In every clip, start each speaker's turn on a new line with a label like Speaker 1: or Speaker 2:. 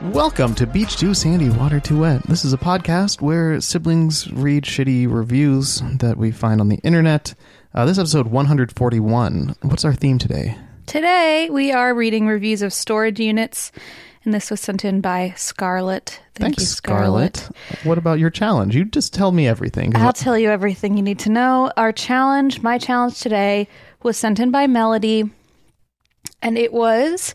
Speaker 1: Welcome to Beach 2 Sandy Water 2 Wet. This is a podcast where siblings read shitty reviews that we find on the internet. Uh, this episode 141. What's our theme today?
Speaker 2: Today, we are reading reviews of storage units, and this was sent in by Scarlett. Thank
Speaker 1: Thanks,
Speaker 2: you, Scarlett.
Speaker 1: What about your challenge? You just tell me everything. 'cause
Speaker 2: I'll tell you everything you need to know. Our challenge, my challenge today, was sent in by Melody, and it was.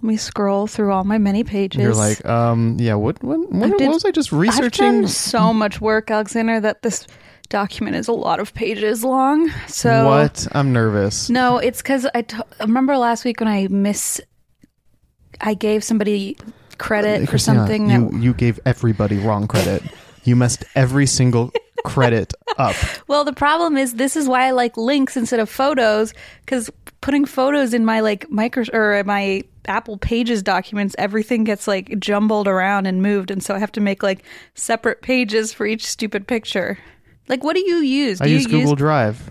Speaker 2: Let me scroll through all my many pages.
Speaker 1: you're like, um, yeah. What? What, what,
Speaker 2: did-
Speaker 1: what was I just
Speaker 2: I've
Speaker 1: researching?
Speaker 2: done so much work, Alexander, that this document is a lot of pages long. So
Speaker 1: what? I'm nervous.
Speaker 2: No, it's because I t- remember last week when I miss, I gave somebody credit for
Speaker 1: Christina,
Speaker 2: something.
Speaker 1: you
Speaker 2: that,
Speaker 1: you gave everybody wrong credit. you messed every single credit up.
Speaker 2: well, the problem is this is why I like links instead of photos because putting photos in my like micro or my Apple Pages documents, everything gets like jumbled around and moved, and so I have to make like separate pages for each stupid picture. Like, what do you use? Do
Speaker 1: I
Speaker 2: you
Speaker 1: use Google Drive.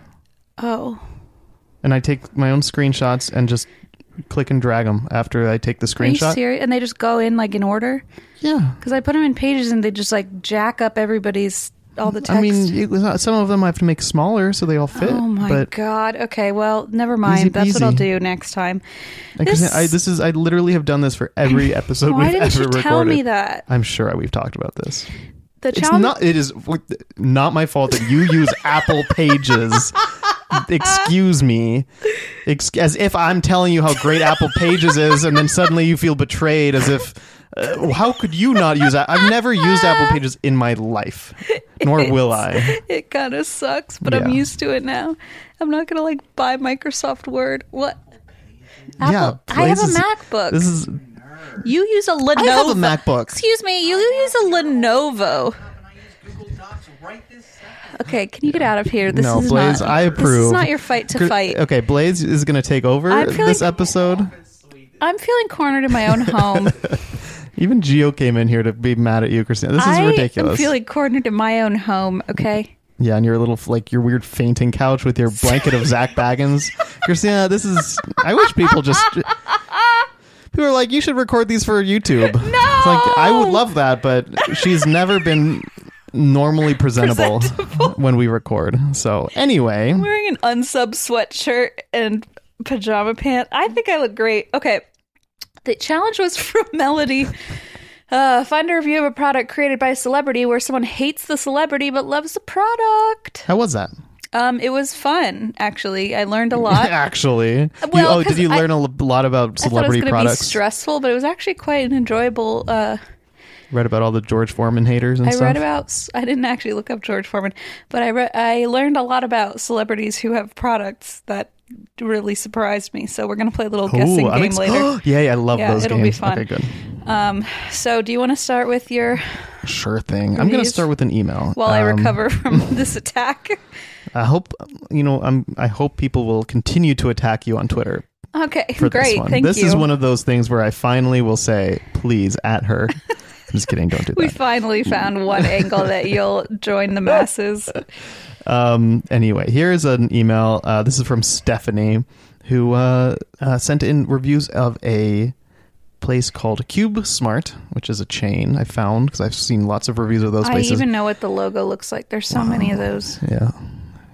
Speaker 2: Oh,
Speaker 1: and I take my own screenshots and just click and drag them after I take the
Speaker 2: are you
Speaker 1: screenshot.
Speaker 2: serious? And they just go in like in order
Speaker 1: Yeah,
Speaker 2: because I put them in pages and they just like jack up everybody's all the text.
Speaker 1: I mean, it was not, some of them I have to make smaller so they all fit.
Speaker 2: Oh my
Speaker 1: but
Speaker 2: god. Okay, well, never mind.
Speaker 1: Easy
Speaker 2: That's what I'll
Speaker 1: peasy.
Speaker 2: do next time.
Speaker 1: And
Speaker 2: This-
Speaker 1: Christina, I, this is I literally have done this for every episode
Speaker 2: Why
Speaker 1: we've
Speaker 2: didn't
Speaker 1: ever
Speaker 2: you
Speaker 1: recorded.
Speaker 2: tell me that?
Speaker 1: I'm sure we've talked about this.
Speaker 2: The
Speaker 1: It's
Speaker 2: challenge
Speaker 1: not. It is not my fault that you use Apple Pages. Excuse me, Ex- as if I'm telling you how great Apple Pages is, and then suddenly you feel betrayed, as if uh, how could you not use? that? I've never used Apple Pages in my life, nor will I.
Speaker 2: it kind of sucks, but I'm
Speaker 1: Yeah.
Speaker 2: used to it now. I'm not going to like buy Microsoft Word. What? Apple. I have
Speaker 1: Blaze
Speaker 2: a
Speaker 1: is-
Speaker 2: MacBook.
Speaker 1: This is
Speaker 2: You use a Lenovo.
Speaker 1: I have a MacBook.
Speaker 2: Excuse me, you use a Lenovo. Okay, can you get out of here? This
Speaker 1: no,
Speaker 2: is
Speaker 1: Blaze.
Speaker 2: not.
Speaker 1: I approve.
Speaker 2: This is not your fight to
Speaker 1: Cr-
Speaker 2: fight.
Speaker 1: Okay, Blaze is going to take over
Speaker 2: I'm feeling-
Speaker 1: this episode.
Speaker 2: I'm feeling cornered in my own home.
Speaker 1: Even Geo came in here to be mad at you, Christina. This is
Speaker 2: I
Speaker 1: ridiculous.
Speaker 2: am feeling cornered in my own home. Okay.
Speaker 1: Yeah, and your little like your weird fainting couch with your blanket of Zach Baggins. Christina, this is I wish people just People are like, you should record these for YouTube. No! It's like I would love that, but she's never been normally presentable, when we record. So anyway.
Speaker 2: wearing an unsub sweatshirt and pajama pants. I think I look great. Okay. The challenge was from Melody. Uh, find a review of a product created by a celebrity where someone hates the celebrity but loves the product.
Speaker 1: How was that?
Speaker 2: Um, it was fun, actually. I learned a lot.
Speaker 1: Actually, You-
Speaker 2: Well,
Speaker 1: oh, did
Speaker 2: 'cause
Speaker 1: you
Speaker 2: I-
Speaker 1: learn a l- lot about
Speaker 2: I thought it was
Speaker 1: celebrity
Speaker 2: going to be
Speaker 1: products?
Speaker 2: stressful, but it was actually quite an enjoyable. Uh,
Speaker 1: read about all the George Foreman haters and
Speaker 2: I
Speaker 1: stuff.
Speaker 2: read about. I didn't actually look up George Foreman, but I re- I learned a lot about celebrities who have products that really surprised me. So we're going to play a little guessing
Speaker 1: Ooh, I'm
Speaker 2: game
Speaker 1: ex-
Speaker 2: later.
Speaker 1: yeah, yeah, I love
Speaker 2: Yeah,
Speaker 1: those
Speaker 2: it'll be
Speaker 1: games.
Speaker 2: fun.
Speaker 1: Okay, good.
Speaker 2: Um, so do you want to start with your
Speaker 1: Sure thing. I'm going to
Speaker 2: Reviews?
Speaker 1: start with an email.
Speaker 2: while I
Speaker 1: Um,
Speaker 2: recover from this attack?
Speaker 1: I hope you know. I'm. I hope people will continue to attack you on Twitter
Speaker 2: Okay,
Speaker 1: for
Speaker 2: great.
Speaker 1: this one.
Speaker 2: Thank
Speaker 1: this
Speaker 2: you.
Speaker 1: is one of those things where I finally will say, "Please at her." I'm just kidding. Don't do
Speaker 2: we
Speaker 1: that.
Speaker 2: finally found one angle that you'll join the masses.
Speaker 1: Um. Anyway, here is an email. Uh, this is from Stephanie, who uh, uh, sent in reviews of a place called Cube Smart, which is a chain I found because I've seen lots of reviews of those
Speaker 2: I
Speaker 1: places.
Speaker 2: even know what the logo looks like. There's so many of those.
Speaker 1: yeah.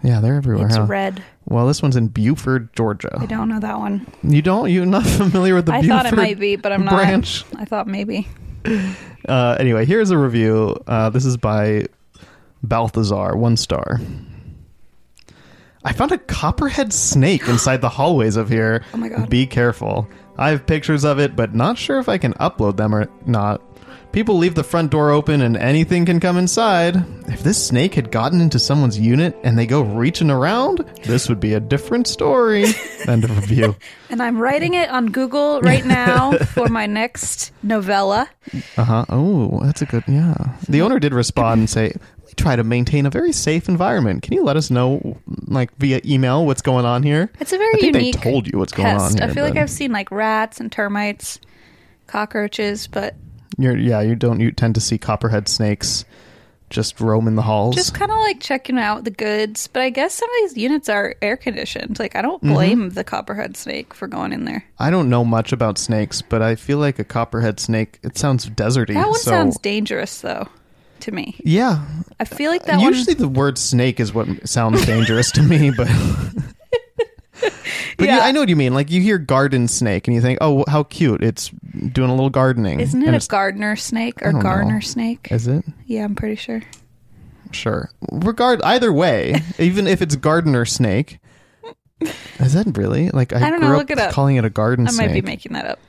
Speaker 1: Yeah, they're everywhere.
Speaker 2: It's
Speaker 1: huh?
Speaker 2: red.
Speaker 1: Well, this one's in Buford,
Speaker 2: I
Speaker 1: Georgia.
Speaker 2: don't know that one.
Speaker 1: You don't? You're not familiar with the
Speaker 2: I
Speaker 1: Buford
Speaker 2: thought it might be, but I'm not.
Speaker 1: branch?
Speaker 2: I thought maybe.
Speaker 1: Uh, anyway, here's a review. Uh, this is by Balthazar, one star. I found a copperhead snake inside the hallways of here.
Speaker 2: Oh my God.
Speaker 1: Be careful. I have pictures of it, but not sure if I can upload them or not. People leave the front door open and anything can come inside. If this snake had gotten into someone's unit and they go reaching around, this would be a different story. End of review.
Speaker 2: And I'm writing it on Google right now for my next novella.
Speaker 1: Uh huh. Oh, that's a good. Yeah. The owner did respond and say, "We try to maintain a very safe environment. Can you let us know, like via email, what's going on here?"
Speaker 2: It's a very
Speaker 1: I think
Speaker 2: unique.
Speaker 1: They told you what's going
Speaker 2: pest.
Speaker 1: on here.
Speaker 2: I feel like
Speaker 1: but
Speaker 2: I've seen like rats and termites, cockroaches, but
Speaker 1: You're, yeah, you don't. You tend to see copperhead snakes just roaming the halls.
Speaker 2: just kind of like checking out the goods. But I guess some of these units are air conditioned. Like I don't
Speaker 1: Mm-hmm.
Speaker 2: blame the copperhead snake for going in there.
Speaker 1: I don't know much about snakes, but I feel like a copperhead snake. It sounds deserty.
Speaker 2: That one
Speaker 1: so-
Speaker 2: sounds dangerous though, to me.
Speaker 1: Yeah.
Speaker 2: I feel like that one.
Speaker 1: Usually, the word snake is what sounds dangerous to me, but. But you,
Speaker 2: Yeah.
Speaker 1: I know what you mean. Like you hear garden snake and you think, "Oh, how cute! It's doing a little gardening."
Speaker 2: Isn't
Speaker 1: And
Speaker 2: it a
Speaker 1: it's-
Speaker 2: gardener snake or
Speaker 1: don't know.
Speaker 2: garner snake?
Speaker 1: Is it?
Speaker 2: Yeah, I'm pretty sure.
Speaker 1: Sure. Regard either way, even if it's gardener snake, is that really like I,
Speaker 2: I don't know,
Speaker 1: grew
Speaker 2: look
Speaker 1: up
Speaker 2: it up.
Speaker 1: calling it a garden
Speaker 2: I
Speaker 1: snake?
Speaker 2: might be making that up.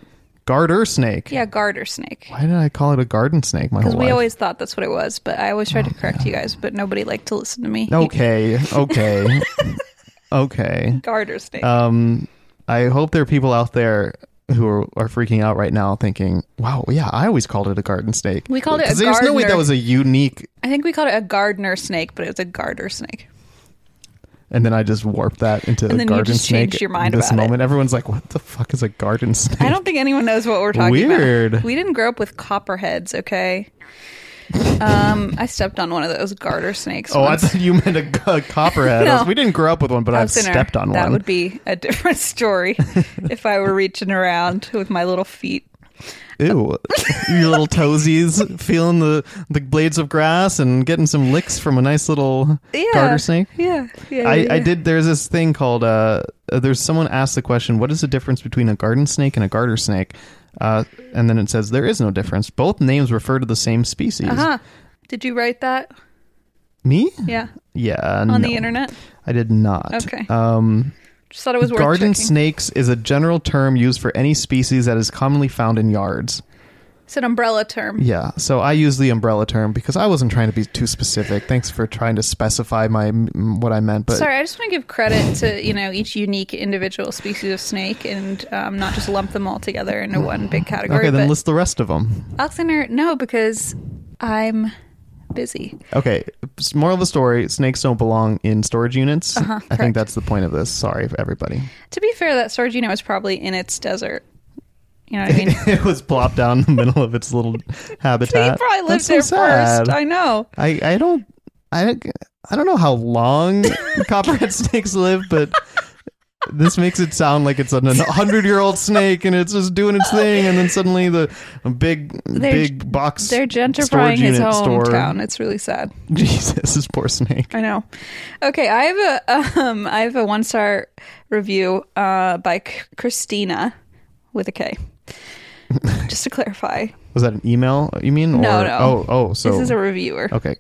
Speaker 1: Garter snake.
Speaker 2: Yeah, garter snake.
Speaker 1: Why did I call it a garden snake? My whole
Speaker 2: Because we
Speaker 1: life.
Speaker 2: always thought that's what it was, but I always
Speaker 1: Oh,
Speaker 2: tried to correct you guys, but nobody liked to listen to me.
Speaker 1: okay, okay, okay.
Speaker 2: Garter snake.
Speaker 1: Um, I hope there are people out there who are, are freaking out right now, thinking, "Wow, yeah, I always called it a garden snake."
Speaker 2: We called it a
Speaker 1: 'Cause There's no way that
Speaker 2: gardener.
Speaker 1: was a unique.
Speaker 2: I think we called it a gardener snake, but it was a garter snake.
Speaker 1: And then I just warped that into
Speaker 2: And
Speaker 1: a
Speaker 2: then you
Speaker 1: garden
Speaker 2: just
Speaker 1: snake.
Speaker 2: changed your mind
Speaker 1: this
Speaker 2: about it.
Speaker 1: moment, everyone's like, "What the fuck is a garden snake?"
Speaker 2: I don't think anyone knows what we're talking
Speaker 1: Weird.
Speaker 2: about. We didn't grow up with copperheads, okay? Um, I stepped on one of those garter snakes.
Speaker 1: Oh, I
Speaker 2: once.
Speaker 1: thought you meant a, g- a copperhead.
Speaker 2: No.
Speaker 1: I was- we didn't grow up with one, but I've
Speaker 2: was in our-
Speaker 1: stepped on
Speaker 2: That
Speaker 1: one.
Speaker 2: would be a different story if I were reaching around with my little feet.
Speaker 1: Ew, your little toesies feeling the the blades of grass and getting some licks from a nice little
Speaker 2: Yeah.
Speaker 1: garter snake.
Speaker 2: Yeah. yeah,
Speaker 1: I,
Speaker 2: yeah,
Speaker 1: I
Speaker 2: yeah.
Speaker 1: did. There's this thing called. Uh, uh, there's someone asked the question, "What is the difference between a garden snake and a garter snake?" Uh, and then it says there is no difference. Both names refer to the same species.
Speaker 2: Uh-huh. Did you write that?
Speaker 1: Me?
Speaker 2: Yeah.
Speaker 1: Yeah.
Speaker 2: On the internet?
Speaker 1: I did not.
Speaker 2: Okay.
Speaker 1: Um,
Speaker 2: Just thought it was worth
Speaker 1: garden
Speaker 2: checking.
Speaker 1: snakes is a general term used for any species that is commonly found in yards.
Speaker 2: It's an umbrella term.
Speaker 1: Yeah, so I use the umbrella term because I wasn't trying to be too specific. Thanks for trying to specify my m- what I meant, but
Speaker 2: Sorry, I just want to give credit to you know each unique individual species of snake, and um, not just lump them all together into one big category.
Speaker 1: okay, then
Speaker 2: but
Speaker 1: list the rest of them.
Speaker 2: Alexander, no, because I'm busy.
Speaker 1: Okay, s- moral of the story: snakes don't belong in storage units. I
Speaker 2: Uh-huh, correct.
Speaker 1: think that's the point of this. Sorry for everybody.
Speaker 2: To be fair, that storage unit was probably in its desert. You know what I mean?
Speaker 1: It was plopped down in the middle of its little habitat.
Speaker 2: he probably lived
Speaker 1: That's
Speaker 2: there
Speaker 1: so sad.
Speaker 2: first. I know.
Speaker 1: I, I don't I don't I don't know how long copperhead snakes live, but this makes it sound like it's an hundred year old snake and it's just doing its thing, and then suddenly the big big box
Speaker 2: They're gentrifying
Speaker 1: storage
Speaker 2: his
Speaker 1: unit store.
Speaker 2: hometown. It's really sad.
Speaker 1: Jesus, this poor snake.
Speaker 2: I know. Okay, I have a um, I have a one star review uh, by C- Christina with a K. Just to clarify,
Speaker 1: Was that an email? You mean?
Speaker 2: No,
Speaker 1: or,
Speaker 2: no.
Speaker 1: Oh, oh, so
Speaker 2: this is a reviewer,
Speaker 1: okay.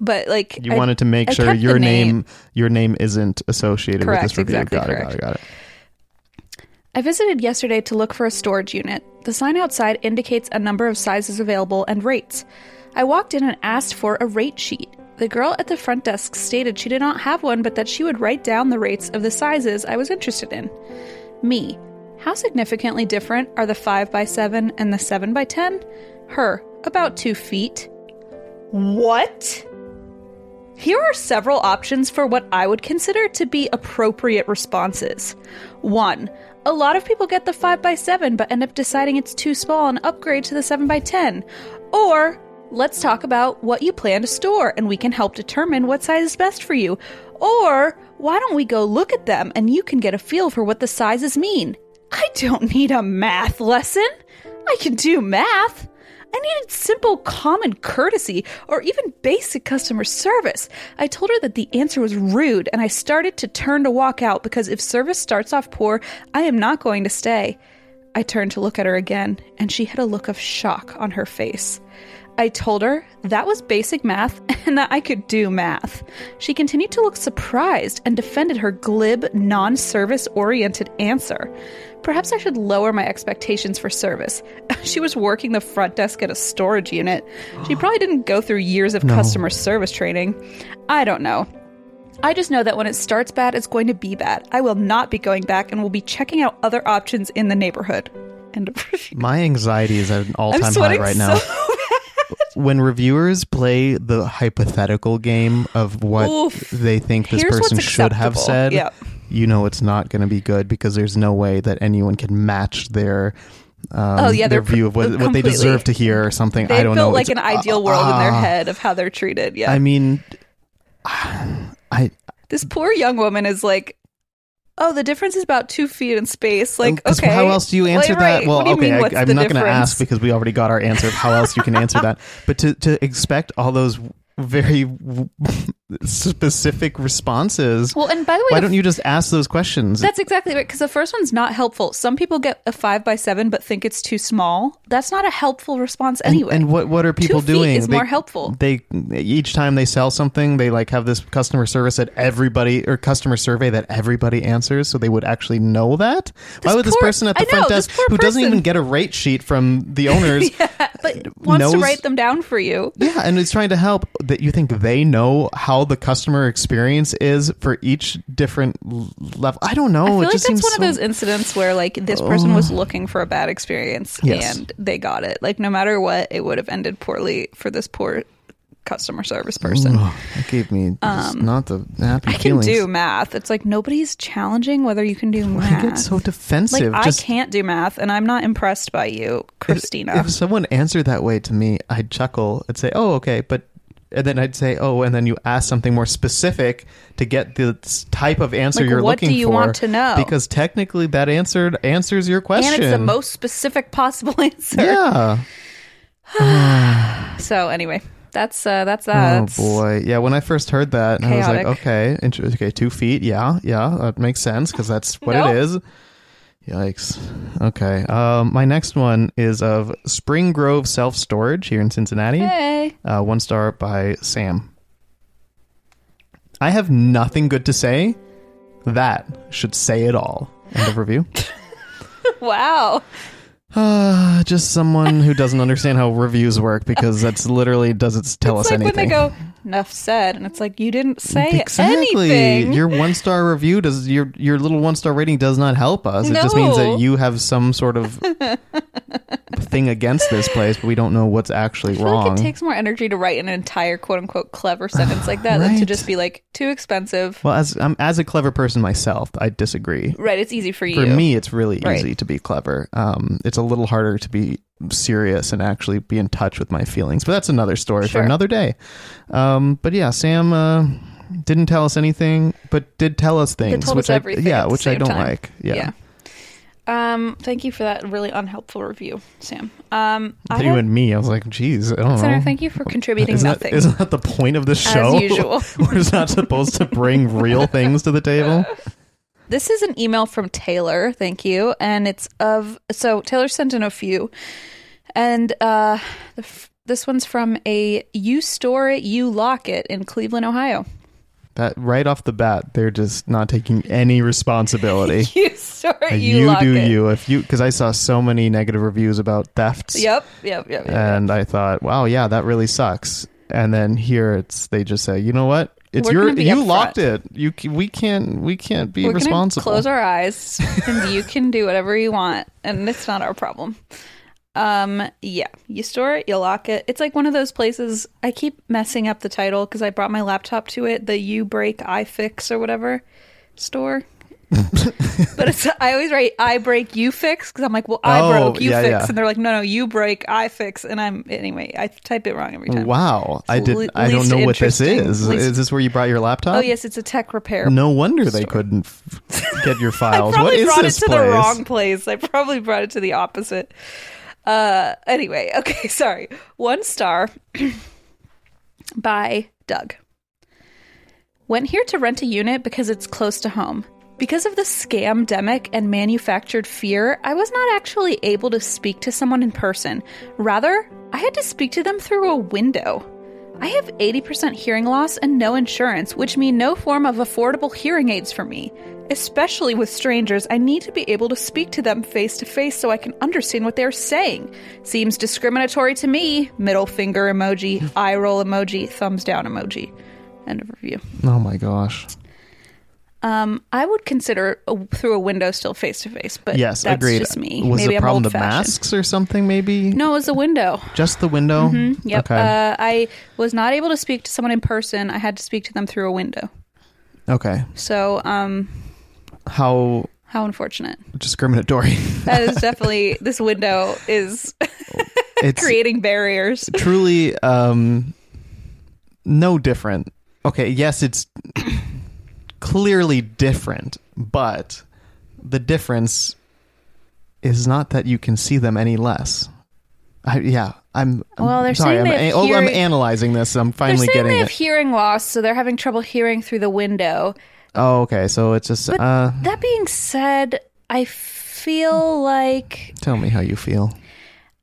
Speaker 2: but like
Speaker 1: You
Speaker 2: I-
Speaker 1: wanted to make
Speaker 2: I
Speaker 1: sure
Speaker 2: kept the
Speaker 1: your name.
Speaker 2: name.
Speaker 1: your name isn't associated
Speaker 2: Correct,
Speaker 1: with this review.
Speaker 2: exactly
Speaker 1: got
Speaker 2: correct.
Speaker 1: it. Got it. Got it.
Speaker 2: I visited yesterday to look for a storage unit. The sign outside indicates a number of sizes available and rates. I walked in and asked for a rate sheet. The girl at the front desk stated she did not have one, but that she would write down the rates of the sizes I was interested in. Me. How significantly different are the 5x7 and the 7x10? Her. About 2 feet. What? Here are several options for what I would consider to be appropriate responses. 1. A lot of people get the 5x7 but end up deciding it's too small and upgrade to the 7x10. Or, let's talk about what you plan to store and we can help determine what size is best for you. Or, why don't we go look at them and you can get a feel for what the sizes mean? I don't need a math lesson. I can do math. I needed simple, common courtesy or even basic customer service. I told her that the answer was rude and I started to turn to walk out because if service starts off poor, I am not going to stay. I turned to look at her again and she had a look of shock on her face. I told her that was basic math and that I could do math. She continued to look surprised and defended her glib, non service oriented answer. Perhaps I should lower my expectations for service. She was working the front desk at a storage unit. She probably didn't go through years of customer service training. I don't know. I just know that when it starts bad, it's going to be bad. I will not be going back and will be checking out other options in the neighborhood. And
Speaker 1: My anxiety is at an all
Speaker 2: I'm
Speaker 1: time high
Speaker 2: sweating
Speaker 1: right now.
Speaker 2: so
Speaker 1: When reviewers play the hypothetical game of what
Speaker 2: Oof.
Speaker 1: they think this
Speaker 2: Here's what's
Speaker 1: person should have
Speaker 2: acceptable.
Speaker 1: said,
Speaker 2: Yep.
Speaker 1: you know it's not going to be good because there's no way that anyone can match their. Um,
Speaker 2: Oh, yeah,
Speaker 1: their
Speaker 2: they're
Speaker 1: view of what,
Speaker 2: pr-
Speaker 1: what they
Speaker 2: completely.
Speaker 1: deserve to hear or something.
Speaker 2: They
Speaker 1: I don't
Speaker 2: built
Speaker 1: know.
Speaker 2: like an
Speaker 1: It's- Ah.
Speaker 2: ideal world in their head of how they're treated. Yeah.
Speaker 1: I mean, I
Speaker 2: this poor young woman is like, oh, the difference is about two feet in space. Like,
Speaker 1: Because
Speaker 2: okay.
Speaker 1: Oh, How else do you
Speaker 2: Like,
Speaker 1: answer
Speaker 2: right.
Speaker 1: that? Well,
Speaker 2: what do you
Speaker 1: okay,
Speaker 2: mean, what's
Speaker 1: I, I'm
Speaker 2: the
Speaker 1: not going to
Speaker 2: difference?
Speaker 1: ask because we already got our answer of how else you can answer that. But to, to expect all those very w- specific responses,
Speaker 2: Well, and by the way,
Speaker 1: why
Speaker 2: the
Speaker 1: don't you just ask those questions?
Speaker 2: That's exactly right. Because the first one's not helpful. Some people get a five by seven, but think it's too small. That's not a helpful response
Speaker 1: And-
Speaker 2: anyway.
Speaker 1: and, what what are people
Speaker 2: feet
Speaker 1: doing?
Speaker 2: is more helpful.
Speaker 1: They each time they sell something, they like have this customer service that everybody or customer survey that everybody answers, so they would actually know that. Why
Speaker 2: This
Speaker 1: would this
Speaker 2: poor-
Speaker 1: person at the
Speaker 2: I
Speaker 1: front
Speaker 2: know, this
Speaker 1: desk,
Speaker 2: poor
Speaker 1: who doesn't
Speaker 2: person.
Speaker 1: even get a rate sheet from the owners,
Speaker 2: but wants to
Speaker 1: knows-
Speaker 2: write them down for you.
Speaker 1: Yeah, and it's trying to help that you think they know how the customer experience is for each different l- level. I don't know.
Speaker 2: I
Speaker 1: Oh,
Speaker 2: feel
Speaker 1: it
Speaker 2: like
Speaker 1: just seems
Speaker 2: that's one of
Speaker 1: so- Oh.
Speaker 2: those incidents where like this person was looking for a bad experience
Speaker 1: Yes.
Speaker 2: and they got it. Like no matter what, it would have ended poorly for this poor customer service person.
Speaker 1: Ugh, that gave me just not the happy
Speaker 2: Um, I can
Speaker 1: feelings.
Speaker 2: do math. It's like nobody's challenging whether you can do
Speaker 1: I
Speaker 2: math.
Speaker 1: get so
Speaker 2: like
Speaker 1: defensive.
Speaker 2: I
Speaker 1: just
Speaker 2: can't do math and I'm not impressed by you, Christina.
Speaker 1: if someone answered that way to me, I'd chuckle. I'd say, "Oh, okay," but and then I'd say, "Oh," and then you ask something more specific to get the s- type of answer
Speaker 2: Like,
Speaker 1: you're
Speaker 2: what do
Speaker 1: looking
Speaker 2: you
Speaker 1: for.
Speaker 2: want to know?
Speaker 1: Because technically, that answer answers your question.
Speaker 2: and it's the most specific possible answer.
Speaker 1: Yeah.
Speaker 2: So anyway, that's uh that's
Speaker 1: Oh
Speaker 2: that.
Speaker 1: boy, yeah. When I first heard that, I was like,
Speaker 2: chaotic.
Speaker 1: okay, int- okay, two feet, yeah, yeah, that makes sense because that's what
Speaker 2: No.
Speaker 1: it is. Yikes. Okay. Um, my next one is of Spring Grove Self Storage here in Cincinnati.
Speaker 2: Hey.
Speaker 1: Uh, one star by Sam. I have nothing good to say. That should say it all. End of review.
Speaker 2: Wow.
Speaker 1: Uh, just someone who doesn't understand how reviews work because that's literally doesn't tell
Speaker 2: It's
Speaker 1: us
Speaker 2: like
Speaker 1: anything.
Speaker 2: when they go, enough said, and it's like you didn't say
Speaker 1: exactly.
Speaker 2: anything.
Speaker 1: Your one star review does your your little one star rating does not help us. It just means
Speaker 2: No.
Speaker 1: that you have some sort of thing against this place, but we don't know what's actually
Speaker 2: I feel
Speaker 1: wrong.
Speaker 2: like it takes more energy to write an entire quote unquote clever sentence like that than to
Speaker 1: Right.
Speaker 2: just be like too expensive.
Speaker 1: well, as um, as a clever person myself, I disagree.
Speaker 2: Right, it's easy for you.
Speaker 1: For me, it's really
Speaker 2: Right.
Speaker 1: easy to be clever. Um, it's a little harder to be serious and actually be in touch with my feelings. But that's another story
Speaker 2: Sure.
Speaker 1: for another day. Um, but yeah, Sam uh, didn't tell us anything, but did tell us things,
Speaker 2: told
Speaker 1: which
Speaker 2: us
Speaker 1: I
Speaker 2: everything
Speaker 1: yeah,
Speaker 2: at the
Speaker 1: which I
Speaker 2: same
Speaker 1: don't
Speaker 2: time.
Speaker 1: like. yeah.
Speaker 2: Yeah. Um, thank you for that really unhelpful review, Sam. Um, I
Speaker 1: you
Speaker 2: have-
Speaker 1: and me. I was like, geez, I don't
Speaker 2: Senator,
Speaker 1: know.
Speaker 2: thank you for contributing
Speaker 1: isn't
Speaker 2: nothing.
Speaker 1: That, isn't that the point of this
Speaker 2: As
Speaker 1: show?
Speaker 2: usual.
Speaker 1: We're not supposed to bring real things to the table.
Speaker 2: This is an email from Taylor. Thank you. And it's of so Taylor sent in a few. And uh the f- this one's from a you store it, you lock it in Cleveland, Ohio.
Speaker 1: That right off the bat, they're just not taking any responsibility.
Speaker 2: You store it, you,
Speaker 1: you
Speaker 2: lock
Speaker 1: do
Speaker 2: it.
Speaker 1: you. If you, because I saw so many negative reviews about thefts.
Speaker 2: Yep, yep, yep. yep.
Speaker 1: And I thought, wow, yeah, that really sucks. And then here, it's they just say, you know what? It's
Speaker 2: We're
Speaker 1: your
Speaker 2: gonna be
Speaker 1: you
Speaker 2: upfront.
Speaker 1: locked it. You c- we can't we can't be
Speaker 2: We're gonna
Speaker 1: responsible.
Speaker 2: close our eyes and you can do whatever you want and it's not our problem. Um yeah, you store it, you lock it. It's like one of those places I keep messing up the title cuz I brought my laptop to it, the you break I fix or whatever store. but it's I always write I break you fix cuz I'm like, well I
Speaker 1: Oh,
Speaker 2: broke you
Speaker 1: yeah,
Speaker 2: fix
Speaker 1: yeah.
Speaker 2: and they're like, no no, you break I fix and I'm anyway, I type it wrong every time.
Speaker 1: Wow, I
Speaker 2: It's
Speaker 1: did.
Speaker 2: le-
Speaker 1: I don't
Speaker 2: least
Speaker 1: know what this
Speaker 2: interesting,
Speaker 1: is.
Speaker 2: least-
Speaker 1: Is this where you brought your laptop?
Speaker 2: Oh yes, it's a tech repair
Speaker 1: No wonder they couldn't f- get your
Speaker 2: I
Speaker 1: files.
Speaker 2: probably
Speaker 1: what is
Speaker 2: brought
Speaker 1: this
Speaker 2: it to
Speaker 1: place?
Speaker 2: the wrong place. I probably brought it to the opposite. Uh, anyway, okay, sorry. One star by Doug. Went here to rent a unit because it's close to home. Because of the scamdemic and manufactured fear, I was not actually able to speak to someone in person. Rather, I had to speak to them through a window. I have 80% hearing loss and no insurance, which mean no form of affordable hearing aids for me. Especially with strangers, I need to be able to speak to them face to face so I can understand what they're saying. Seems discriminatory to me. Middle finger emoji, eye roll emoji, thumbs down emoji. End of review.
Speaker 1: Oh my gosh.
Speaker 2: Um, I would consider a, through a window still face to face, but
Speaker 1: Yes,
Speaker 2: that's
Speaker 1: agreed.
Speaker 2: just me.
Speaker 1: Was
Speaker 2: Maybe
Speaker 1: the
Speaker 2: I'm
Speaker 1: problem
Speaker 2: old
Speaker 1: the
Speaker 2: fashioned.
Speaker 1: masks or something? Maybe
Speaker 2: No, it was the window.
Speaker 1: just the window.
Speaker 2: Yep.
Speaker 1: Okay.
Speaker 2: Uh, I was not able to speak to someone in person. I had to speak to them through a window. uh,
Speaker 1: okay.
Speaker 2: So, um,
Speaker 1: How
Speaker 2: how unfortunate.
Speaker 1: discriminatory.
Speaker 2: That is definitely this window is
Speaker 1: it's
Speaker 2: creating barriers.
Speaker 1: truly um no different. Okay, yes, it's clearly different, but the difference is not that you can see them any less. I, yeah, I'm, I'm
Speaker 2: Well, they're
Speaker 1: sorry.
Speaker 2: saying
Speaker 1: I'm,
Speaker 2: they have
Speaker 1: oh, I'm
Speaker 2: hearing-
Speaker 1: analyzing this. I'm
Speaker 2: They're
Speaker 1: finally
Speaker 2: saying
Speaker 1: getting
Speaker 2: they have
Speaker 1: it.
Speaker 2: hearing loss, so they're having trouble hearing through the window.
Speaker 1: Oh, okay. So it's just uh,
Speaker 2: That being said, I feel like
Speaker 1: tell me how you feel.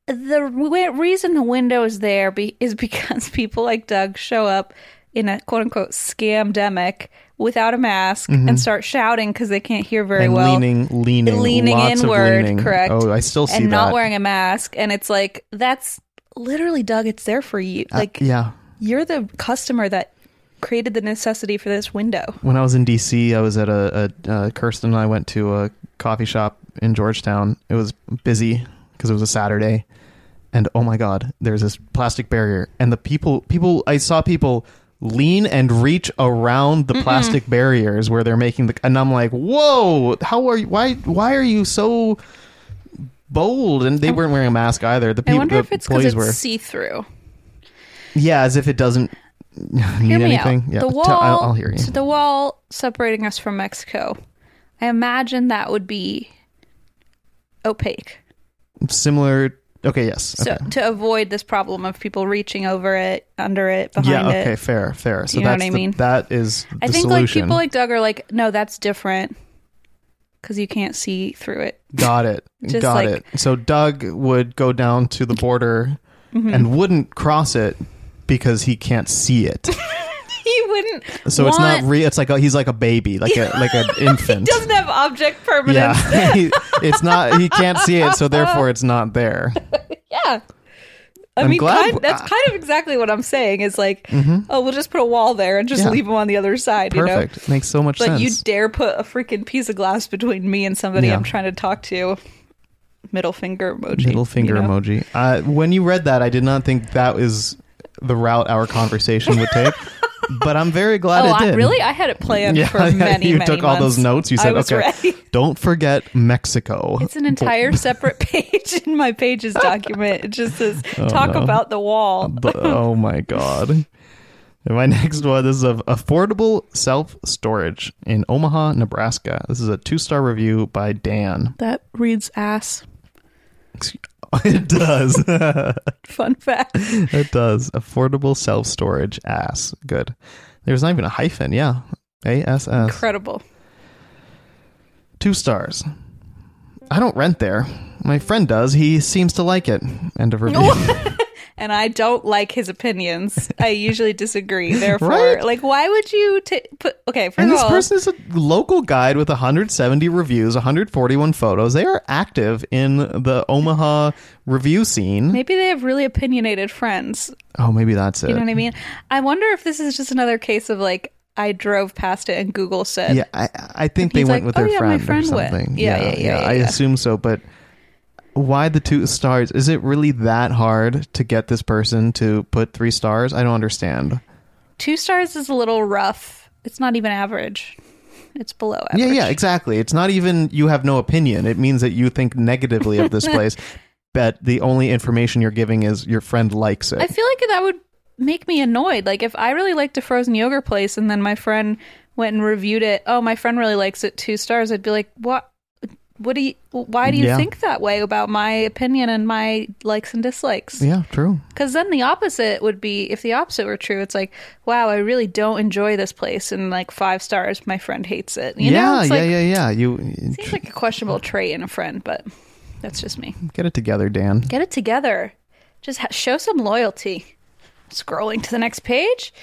Speaker 2: the re- reason the window is there be- is because people like Doug show up in a quote unquote scamdemic without a mask and start shouting because they can't hear very
Speaker 1: Mm-hmm. and
Speaker 2: well.
Speaker 1: leaning, leaning,
Speaker 2: leaning
Speaker 1: lots of
Speaker 2: inward,
Speaker 1: leaning.
Speaker 2: correct?
Speaker 1: Oh, I still see
Speaker 2: and
Speaker 1: that.
Speaker 2: not wearing a mask. And it's like, that's literally, Doug, it's there for you. Like,
Speaker 1: Uh, yeah.
Speaker 2: you're the customer that created the necessity for this window.
Speaker 1: when I was in DC, I was at a, a uh, Kirsten and I went to a coffee shop in Georgetown. It was busy because it was a Saturday, and oh my god, there's this plastic barrier, and the people people I saw people lean and reach around the plastic barriers where they're making the, and I'm like, whoa, how are you? Why why are you so bold? And they weren't wearing a mask either. The
Speaker 2: Oh. I
Speaker 1: people,
Speaker 2: wonder
Speaker 1: the
Speaker 2: if it's because
Speaker 1: employees were,
Speaker 2: it's see through.
Speaker 1: yeah, as if it doesn't.
Speaker 2: Hear
Speaker 1: mean
Speaker 2: me
Speaker 1: anything?
Speaker 2: out.
Speaker 1: Yeah,
Speaker 2: the
Speaker 1: tell-
Speaker 2: wall,
Speaker 1: I'll, I'll hear you.
Speaker 2: so the wall separating us from Mexico. I imagine that would be opaque.
Speaker 1: Similar. Okay. Yes.
Speaker 2: So
Speaker 1: okay.
Speaker 2: to avoid this problem of people reaching over it, under it, behind
Speaker 1: Yeah. Okay.
Speaker 2: it.
Speaker 1: Fair. Fair. So
Speaker 2: You know what
Speaker 1: that's
Speaker 2: I
Speaker 1: the-
Speaker 2: mean?
Speaker 1: that is. The
Speaker 2: I think like
Speaker 1: solution.
Speaker 2: people like Doug are like, no, that's different because you can't see through it.
Speaker 1: got it.
Speaker 2: Just
Speaker 1: got
Speaker 2: like-
Speaker 1: it. So Doug would go down to the border
Speaker 2: Mm-hmm.
Speaker 1: and wouldn't cross it because he can't see it.
Speaker 2: He wouldn't.
Speaker 1: So it's not
Speaker 2: want-
Speaker 1: real. It's like a, he's like a baby, like a like an infant.
Speaker 2: doesn't have object permanence.
Speaker 1: yeah. He- it's not. He can't see it, so therefore it's not there.
Speaker 2: Yeah. I
Speaker 1: I'm
Speaker 2: mean,
Speaker 1: glad- Mm-hmm.
Speaker 2: kind, that's kind of exactly what I'm saying. Is like, oh, we'll just put a wall there and just
Speaker 1: Yeah.
Speaker 2: leave them on the other side, you know.
Speaker 1: Perfect. Makes so much
Speaker 2: But
Speaker 1: sense.
Speaker 2: you dare put a freaking piece of glass between me and somebody
Speaker 1: Yeah.
Speaker 2: I'm trying to talk to? Middle finger emoji.
Speaker 1: Middle finger
Speaker 2: you know?
Speaker 1: emoji. Uh, when you read that, I did not think that is the route our conversation would take. but I'm very glad
Speaker 2: Oh,
Speaker 1: it
Speaker 2: I,
Speaker 1: did.
Speaker 2: really? I had it planned
Speaker 1: Yeah,
Speaker 2: for
Speaker 1: yeah,
Speaker 2: many,
Speaker 1: you
Speaker 2: many
Speaker 1: took all those notes.
Speaker 2: months.
Speaker 1: You
Speaker 2: I
Speaker 1: said,
Speaker 2: was
Speaker 1: "Okay,
Speaker 2: ready.
Speaker 1: don't forget Mexico."
Speaker 2: It's an entire separate page in my pages document. It just says talk
Speaker 1: Oh, no.
Speaker 2: about the wall.
Speaker 1: But- oh my god! And my next one is of affordable self storage in Omaha, Nebraska. This is a two star review by Dan.
Speaker 2: That reads ass.
Speaker 1: Excuse- It does.
Speaker 2: Fun fact.
Speaker 1: it does. Affordable self storage. Ass. Good. There's not even a hyphen. Yeah. A S S.
Speaker 2: Incredible.
Speaker 1: Two stars. I don't rent there. My friend does. He seems to like it. End of review.
Speaker 2: and I don't like his opinions. I usually disagree. Therefore,
Speaker 1: Right?
Speaker 2: like, why would you ta put? Okay, first
Speaker 1: And
Speaker 2: of
Speaker 1: this
Speaker 2: all,
Speaker 1: person is a local guide with 170 reviews, 141 photos. They are active in the Omaha review scene.
Speaker 2: maybe they have really opinionated friends.
Speaker 1: Oh, maybe that's it.
Speaker 2: You know what I mean? I wonder if this is just another case of like I drove past it and Google said,
Speaker 1: Yeah, I, I think they
Speaker 2: He's
Speaker 1: went
Speaker 2: like,
Speaker 1: with
Speaker 2: "Oh,
Speaker 1: their
Speaker 2: yeah, my
Speaker 1: friend,
Speaker 2: friend
Speaker 1: or
Speaker 2: went."
Speaker 1: something.
Speaker 2: Yeah, yeah, yeah, yeah,
Speaker 1: I
Speaker 2: yeah.
Speaker 1: assume so, but why the two stars? Is it really that hard to get this person to put three stars? I don't understand.
Speaker 2: two stars is a little rough. It's not even average. It's below average.
Speaker 1: Yeah, yeah, exactly. It's not even you have no opinion. It means that you think negatively of this place. But the only information you're giving is your friend likes it.
Speaker 2: I feel like that would make me annoyed. Like if I really liked a frozen yogurt place and then my friend went and reviewed it, oh, my friend really likes it, two stars. I'd be like, what? what do you? Why do you
Speaker 1: Yeah.
Speaker 2: think that way about my opinion and my likes and dislikes?
Speaker 1: Yeah, true.
Speaker 2: Because then the opposite would be if the opposite were true, it's like, wow, I really don't enjoy this place, and like five stars, my friend hates it. You
Speaker 1: yeah,
Speaker 2: know, it's
Speaker 1: yeah,
Speaker 2: like,
Speaker 1: yeah, yeah. You
Speaker 2: Seems like a questionable trait in a friend, but that's just me.
Speaker 1: get it together, Dan.
Speaker 2: Get it together. Just ha- show some loyalty. Scrolling to the next page.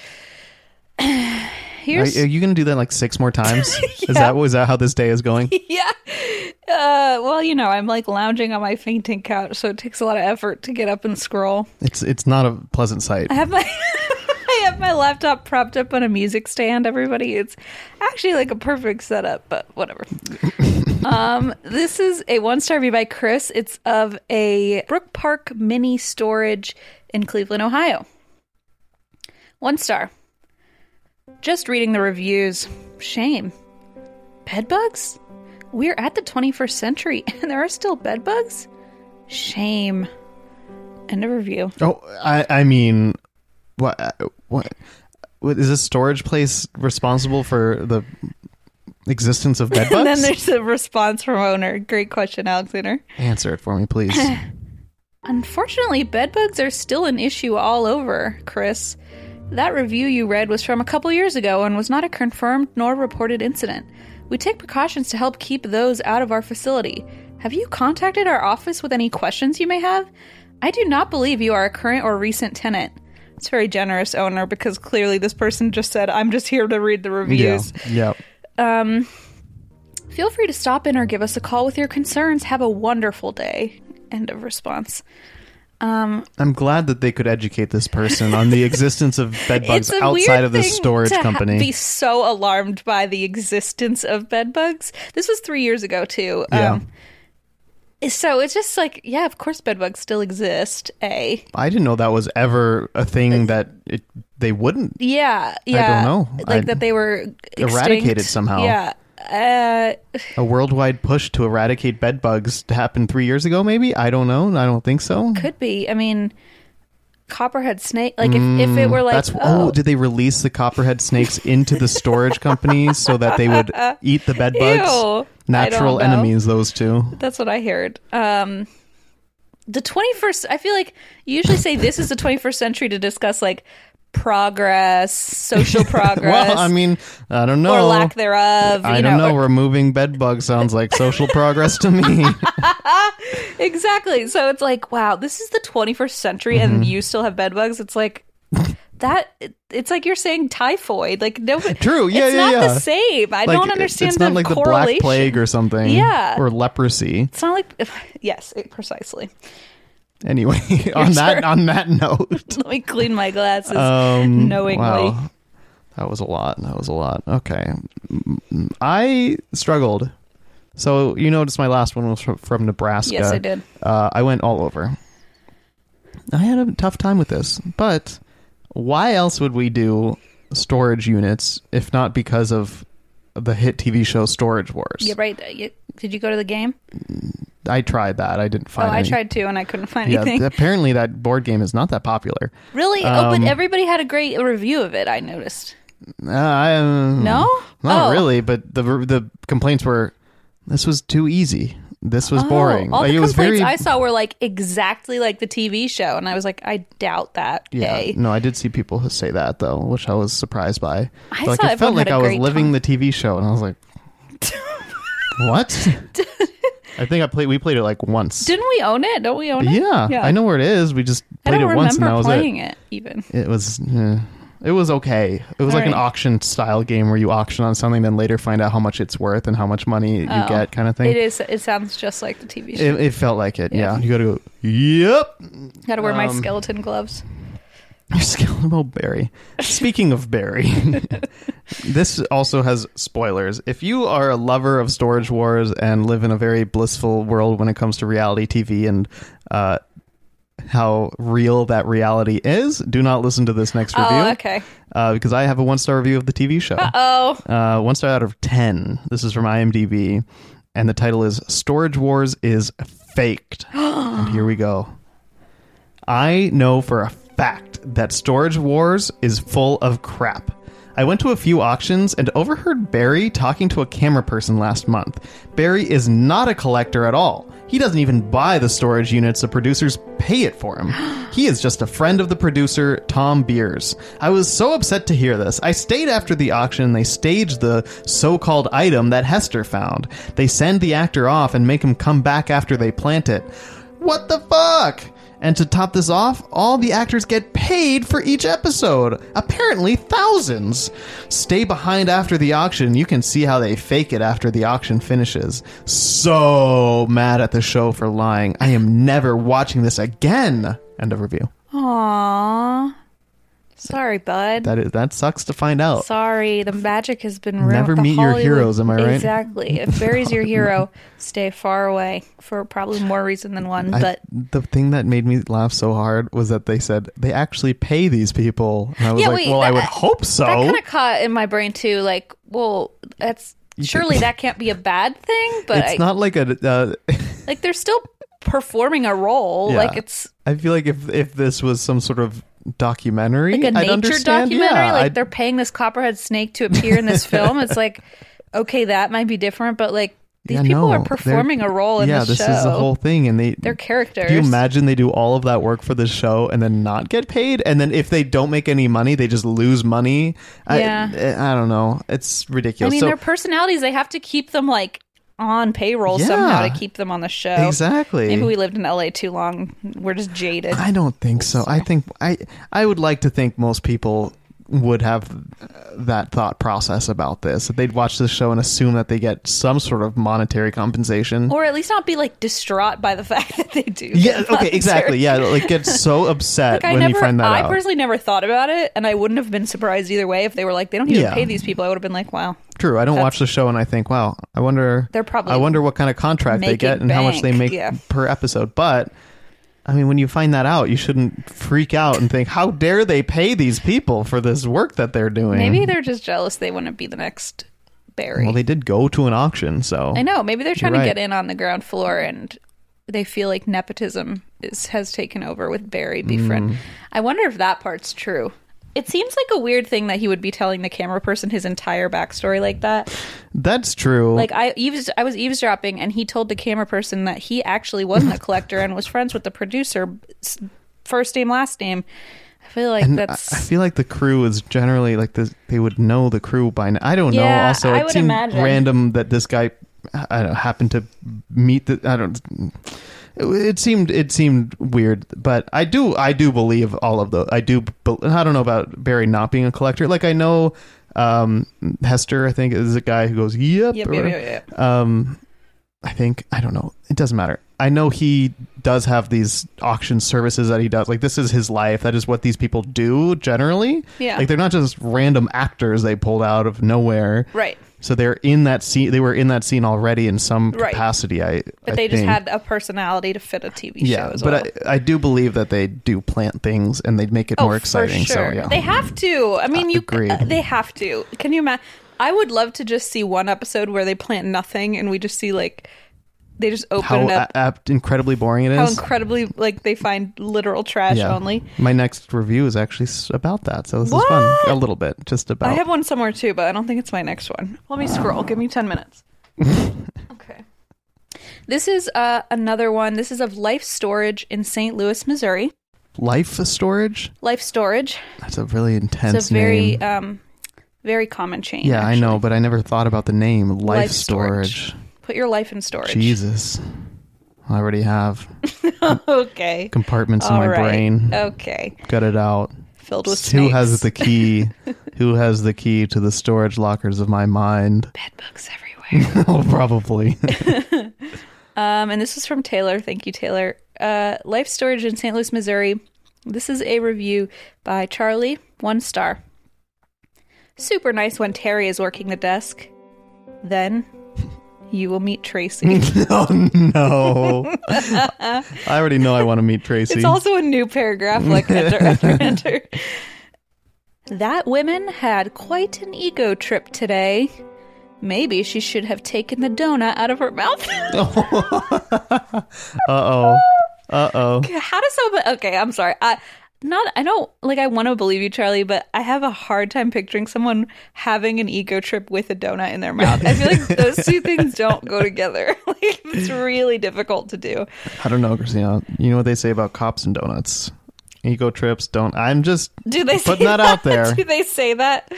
Speaker 1: Are, are
Speaker 2: Here's
Speaker 1: you going to do that like six more times? Is that was that how this day is going?
Speaker 2: yeah.
Speaker 1: eh
Speaker 2: Uh, well, you know, I'm like lounging on my fainting couch, so it takes a lot of effort to get up and scroll.
Speaker 1: It's it's not a pleasant sight.
Speaker 2: I have my I have my laptop propped up on a music stand, everybody. It's actually like a perfect setup, but whatever. um, this is a one star review by Chris. It's of a Brook Park mini storage in Cleveland, Ohio. One star. Just reading the reviews. Shame. Bed bugs? We're at the 21st century and there are still bed bugs? Shame. End of review.
Speaker 1: Oh, I I mean, what what what is this storage place responsible for the existence of bed
Speaker 2: And then
Speaker 1: bugs?
Speaker 2: there's a response from owner. Great question, Alexander.
Speaker 1: Answer it for me, please.
Speaker 2: Unfortunately, bedbugs are still an issue all over, Chris. That review you read was from a couple years ago and was not a confirmed nor reported incident. We take precautions to help keep those out of our facility. Have you contacted our office with any questions you may have? I do not believe you are a current or recent tenant. It's very generous, owner, because clearly this person just said, I'm just here to read the
Speaker 1: yeah,
Speaker 2: reviews.
Speaker 1: yeah.
Speaker 2: Feel free to stop in or give us a call with your concerns. Have a wonderful day. End of response.
Speaker 1: I'm glad that they could educate this person on the existence of bed bugs
Speaker 2: it's a
Speaker 1: outside
Speaker 2: weird
Speaker 1: of this
Speaker 2: thing
Speaker 1: storage
Speaker 2: to ha-
Speaker 1: company.
Speaker 2: be so alarmed by the existence of bed bugs. This was three years ago too. Um,
Speaker 1: yeah,
Speaker 2: so it's just like, yeah, of course bed bugs still exist. A
Speaker 1: I didn't know that was ever a thing that it, they wouldn't
Speaker 2: yeah, yeah.
Speaker 1: know.
Speaker 2: Like
Speaker 1: I-
Speaker 2: that they were extinct.
Speaker 1: Eradicated somehow.
Speaker 2: Yeah. Uh,
Speaker 1: a worldwide push to eradicate bed bugs happened three years ago maybe i don't know i don't think so
Speaker 2: could be. I mean, copperhead snake. Like if, if it were like,
Speaker 1: that's
Speaker 2: oh,
Speaker 1: oh. did they release the copperhead snakes into the storage company so that they would eat the bed bugs
Speaker 2: Ew.
Speaker 1: natural
Speaker 2: I don't know.
Speaker 1: enemies those two
Speaker 2: That's what I heard. Um, the 21st, I feel like you usually say this is the 21st century to discuss like progress, social progress,
Speaker 1: well i mean i don't know
Speaker 2: or lack thereof.
Speaker 1: I
Speaker 2: you
Speaker 1: don't know.
Speaker 2: or-
Speaker 1: Removing bed bugs sounds like social progress to me.
Speaker 2: exactly. So it's like, wow, this is the 21st century
Speaker 1: Mm-hmm.
Speaker 2: and you still have bed bugs. It's like, that it's like you're saying typhoid. Like no,
Speaker 1: True. Yeah,
Speaker 2: it's
Speaker 1: yeah,
Speaker 2: not
Speaker 1: yeah.
Speaker 2: the same. I
Speaker 1: Like,
Speaker 2: don't understand
Speaker 1: It's not
Speaker 2: the
Speaker 1: like the
Speaker 2: correlation.
Speaker 1: Black Plague or something.
Speaker 2: Yeah.
Speaker 1: Or leprosy.
Speaker 2: It's not like yes, it- precisely.
Speaker 1: Anyway, on that
Speaker 2: sure.
Speaker 1: on that note.
Speaker 2: Let me clean my glasses
Speaker 1: Um,
Speaker 2: knowingly.
Speaker 1: wow. That was a lot. That was a lot. Okay. Mm, I struggled. So you noticed my last one was from, from Nebraska.
Speaker 2: Yes, I did.
Speaker 1: Uh, I went all over. I had a tough time with this, but why else would we do storage units if not because of the hit TV show Storage Wars?
Speaker 2: Yeah, right. You, did you go to the game?
Speaker 1: I tried that. I didn't
Speaker 2: Oh,
Speaker 1: find.
Speaker 2: I
Speaker 1: any-
Speaker 2: tried too, and I couldn't find
Speaker 1: Yeah,
Speaker 2: anything.
Speaker 1: apparently that um, board game is not that popular.
Speaker 2: really? oh, but everybody had a great review of it. I noticed.
Speaker 1: Uh, I, um,
Speaker 2: No?
Speaker 1: not
Speaker 2: Oh.
Speaker 1: really. But the the complaints were this was too easy. This was boring.
Speaker 2: Oh, all
Speaker 1: Like,
Speaker 2: the
Speaker 1: it was
Speaker 2: complaints
Speaker 1: very
Speaker 2: I saw were like exactly like the TV show, and I was like, I doubt that.
Speaker 1: yeah.
Speaker 2: A.
Speaker 1: No, I did see people who say that though, which I was surprised by.
Speaker 2: I
Speaker 1: like
Speaker 2: saw
Speaker 1: it felt
Speaker 2: everyone had
Speaker 1: like
Speaker 2: a
Speaker 1: I was
Speaker 2: great
Speaker 1: living the TV show, and I was like, what? I think I played. We played it like once.
Speaker 2: Didn't we own it? Don't we own it?
Speaker 1: yeah, I know where it is. We just
Speaker 2: I
Speaker 1: played
Speaker 2: don't
Speaker 1: it once, and that
Speaker 2: remember
Speaker 1: was
Speaker 2: playing it. even.
Speaker 1: it. It was. eh, it was okay. It was like an
Speaker 2: right.
Speaker 1: auction style game where you auction on something, then later find out how much it's worth and how much money you get, kind of thing.
Speaker 2: Oh. It is. It sounds just like the TV show.
Speaker 1: It, it felt like it. Yeah. You got to go. Yep.
Speaker 2: Got to wear
Speaker 1: um,
Speaker 2: my skeleton gloves.
Speaker 1: Your skeletal berry. Speaking of berry, this also has spoilers. If you are a lover of Storage Wars and live in a very blissful world when it comes to reality TV and uh, how real that reality is, do not listen to this next review.
Speaker 2: Oh, okay.
Speaker 1: Uh, because I have a one star review of the TV show.
Speaker 2: Oh,
Speaker 1: Uh, one star out of 10. This is from IMDb. And the title is Storage Wars is Faked. and here we go. I know for a fact that Storage Wars is full of crap. I went to a few auctions and overheard Barry talking to a camera person last month. Barry is not a collector at all. He doesn't even buy the storage units, the producers pay it for him. He is just a friend of the producer, Tom Beers. I was so upset to hear this. I stayed after the auction and they staged the so called item that Hester found. They send the actor off and make him come back after they plant it. What the fuck? And to top this off, all the actors get paid for each episode. Apparently, thousands. Stay behind after the auction. You can see how they fake it after the auction finishes. So mad at the show for lying. I am never watching this again. End of review.
Speaker 2: Aww. Sorry, bud.
Speaker 1: That is that sucks to find out.
Speaker 2: Sorry, the magic has been ruined.
Speaker 1: Never
Speaker 2: The
Speaker 1: meet your
Speaker 2: Hollywood-
Speaker 1: heroes, am I right?
Speaker 2: Exactly. If Barry's your hero, stay far away for probably more reason than one.
Speaker 1: I-
Speaker 2: but
Speaker 1: the thing that made me laugh so hard was that they said they actually pay these people. And I was
Speaker 2: Yeah,
Speaker 1: like,
Speaker 2: wait,
Speaker 1: well, I
Speaker 2: that-
Speaker 1: would hope so.
Speaker 2: that kind of caught in my brain too. Like, well, that's surely that can't be a bad thing. But
Speaker 1: it's
Speaker 2: I,
Speaker 1: not like a. Uh,
Speaker 2: like, they're still performing a role.
Speaker 1: Yeah.
Speaker 2: Like, it's
Speaker 1: I feel like if if this was some sort of documentary,
Speaker 2: like a
Speaker 1: I'd
Speaker 2: nature
Speaker 1: understand.
Speaker 2: documentary.
Speaker 1: Yeah,
Speaker 2: like
Speaker 1: I'd-
Speaker 2: they're paying this copperhead snake to appear in this film. It's like, okay, that might be different, but like these
Speaker 1: yeah,
Speaker 2: people
Speaker 1: no,
Speaker 2: are
Speaker 1: they're-
Speaker 2: performing a role in
Speaker 1: yeah,
Speaker 2: the
Speaker 1: this
Speaker 2: show.
Speaker 1: is the whole thing, and they
Speaker 2: They're characters.
Speaker 1: Do you imagine they do all of that work for the show and then not get paid? And then if they don't make any money, they just lose money.
Speaker 2: Yeah.
Speaker 1: I, I don't know. It's
Speaker 2: I
Speaker 1: ridiculous.
Speaker 2: mean,
Speaker 1: So-
Speaker 2: their personalities, they have to keep them like on payroll
Speaker 1: Yeah.
Speaker 2: somehow to keep them on the show.
Speaker 1: Exactly.
Speaker 2: Maybe we lived in LA too long. We're just jaded.
Speaker 1: I don't think so. I think I I would like to think most people would have that thought process about this. That they'd watch this show and assume that they get some sort of monetary compensation.
Speaker 2: or at least not be like distraught by the fact that they do.
Speaker 1: Yeah.
Speaker 2: get
Speaker 1: Okay.
Speaker 2: monetary-
Speaker 1: Exactly. Yeah. Like, get so upset
Speaker 2: Like, I
Speaker 1: when
Speaker 2: never,
Speaker 1: you find that
Speaker 2: I
Speaker 1: out.
Speaker 2: personally never thought about it, and I wouldn't have been surprised either way if they were like, they don't even
Speaker 1: Yeah.
Speaker 2: pay these people. I would have been like, wow,
Speaker 1: True. I don't watch the show and I think, wow. I wonder.
Speaker 2: They're probably
Speaker 1: I wonder what kind of contract they
Speaker 2: making
Speaker 1: get and how much they
Speaker 2: bank,
Speaker 1: make
Speaker 2: yeah.
Speaker 1: per episode. But I mean, when you find that out, you shouldn't freak out and think, how dare they pay these people for this work that they're doing?
Speaker 2: maybe they're just jealous they want to be the next Barry.
Speaker 1: Well, they did go to an auction, so
Speaker 2: I know. Maybe they're trying
Speaker 1: right.
Speaker 2: to get in on the ground floor and they feel like nepotism is has taken over with Barry
Speaker 1: Mm.
Speaker 2: Befriend. I wonder if that part's true. It seems like a weird thing that he would be telling the camera person his entire backstory like that.
Speaker 1: that's true.
Speaker 2: Like I eaves I was eavesdropping and he told the camera person that he actually wasn't a collector and was friends with the producer s- first name last name. I feel like
Speaker 1: and I, I
Speaker 2: that's
Speaker 1: feel like the crew is generally like this. They would know the crew by now. I don't know.
Speaker 2: Yeah,
Speaker 1: Also,
Speaker 2: I
Speaker 1: it
Speaker 2: would
Speaker 1: seemed
Speaker 2: imagine.
Speaker 1: random that this guy I don't know, happened to meet the. I don't. It, it seemed it seemed weird, but I do I do believe all of the. I do. be- I don't know about Barry not being a collector. Like I know um Hester. I think is a guy who goes yep.
Speaker 2: Yep,
Speaker 1: or
Speaker 2: yep,
Speaker 1: whatever.
Speaker 2: yep, yep.
Speaker 1: Um, I think I don't know. It doesn't matter. I know he does have these auction services that he does. Like this is his life. That is what these people do generally.
Speaker 2: Yeah.
Speaker 1: Like they're not just random actors they pulled out of nowhere.
Speaker 2: Right.
Speaker 1: So they're in that scene. They were in that scene already in some
Speaker 2: Right.
Speaker 1: capacity. I.
Speaker 2: But
Speaker 1: I
Speaker 2: they just
Speaker 1: think.
Speaker 2: had a personality to fit a TV
Speaker 1: Yeah,
Speaker 2: show as well. Oh,
Speaker 1: but I, I do believe that they do plant things and they make it more exciting.
Speaker 2: For sure.
Speaker 1: So yeah,
Speaker 2: They have to. I mean, you
Speaker 1: agreed.
Speaker 2: uh, they have to. Can you imagine? I would love to just see one episode where they plant nothing and we just see like they just open
Speaker 1: how
Speaker 2: it up.
Speaker 1: a- apt, incredibly boring it
Speaker 2: how
Speaker 1: is.
Speaker 2: incredibly like they find literal trash only.
Speaker 1: My next review is actually s- about that, so this is fun.
Speaker 2: What?
Speaker 1: A little bit, just about.
Speaker 2: I have one somewhere too, but I don't think it's my next one. Let me scroll. Give me 10 minutes. okay. This is uh, another one. This is of Life Storage in St. Louis, Missouri.
Speaker 1: life storage.
Speaker 2: Life Storage.
Speaker 1: That's a really intense
Speaker 2: It's a very
Speaker 1: name.
Speaker 2: um very common chain.
Speaker 1: yeah, I
Speaker 2: actually.
Speaker 1: know, but I never thought about the name life,
Speaker 2: Life
Speaker 1: storage.
Speaker 2: storage. Put your life in storage.
Speaker 1: Jesus, I already have
Speaker 2: Okay.
Speaker 1: compartments in
Speaker 2: All
Speaker 1: my
Speaker 2: right.
Speaker 1: brain.
Speaker 2: Okay.
Speaker 1: Gut it out.
Speaker 2: Filled with
Speaker 1: Who
Speaker 2: snakes.
Speaker 1: has the key? Who has the key to the storage lockers of my mind?
Speaker 2: bed bugs everywhere?
Speaker 1: oh, probably.
Speaker 2: um, and this is from Taylor. Thank you, Taylor. Uh, Life Storage in St. Louis, Missouri. This is a review by Charlie. One star. Super nice when Terry is working the desk. Then you will meet Tracy.
Speaker 1: oh no! I already know I want to meet Tracy.
Speaker 2: It's also a new paragraph, like enter, enter, enter. That woman had quite an ego trip today. Maybe she should have taken the donut out of her mouth.
Speaker 1: uh oh. Uh oh.
Speaker 2: How does someone? Okay, I'm sorry. I not I don't like I want to believe you Charlie but I have a hard time picturing someone having an ego trip with a donut in their mouth. I feel like those two things don't go together. like it's really difficult to do.
Speaker 1: I don't know, Christina. You know what they say about cops and donuts? Ego trips don't. I'm just
Speaker 2: Do they say
Speaker 1: putting that, out there.
Speaker 2: Do they say that?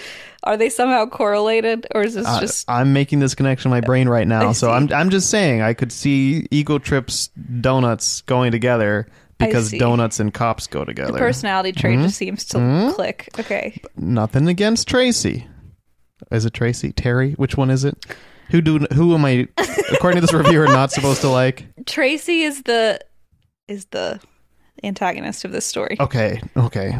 Speaker 2: Are they somehow correlated or is this
Speaker 1: I-
Speaker 2: just
Speaker 1: I'm making this connection in my brain right now, so I'm I'm just saying I could see ego trips donuts going together because
Speaker 2: see.
Speaker 1: donuts and cops go together.
Speaker 2: personality trait just seems to click. Okay.
Speaker 1: Nothing against Tracy. Is it Tracy? Terry? Which one is it? Who do who am I according to this reviewer not supposed to like?
Speaker 2: Tracy is the is the antagonist of this story.
Speaker 1: Okay, okay.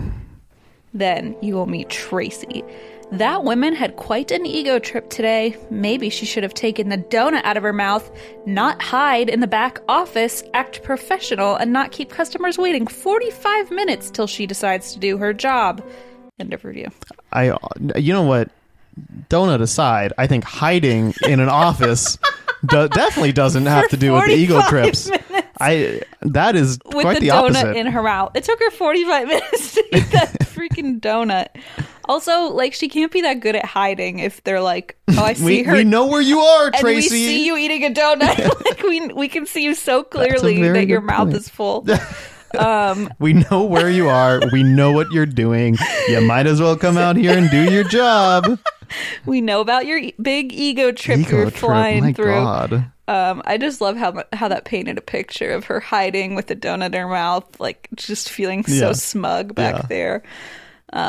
Speaker 2: Then you will meet Tracy. That woman had quite an ego trip today. Maybe she should have taken the donut out of her mouth, not hide in the back office, act professional, and not keep customers waiting 45 minutes till she decides to do her job. End of review.
Speaker 1: I you know what? Donut aside, I think hiding in an office do, definitely doesn't have to do with the ego
Speaker 2: 45
Speaker 1: trips. I that is
Speaker 2: With
Speaker 1: quite
Speaker 2: the,
Speaker 1: the,
Speaker 2: donut
Speaker 1: opposite.
Speaker 2: in her mouth. It took her 45 minutes to eat that freaking donut. Also, like, she can't be that good at hiding if they're like, oh, I see
Speaker 1: we,
Speaker 2: her
Speaker 1: we know where you are,
Speaker 2: and
Speaker 1: Tracy.
Speaker 2: we see you eating a donut. like we we can see you so
Speaker 1: a
Speaker 2: clearly
Speaker 1: very
Speaker 2: that your
Speaker 1: good
Speaker 2: mouth
Speaker 1: point.
Speaker 2: is full.
Speaker 1: We know where you are. we know what you're doing. You might as well come out here and do your job.
Speaker 2: we know about your e- big ego trip
Speaker 1: Ego
Speaker 2: you're
Speaker 1: trip,
Speaker 2: flying
Speaker 1: my
Speaker 2: through.
Speaker 1: God.
Speaker 2: Um, I just love how mu- how that painted a picture of her hiding with a donut in her mouth, like just feeling so
Speaker 1: Yeah.
Speaker 2: smug back
Speaker 1: Yeah.
Speaker 2: there. Um,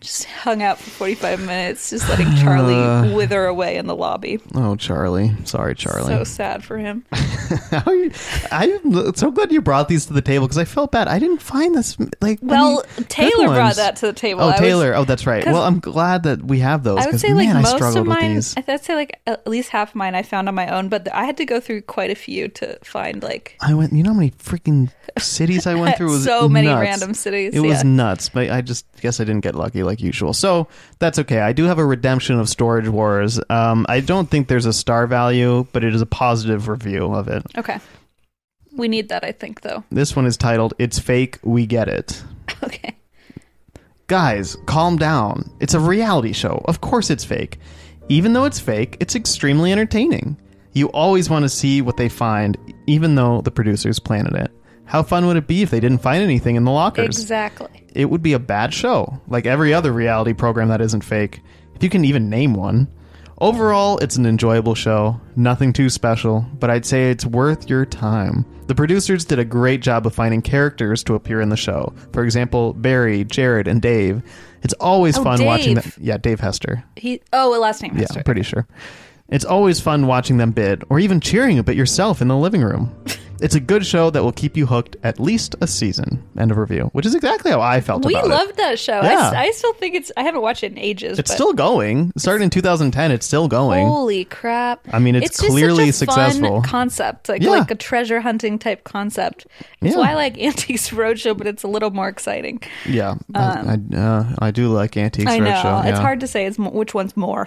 Speaker 2: just hung out for forty five minutes, just letting
Speaker 1: Uh.
Speaker 2: Charlie wither away in the lobby.
Speaker 1: Oh, Charlie. Sorry,
Speaker 2: So
Speaker 1: Charlie.
Speaker 2: sad for him.
Speaker 1: How are you- I'm so glad you brought these to the table because I felt bad. I didn't find this like.
Speaker 2: Well,
Speaker 1: any good
Speaker 2: Taylor brought
Speaker 1: ones.
Speaker 2: that to the table. I
Speaker 1: Oh,
Speaker 2: was-
Speaker 1: Taylor. oh, that's right. Well, I'm glad that we have those.
Speaker 2: I would
Speaker 1: 'cause,
Speaker 2: say like
Speaker 1: man, I
Speaker 2: most
Speaker 1: struggled
Speaker 2: of
Speaker 1: with
Speaker 2: mine.
Speaker 1: these.
Speaker 2: I- I'd say like at least half mine I found on my own, but I had to go through quite a few to find like
Speaker 1: I went. You know how many freaking cities I went through? It was
Speaker 2: So many
Speaker 1: nuts.
Speaker 2: random cities,
Speaker 1: It was
Speaker 2: yeah.
Speaker 1: nuts, but I just guess I didn't get lucky like usual. So that's okay. I do have a redemption of Storage Wars. Um, I don't think there's a star value, but it is a positive review of it.
Speaker 2: okay. We need that, I think, though.
Speaker 1: This one is titled "It's Fake, We Get It."
Speaker 2: Okay.
Speaker 1: Guys, calm down. It's a reality show. Of course it's fake. Even though it's fake, it's extremely entertaining. You always want to see what they find, even though the producers planted it. How fun would it be if they didn't find anything in the lockers?
Speaker 2: Exactly.
Speaker 1: It would be a bad show, like every other reality program that isn't fake, if you can even name one. Overall, it's an enjoyable show, nothing too special, but I'd say it's worth your time. The producers did a great job of finding characters to appear in the show. For example, Barry, Jared, and Dave. It's always
Speaker 2: Oh,
Speaker 1: fun watching
Speaker 2: Dave.
Speaker 1: them. Yeah, Dave Hester.
Speaker 2: He. Oh, well, last name.
Speaker 1: Yeah,
Speaker 2: Hester.
Speaker 1: I'm pretty sure. It's always fun watching them bid, or even cheering a bit yourself in the living room. it's a good show that will keep you hooked at least a season. End of review, which is exactly how I felt
Speaker 2: We
Speaker 1: about it.
Speaker 2: loved that show. I s-
Speaker 1: Yeah.
Speaker 2: I, still think it's. I haven't watched it in ages.
Speaker 1: It's
Speaker 2: but
Speaker 1: still going. Started in 2010, it's still going.
Speaker 2: Holy crap!
Speaker 1: I mean, it's
Speaker 2: just
Speaker 1: clearly
Speaker 2: such a fun
Speaker 1: successful.
Speaker 2: concept, like
Speaker 1: Yeah.
Speaker 2: like a treasure hunting type concept. It's
Speaker 1: Yeah.
Speaker 2: why I like Antiques Roadshow, but it's a little more exciting.
Speaker 1: yeah, I, I, uh, I do like Antiques
Speaker 2: Um, I
Speaker 1: Roadshow.
Speaker 2: know it's
Speaker 1: yeah.
Speaker 2: hard to say it's, mo- which one's more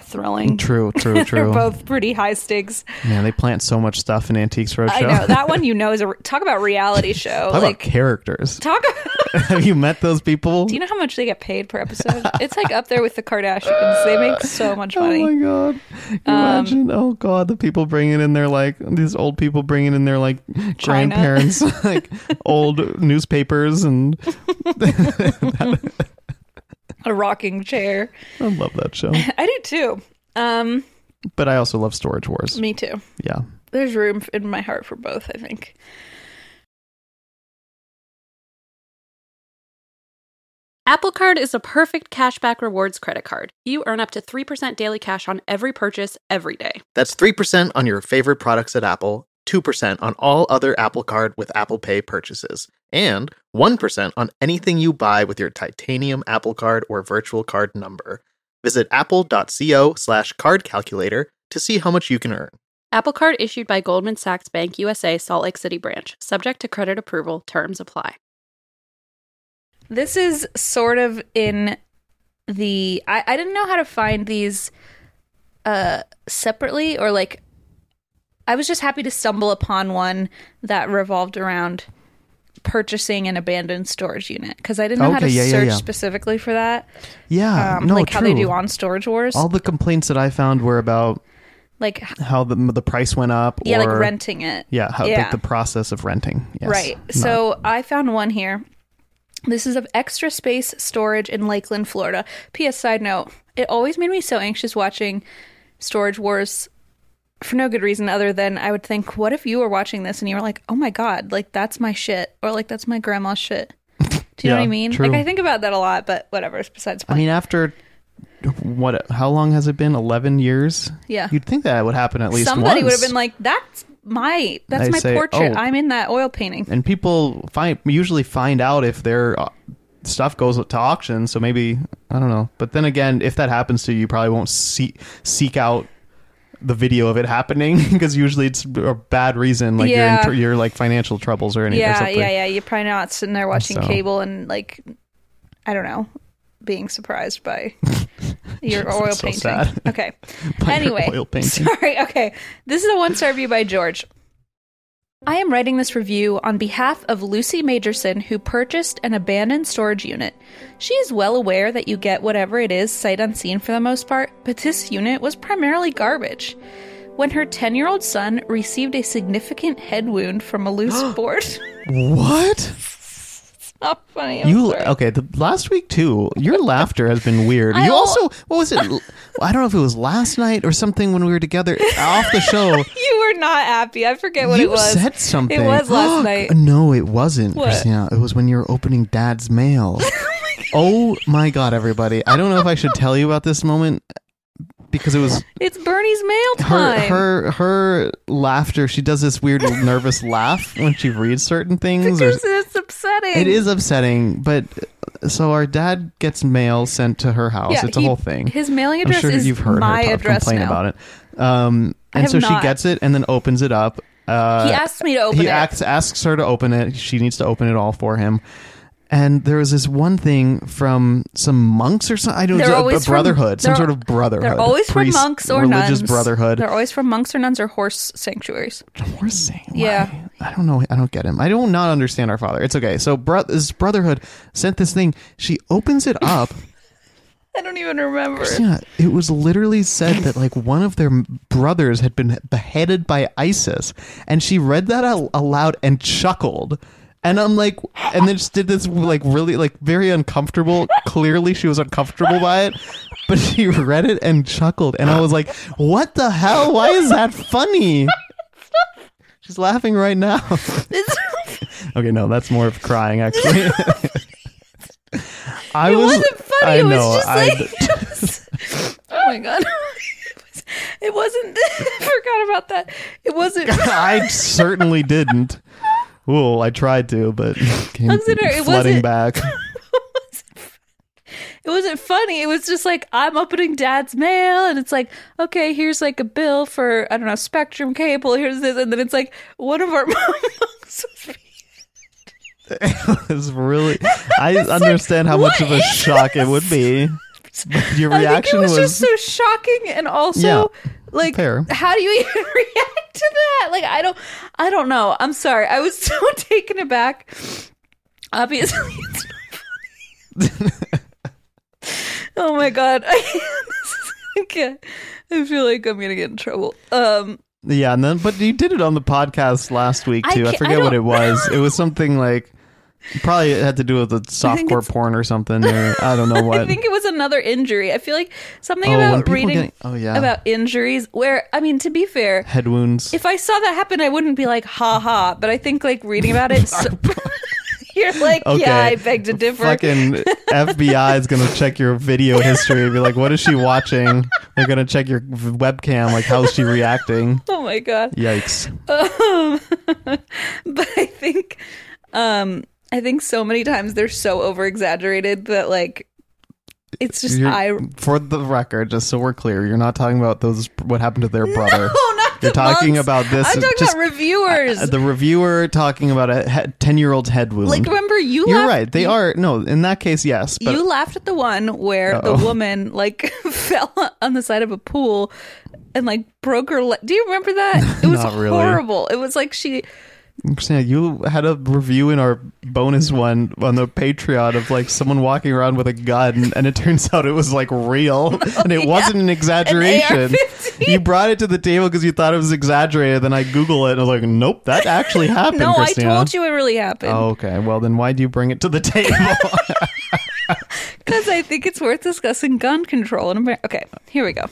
Speaker 2: thrilling.
Speaker 1: True, true,
Speaker 2: They're
Speaker 1: true.
Speaker 2: both pretty high stakes.
Speaker 1: Man, they plant so much stuff in Antiques Roadshow.
Speaker 2: I know that one. You know is a re- talk about reality show.
Speaker 1: Talk about
Speaker 2: like
Speaker 1: characters.
Speaker 2: talk. About,
Speaker 1: Have you met those people?
Speaker 2: do you know how much they get paid per episode? It's like up there with the Kardashians. They make so much money.
Speaker 1: Oh my god!
Speaker 2: Um,
Speaker 1: Imagine, oh god, the people bringing in their like these old people bringing in their like grandparents, like old newspapers, and
Speaker 2: a rocking chair.
Speaker 1: I love that show.
Speaker 2: I do too. Um,
Speaker 1: But I also love Storage Wars.
Speaker 2: me too.
Speaker 1: Yeah,
Speaker 2: There's room in my heart for both. I think.
Speaker 3: Apple Card is a perfect cashback rewards credit card. You earn up to 3% daily cash on every purchase every day.
Speaker 1: that's three percent on your favorite products at Apple, two percent on all other Apple Card with Apple Pay purchases, and one percent on anything you buy with your titanium Apple Card or virtual card number. Visit apple.co/slash card calculator to see how much you can earn.
Speaker 3: Apple Card issued by Goldman Sachs Bank USA Salt Lake City branch, subject to credit approval. Terms apply.
Speaker 2: This is sort of in the I, I didn't know how to find these uh separately or like I was just happy to stumble upon one that revolved around purchasing an abandoned storage unit because I didn't know how to
Speaker 1: Okay, yeah, yeah,
Speaker 2: search
Speaker 1: yeah.
Speaker 2: specifically for that.
Speaker 1: Yeah,
Speaker 2: Um,
Speaker 1: no,
Speaker 2: like
Speaker 1: true.
Speaker 2: how they do on Storage Wars.
Speaker 1: All the complaints that I found were about
Speaker 2: like, h-
Speaker 1: how the the price went up.
Speaker 2: yeah, like
Speaker 1: or-
Speaker 2: renting it.
Speaker 1: Yeah, how,
Speaker 2: Yeah.
Speaker 1: Like the process of renting. Yes.
Speaker 2: Right. So I found one here. This is of extra space storage in Lakeland, Florida. P.S. Side note: It always made me so anxious watching Storage Wars for no good reason other than I would think, what if you were watching this and you were like, oh my god, like that's my shit, or like that's my grandma's shit. Do you know
Speaker 1: Yeah,
Speaker 2: what I mean?
Speaker 1: true.
Speaker 2: Like I think about that a lot, but whatever. It's besides the
Speaker 1: I
Speaker 2: point.
Speaker 1: mean, after what? How long has it been? Eleven years.
Speaker 2: Yeah.
Speaker 1: You'd think that would happen at least.
Speaker 2: Somebody would
Speaker 1: once.
Speaker 2: have been like, that's my that's
Speaker 1: They
Speaker 2: my
Speaker 1: say,
Speaker 2: portrait.
Speaker 1: "Oh."
Speaker 2: I'm in that oil painting.
Speaker 1: and people find usually find out if their uh, stuff goes to auction. So maybe I don't know. But then again, if that happens to you, you probably won't see, seek out the video of it happening because usually it's a bad reason, like you're in
Speaker 2: Yeah.
Speaker 1: tr- you're like financial troubles or anything. or
Speaker 2: Yeah,
Speaker 1: something.
Speaker 2: yeah, yeah. You're probably not sitting there watching
Speaker 1: So-
Speaker 2: cable and like, I don't know, being surprised by your oil
Speaker 1: so
Speaker 2: painting.
Speaker 1: sad.
Speaker 2: Okay.
Speaker 1: By your
Speaker 2: anyway,
Speaker 1: oil painting.
Speaker 2: sorry. Okay, this is a one star review by George. I am writing this review on behalf of Lucy Majorson, who purchased an abandoned storage unit. She is well aware that you get whatever it is sight unseen for the most part, but this unit was primarily garbage. When her 10 year old son received a significant head wound from a loose board.
Speaker 1: What
Speaker 2: not funny. I'm
Speaker 1: you?
Speaker 2: sorry.
Speaker 1: Okay, the last week too. Your laughter has been weird.
Speaker 2: I
Speaker 1: you
Speaker 2: al-
Speaker 1: also what was it? I don't know if it was last night or something when we were together off the show.
Speaker 2: You were not happy. I forget what
Speaker 1: you
Speaker 2: it was.
Speaker 1: said something.
Speaker 2: It was last night.
Speaker 1: No, it wasn't,
Speaker 2: What?
Speaker 1: Christina. It was when you were opening Dad's mail. oh my God, everybody! I don't know if I should tell you about this moment because it was
Speaker 2: It's Bernie's mail
Speaker 1: her
Speaker 2: time.
Speaker 1: her her laughter. She does this weird nervous laugh when she reads certain things. or-
Speaker 2: Because it's upsetting.
Speaker 1: it is upsetting, but uh, so our dad gets mail sent to her house.
Speaker 2: Yeah,
Speaker 1: it's a
Speaker 2: he-
Speaker 1: whole thing.
Speaker 2: His mailing
Speaker 1: I'm
Speaker 2: address
Speaker 1: sure
Speaker 2: is
Speaker 1: you've heard
Speaker 2: my
Speaker 1: her talk-
Speaker 2: address
Speaker 1: complain
Speaker 2: now.
Speaker 1: about it. Um,
Speaker 2: I
Speaker 1: and
Speaker 2: have
Speaker 1: so she
Speaker 2: not.
Speaker 1: gets it and then opens it up. Uh,
Speaker 2: He asked me to open
Speaker 1: he
Speaker 2: it.
Speaker 1: acts- asks her to open it. She needs to open it all for him. And there was this one thing from some monks or something. I don't
Speaker 2: They're
Speaker 1: know, a, a
Speaker 2: always from-
Speaker 1: brotherhood, some
Speaker 2: they're-
Speaker 1: sort of brotherhood.
Speaker 2: They're always from
Speaker 1: Priest-
Speaker 2: monks or
Speaker 1: religious
Speaker 2: nuns.
Speaker 1: brotherhood.
Speaker 2: They're always from monks or nuns or horse sanctuaries.
Speaker 1: We're saying, why?
Speaker 2: Yeah.
Speaker 1: I don't know. I don't get him. I don't not understand our father. It's okay. So bro- this brotherhood sent this thing. She opens it up.
Speaker 2: I don't even remember.
Speaker 1: Yeah, it was literally said that like one of their brothers had been beheaded by ISIS, and she read that out aloud and chuckled. And I'm like, and then just did this like really like very uncomfortable. Clearly, she was uncomfortable by it, but she read it and chuckled. And I was like, what the hell? Why is that funny? She's laughing right now. okay, no, that's more of crying actually. I
Speaker 2: it was, not funny.
Speaker 1: I
Speaker 2: it was
Speaker 1: know,
Speaker 2: just
Speaker 1: I-
Speaker 2: like. just- oh my god. It was- It wasn't. I forgot about that. It wasn't.
Speaker 1: I certainly didn't. Well, I tried to, but came
Speaker 2: Consider it
Speaker 1: flooding
Speaker 2: wasn't-
Speaker 1: back.
Speaker 2: it wasn't funny. It was just like I'm opening dad's mail and it's like, okay, here's like a bill for I don't know, Spectrum cable, here's this and then it's like one of our moms
Speaker 1: It's really. I understand how much of a
Speaker 2: what is
Speaker 1: shock it would be. But Your
Speaker 2: I think it
Speaker 1: reaction
Speaker 2: was,
Speaker 1: was,
Speaker 2: just so shocking and also
Speaker 1: Yeah,
Speaker 2: like
Speaker 1: fair.
Speaker 2: how do you even react to that? Like I don't I don't know. I'm sorry. I was so taken aback. Obviously it's not funny. oh my god. I can't I feel like I'm gonna get in trouble. Um
Speaker 1: yeah, and then but you did it on the podcast last week
Speaker 2: I
Speaker 1: too. I,
Speaker 2: can't- I
Speaker 1: forget what it
Speaker 2: don't-
Speaker 1: was. It was something like probably it had to do with the
Speaker 2: think
Speaker 1: softcore
Speaker 2: it's-
Speaker 1: porn or something. Or, I don't know what.
Speaker 2: I think it was another injury. I feel like something
Speaker 1: Oh, when
Speaker 2: about
Speaker 1: people
Speaker 2: reading
Speaker 1: get- oh, yeah.
Speaker 2: about injuries where I mean to be fair,
Speaker 1: Head wounds.
Speaker 2: if I saw that happen I wouldn't be like ha ha, but I think like reading about it so- you're like
Speaker 1: Okay.
Speaker 2: yeah, I beg to differ.
Speaker 1: Fucking FBI is gonna check your video history and be like, "What is she watching?" They're gonna check your v- webcam, like, "How is she reacting?"
Speaker 2: oh my god.
Speaker 1: Yikes!
Speaker 2: Um, but I think um I think so many times they're so over exaggerated that like it's just
Speaker 1: You're-
Speaker 2: I
Speaker 1: for the record, just so we're clear, you're not talking about those what happened to their brother.
Speaker 2: Oh, not
Speaker 1: you're
Speaker 2: the
Speaker 1: talking
Speaker 2: monks.
Speaker 1: about this.
Speaker 2: I'm talking
Speaker 1: just- uh,
Speaker 2: about reviewers.
Speaker 1: the reviewer talking about a ten year old's head wound.
Speaker 2: like remember you
Speaker 1: You're
Speaker 2: laughed-
Speaker 1: right. They are no. In that case, yes. But
Speaker 2: you laughed at the one where the
Speaker 1: Uh-oh.
Speaker 2: woman like fell on the side of a pool and like broke her leg. Do you remember that? It was
Speaker 1: Not really.
Speaker 2: horrible. It was like she
Speaker 1: Christina, you had a review in our bonus one on the Patreon of like someone walking around with a gun, and it turns out it was like real, and it wasn't an exaggeration.
Speaker 2: AR-15.
Speaker 1: you brought it to the table because you thought it was exaggerated. Then I Google it, and I was like, "Nope, that actually happened."
Speaker 2: No, I
Speaker 1: Christina. Oh,
Speaker 2: told you it really happened
Speaker 1: Okay, well then, why do you bring it to the table?
Speaker 2: because I think it's worth discussing gun control in America. Okay, here we go.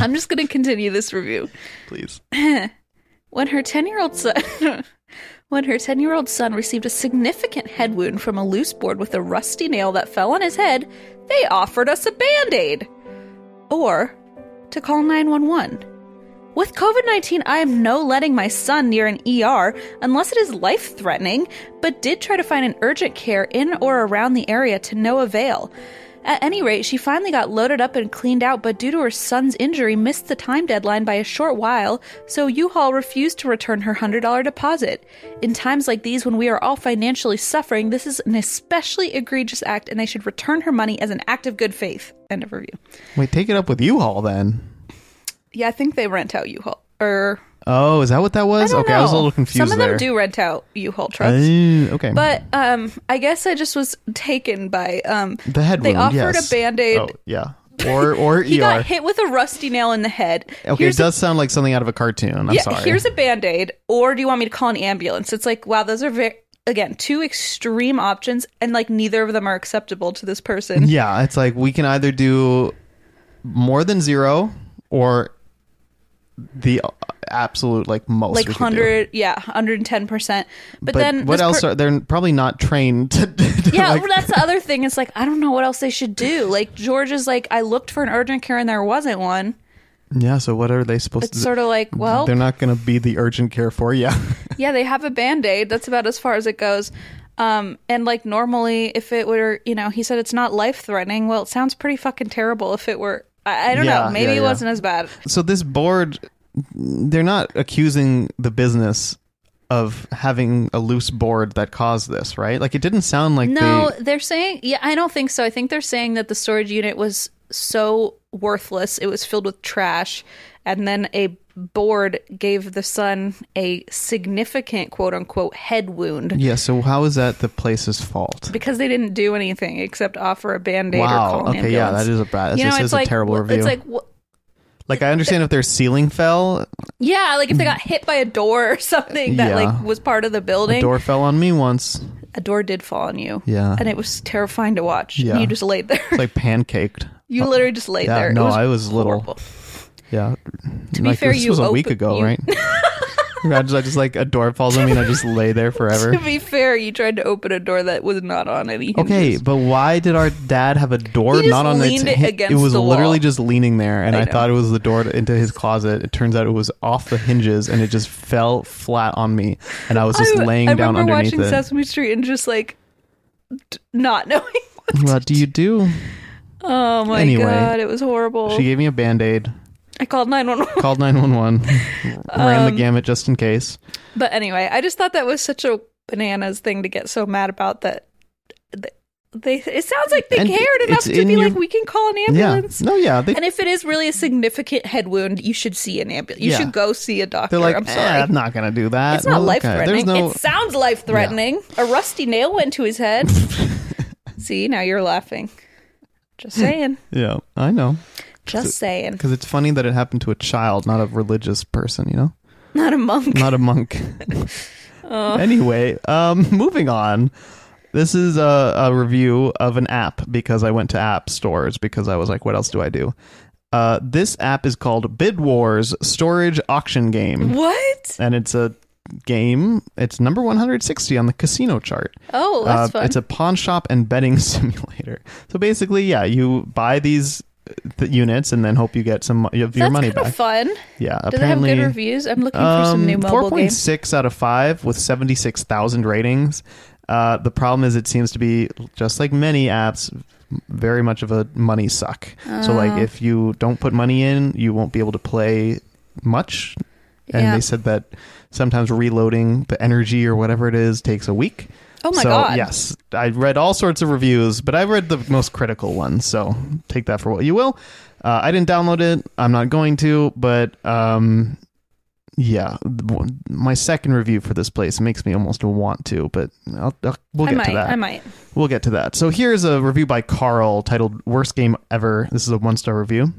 Speaker 2: I'm just going to continue this review.
Speaker 1: Please.
Speaker 2: When her 10 year old son. When her 10 year old son received a significant head wound from a loose board with a rusty nail that fell on his head, they offered us a band aid. Or to call 911. With COVID 19, I am no letting my son near an ER unless it is life threatening, but did try to find an urgent care in or around the area to no avail. At any rate, she finally got loaded up and cleaned out, but due to her son's injury, missed the time deadline by a short while, so U Haul refused to return her $100 deposit. In times like these, when we are all financially suffering, this is an especially egregious act, and they should return her money as an act of good faith. End of review.
Speaker 1: Wait, take it up with U-Haul then.
Speaker 2: Yeah, I think they rent out U Haul. Or
Speaker 1: Oh, is that what that was?
Speaker 2: I don't
Speaker 1: okay, I was a
Speaker 2: know.
Speaker 1: little confused.
Speaker 2: Some of
Speaker 1: there.
Speaker 2: them do rent out U-Haul trucks,
Speaker 1: Oh, okay,
Speaker 2: but um, I guess I just was taken by um.
Speaker 1: the head
Speaker 2: they
Speaker 1: wound,
Speaker 2: offered
Speaker 1: yes.
Speaker 2: a Band-Aid.
Speaker 1: Oh, yeah, or or
Speaker 2: He
Speaker 1: ER.
Speaker 2: got hit with a rusty nail in the head.
Speaker 1: Okay,
Speaker 2: Here's
Speaker 1: it
Speaker 2: a-
Speaker 1: does sound like something out of a cartoon. I'm
Speaker 2: yeah,
Speaker 1: sorry.
Speaker 2: here's a band-aid, or do you want me to call an ambulance? It's like, wow, those are very again two extreme options, and like neither of them are acceptable to this person.
Speaker 1: yeah, it's like we can either do more than zero or the absolute like most
Speaker 2: like
Speaker 1: we could do.
Speaker 2: hundred, yeah, hundred and ten percent. But
Speaker 1: But
Speaker 2: then
Speaker 1: what
Speaker 2: this
Speaker 1: else
Speaker 2: per-
Speaker 1: are they're probably not trained to, to,
Speaker 2: yeah,
Speaker 1: like-
Speaker 2: well, that's the other thing. It's like I don't know what else they should do. Like George is like, I looked for an urgent care and there wasn't one.
Speaker 1: yeah, so what are they supposed
Speaker 2: It's
Speaker 1: to
Speaker 2: sort of like, well,
Speaker 1: They're not going to be the urgent care for you.
Speaker 2: Yeah, they have a band aid. That's about as far as it goes. Um, and like normally, if it were, you know, he said it's not life threatening. Well, it sounds pretty fucking terrible if it were. I, I don't
Speaker 1: Yeah,
Speaker 2: know. Maybe
Speaker 1: yeah, yeah.
Speaker 2: it wasn't as bad.
Speaker 1: so this board they're not accusing the business of having a loose board that caused this, right? Like it didn't sound like
Speaker 2: No,
Speaker 1: they
Speaker 2: they're saying, yeah, I don't think so. I think they're saying that the storage unit was so worthless. It was filled with trash. And then a board gave the son a significant quote unquote head wound
Speaker 1: Yeah, so how is that the place's fault?
Speaker 2: because they didn't do anything expt offer a band aid
Speaker 1: Wow.
Speaker 2: or call an
Speaker 1: Okay, yeah,
Speaker 2: ambulance.
Speaker 1: that is a bad- this
Speaker 2: You know,
Speaker 1: is
Speaker 2: it's
Speaker 1: a
Speaker 2: like,
Speaker 1: terrible
Speaker 2: wh-
Speaker 1: review.
Speaker 2: It's like, wh-
Speaker 1: Like I understand if their ceiling fell,
Speaker 2: Yeah, like if they got hit by a door or something that
Speaker 1: Yeah.
Speaker 2: like was part of the building.
Speaker 1: a door fell on me once.
Speaker 2: A door did fall on you.
Speaker 1: Yeah.
Speaker 2: And it was terrifying to watch.
Speaker 1: Yeah.
Speaker 2: And you just laid there.
Speaker 1: It's like pancaked.
Speaker 2: you literally just laid
Speaker 1: Yeah,
Speaker 2: there. It
Speaker 1: no, I was little.
Speaker 2: horrible.
Speaker 1: Yeah. To
Speaker 2: be fair,
Speaker 1: this
Speaker 2: you
Speaker 1: was a week
Speaker 2: open-
Speaker 1: ago,
Speaker 2: you-
Speaker 1: right? I just, I just like a door falls on me and I just lay there
Speaker 2: To
Speaker 1: forever.
Speaker 2: be fair, you tried to open a door that was not on any hinges.
Speaker 1: Okay, but why did our dad have a door
Speaker 2: He just
Speaker 1: not on its
Speaker 2: leaned it
Speaker 1: hin-
Speaker 2: against
Speaker 1: was
Speaker 2: the
Speaker 1: literally
Speaker 2: wall.
Speaker 1: just leaning there, and I,
Speaker 2: I know.
Speaker 1: thought it was the door to, into his closet. It turns out it was off the hinges, and it just fell flat on me, and I was just
Speaker 2: I,
Speaker 1: laying
Speaker 2: I
Speaker 1: down
Speaker 2: remember
Speaker 1: underneath
Speaker 2: watching
Speaker 1: it.
Speaker 2: Sesame Street and just like d- not knowing. What.
Speaker 1: what do you do?
Speaker 2: Oh my
Speaker 1: Anyway,
Speaker 2: god, it was horrible.
Speaker 1: She gave me a band aid.
Speaker 2: I called nine one one.
Speaker 1: called 911 ran
Speaker 2: Um,
Speaker 1: the gamut just in case
Speaker 2: But anyway, I just thought that was such a bananas thing to get so mad about that. th- They it sounds like they
Speaker 1: And
Speaker 2: cared enough
Speaker 1: it's
Speaker 2: to
Speaker 1: in
Speaker 2: be
Speaker 1: your-
Speaker 2: like, we can call an
Speaker 1: yeah
Speaker 2: ambulance.
Speaker 1: no yeah they,
Speaker 2: And if it is really a significant head wound, you should see an ambulance. You
Speaker 1: Yeah.
Speaker 2: should go see a doctor.
Speaker 1: they're like
Speaker 2: I'm
Speaker 1: "Eh,
Speaker 2: sorry.
Speaker 1: i'm not gonna do that
Speaker 2: it's not
Speaker 1: Well,
Speaker 2: life
Speaker 1: okay,
Speaker 2: threatening.
Speaker 1: there's no
Speaker 2: It sounds life threatening. A rusty nail went to his head. see, now you're laughing. Just saying.
Speaker 1: yeah i know
Speaker 2: Just saying.
Speaker 1: because it's funny that it happened to a child not a religious person you know
Speaker 2: Not a monk.
Speaker 1: not a monk
Speaker 2: Oh.
Speaker 1: anyway um moving on this is a, a review of an app because i went to app stores because i was like what else do i do uh, this app is called bid wars storage auction game
Speaker 2: What?
Speaker 1: and it's a game. It's number 160 on the casino chart.
Speaker 2: Oh, that's
Speaker 1: Uh,
Speaker 2: fun.
Speaker 1: It's a pawn shop and betting simulator. So basically, yeah, you buy these uh, th- units and then hope you get some of your
Speaker 2: that's
Speaker 1: money
Speaker 2: kind
Speaker 1: back.
Speaker 2: of fun.
Speaker 1: Yeah,
Speaker 2: Do they have
Speaker 1: apparently.
Speaker 2: good reviews? I'm looking for some new
Speaker 1: Um,
Speaker 2: mobile games.
Speaker 1: 4.6 out of 5 with 76,000 ratings. Uh, the problem is it seems to be just like many apps very much of a money suck. so
Speaker 2: Oh.
Speaker 1: like if you don't put money in, you won't be able to play much. And
Speaker 2: Yeah.
Speaker 1: they said that sometimes reloading the energy or whatever it is takes a week.
Speaker 2: Oh my
Speaker 1: so,
Speaker 2: God.
Speaker 1: Yes, I read all sorts of reviews, but I read the most critical ones. So take that for what you will. Uh, I didn't download it. I'm not going to, but um, yeah, th- my second review for this place makes me almost want to, but I'll, I'll, we'll
Speaker 2: I
Speaker 1: get
Speaker 2: might.
Speaker 1: to that.
Speaker 2: I might.
Speaker 1: We'll get to that. So here's a review by Carl titled Worst Game Ever. This is a one star review.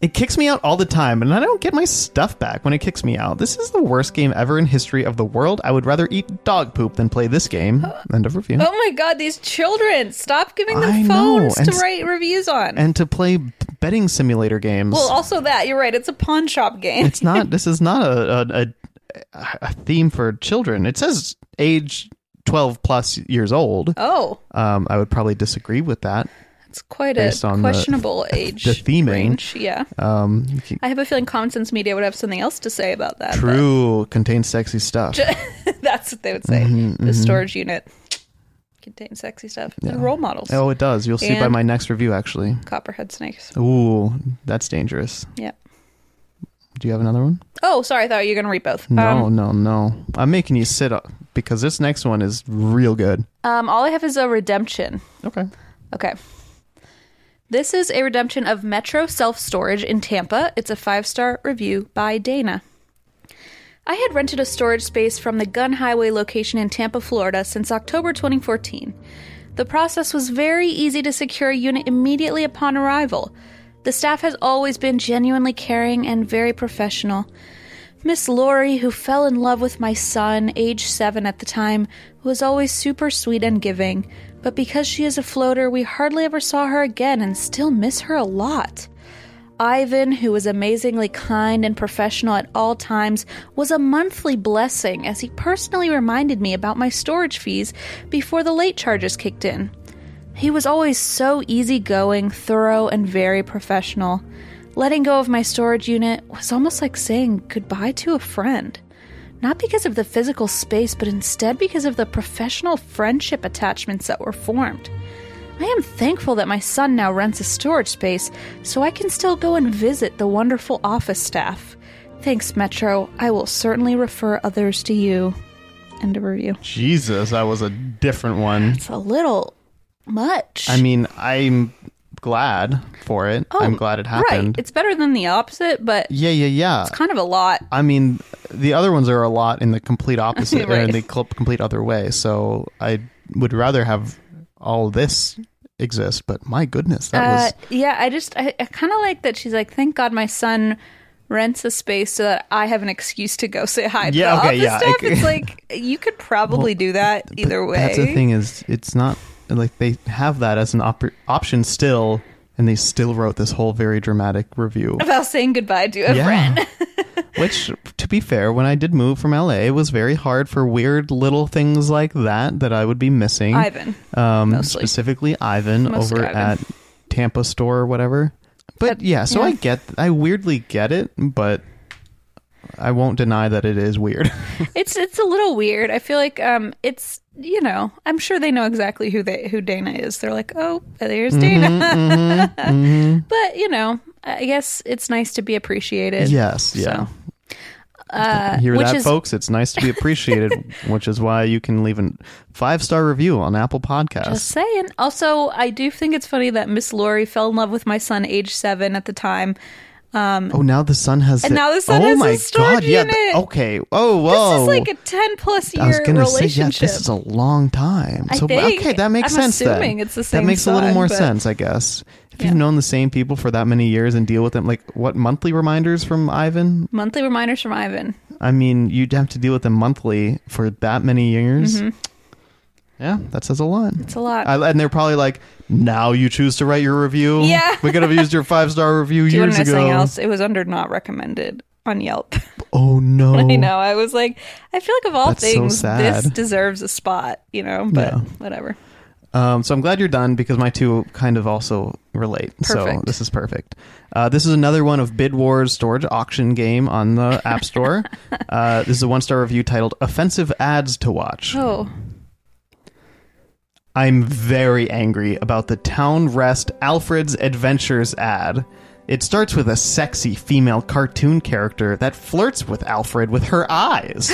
Speaker 1: It kicks me out all the time, and I don't get my stuff back when it kicks me out. This is the worst game ever in history of the world. I would rather eat dog poop than play this game. End of review.
Speaker 2: Oh my god, these children! Stop giving them
Speaker 1: I know,
Speaker 2: phones
Speaker 1: and
Speaker 2: to
Speaker 1: s-
Speaker 2: write reviews on.
Speaker 1: And to play b- betting simulator games.
Speaker 2: well, also that you're right. It's a pawn shop game.
Speaker 1: it's not. This is not a, a a a theme for children. It says age twelve plus years old.
Speaker 2: oh,
Speaker 1: Um, I would probably disagree with that.
Speaker 2: it's quite a
Speaker 1: Based on the-
Speaker 2: questionable age.
Speaker 1: the theming.
Speaker 2: range. Yeah,
Speaker 1: Um,
Speaker 2: I have a feeling Common Sense Media would have something else to say about that.
Speaker 1: True contains sexy stuff.
Speaker 2: but That's what they would say.
Speaker 1: Mm-hmm,
Speaker 2: The storage unit contains sexy stuff. And role models.
Speaker 1: oh, it does. You'll see by
Speaker 2: And-
Speaker 1: my next review, actually.
Speaker 2: Copperhead snakes.
Speaker 1: Ooh, that's dangerous.
Speaker 2: Yeah.
Speaker 1: Do you have another one?
Speaker 2: Oh, sorry. I thought you were going to read both. Um,
Speaker 1: No, no, no. I'm making you sit up because this next one is real good.
Speaker 2: Um, all I have is a redemption.
Speaker 1: Okay.
Speaker 2: Okay. This is a redemption of Metro Self Storage in Tampa. It's a five star review by Dana. I had rented a storage space from the Gun Highway location in Tampa, Florida since October 2014. The process was very easy to secure a unit immediately upon arrival. The staff has always been genuinely caring and very professional. Miss Laurie, who fell in love with my son, age seven at the time, was always super sweet and giving, but because she is a floater, we hardly ever saw her again and still miss her a lot. Ivan, who was amazingly kind and professional at all times, was a monthly blessing as he personally reminded me about my storage fees before the late charges kicked in. He was always so easygoing, thorough, and very professional. Letting go of my storage unit was almost like saying goodbye to a friend. Not because of the physical space, but instead because of the professional friendship attachments that were formed. I am thankful that my son now rents a storage space so I can still go and visit the wonderful office staff. Thanks, Metro. I will certainly refer others to you. End of review.
Speaker 1: Jesus, that was a different one.
Speaker 2: It's a little much.
Speaker 1: I mean, I'm glad for it. I'm
Speaker 2: Oh,
Speaker 1: glad it
Speaker 2: Right.
Speaker 1: happened.
Speaker 2: It's better than the opposite, but
Speaker 1: yeah, yeah, yeah.
Speaker 2: kind of a lot.
Speaker 1: I mean, the other ones are a lot in the complete opposite or in
Speaker 2: Right.
Speaker 1: the cl- complete other way. So I would rather have all this exist, but my goodness, that
Speaker 2: Uh,
Speaker 1: was
Speaker 2: yeah, I just I, I kind of like that she's like, thank God my son rents a space so that I have an excuse to go say hi. To
Speaker 1: Yeah,
Speaker 2: the
Speaker 1: okay,
Speaker 2: office
Speaker 1: yeah, I
Speaker 2: Staff.
Speaker 1: c-
Speaker 2: It's like you could probably do that either way.
Speaker 1: That's the thing is, it's not like they have that as an op- option still, and they still wrote this whole very dramatic review.
Speaker 2: about saying goodbye to a friend.
Speaker 1: Yeah. Which, to be fair, when I did move from LA, it was very hard for weird little things like that that I would be missing.
Speaker 2: Ivan,
Speaker 1: um,
Speaker 2: mostly.
Speaker 1: specifically Ivan
Speaker 2: Mostly
Speaker 1: over
Speaker 2: Ivan.
Speaker 1: at Tampa store or whatever. But
Speaker 2: That-
Speaker 1: yeah, so
Speaker 2: yeah.
Speaker 1: I get, I weirdly get it, but I won't deny that it is weird.
Speaker 2: It's it's a little weird. I feel like um, it's you know, I'm sure they know exactly who they who Dana is. They're like, oh,
Speaker 1: Mm-hmm,
Speaker 2: there's Dana. but you know, I guess it's nice to be appreciated.
Speaker 1: yes, yeah.
Speaker 2: uh,
Speaker 1: Hear
Speaker 2: which
Speaker 1: that,
Speaker 2: is
Speaker 1: folks? It's nice to be appreciated, which is why you can leave a five star review on Apple Podcasts.
Speaker 2: Just saying. Also, I do think it's funny that Miss Laurie fell in love with my son, age seven at the time.
Speaker 1: oh, now the sun has.
Speaker 2: And
Speaker 1: the-
Speaker 2: now the sun
Speaker 1: oh
Speaker 2: has
Speaker 1: my
Speaker 2: a storage
Speaker 1: god! Yeah. th-
Speaker 2: unit.
Speaker 1: okay. Oh,
Speaker 2: This
Speaker 1: whoa.
Speaker 2: is like a ten plus year
Speaker 1: I was gonna say,
Speaker 2: relationship.
Speaker 1: yeah, this is a long time.
Speaker 2: I
Speaker 1: So
Speaker 2: think.
Speaker 1: okay, that makes
Speaker 2: I'm
Speaker 1: sense. then.
Speaker 2: assuming it's the
Speaker 1: That
Speaker 2: same
Speaker 1: makes a little
Speaker 2: son,
Speaker 1: more
Speaker 2: but-
Speaker 1: sense, I guess. If you've known the same people for that many years and deal with them, like what monthly reminders from Ivan?
Speaker 2: Monthly reminders from Ivan.
Speaker 1: I mean, you'd have to deal with them monthly for that many years. Yeah, that says a lot.
Speaker 2: It's Mm-hmm. a lot.
Speaker 1: I, and they're probably like, now you choose to write your review.
Speaker 2: Yeah.
Speaker 1: we could have used your five star review
Speaker 2: do you want
Speaker 1: years
Speaker 2: to know
Speaker 1: ago.
Speaker 2: something else? It was under not recommended on Yelp.
Speaker 1: Oh no!
Speaker 2: I know. I was like, I feel like of all
Speaker 1: That's so
Speaker 2: things, this
Speaker 1: sad.
Speaker 2: deserves a spot. You know, but
Speaker 1: Yeah.
Speaker 2: whatever.
Speaker 1: Um, so I'm glad you're done because my two kind of also relate. So
Speaker 2: Perfect.
Speaker 1: this is perfect. Uh, this is another one of Bid Wars storage auction game on the App Store. uh, this is a one star review titled "Offensive Ads to Watch."
Speaker 2: Oh,
Speaker 1: I'm very angry about the Town Rest Alfred's Adventures ad. It starts with a sexy female cartoon character that flirts with Alfred with her eyes.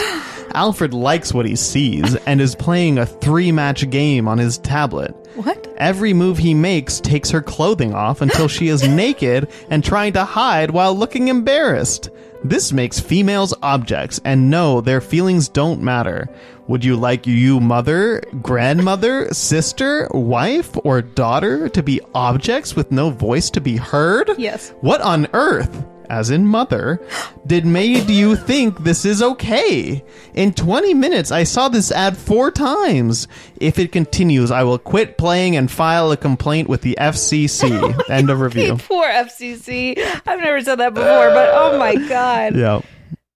Speaker 1: Alfred likes what he sees and is playing a three match game on his tablet.
Speaker 2: what?
Speaker 1: Every move he makes takes her clothing off until she is naked and trying to hide while looking embarrassed. This makes females objects, and no, their feelings don't matter. Would you like you mother, grandmother, sister, wife, or daughter to be objects with no voice to be heard?
Speaker 2: Yes.
Speaker 1: What on earth, as in mother, did made you think this is okay? In 20 minutes, I saw this ad four times. If it continues, I will quit playing and file a complaint with the FCC. End of review.
Speaker 2: Poor FCC. I've never said that before, but oh my god.
Speaker 1: Yeah,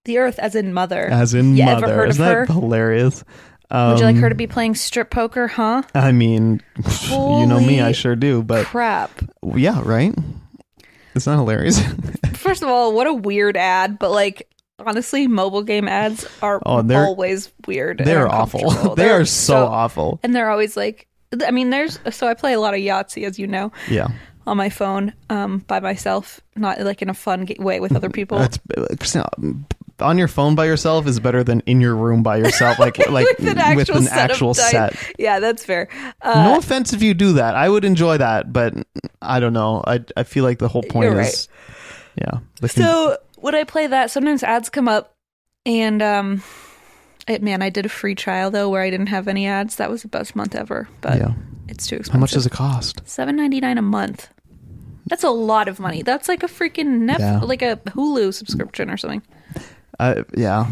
Speaker 2: The Earth, as in mother.
Speaker 1: as in
Speaker 2: yeah,
Speaker 1: mother.
Speaker 2: Ever heard
Speaker 1: Isn't
Speaker 2: of
Speaker 1: that
Speaker 2: her?
Speaker 1: hilarious?
Speaker 2: Would you like her to be playing strip poker? Huh?
Speaker 1: I mean, you know me, I
Speaker 2: Holy
Speaker 1: sure do, but
Speaker 2: Crap.
Speaker 1: yeah, right? It's not hilarious.
Speaker 2: First of all, what a weird ad, but like honestly, mobile game ads are
Speaker 1: Oh, they're-
Speaker 2: always weird. and
Speaker 1: They're awful.
Speaker 2: uncomfortable.
Speaker 1: They are so awful.
Speaker 2: And they're always like I mean, there's so I play a lot of Yahtzee, as you know,
Speaker 1: Yeah.
Speaker 2: on my phone, um, by myself, not like in a fun ga- way with other people.
Speaker 1: That's Christina, on your phone by yourself is better than in your room by yourself like like
Speaker 2: with an actual,
Speaker 1: an
Speaker 2: set, of
Speaker 1: actual
Speaker 2: dice.
Speaker 1: set.
Speaker 2: Yeah, that's fair. Uh,
Speaker 1: no offense if you do that. I would enjoy that, but I don't know. I I feel like the whole point
Speaker 2: You're right.
Speaker 1: is yeah. the con-
Speaker 2: so when I play that, sometimes ads come up, and um, it, man, I did a free trial though where I didn't have any ads. That was the best month ever, but
Speaker 1: yeah.
Speaker 2: it's too expensive.
Speaker 1: How much does it cost?
Speaker 2: Seven ninety nine a month. That's a lot of money. That's like a freaking Netflix,
Speaker 1: Yeah.
Speaker 2: like a Hulu subscription or something,
Speaker 1: Uh, yeah.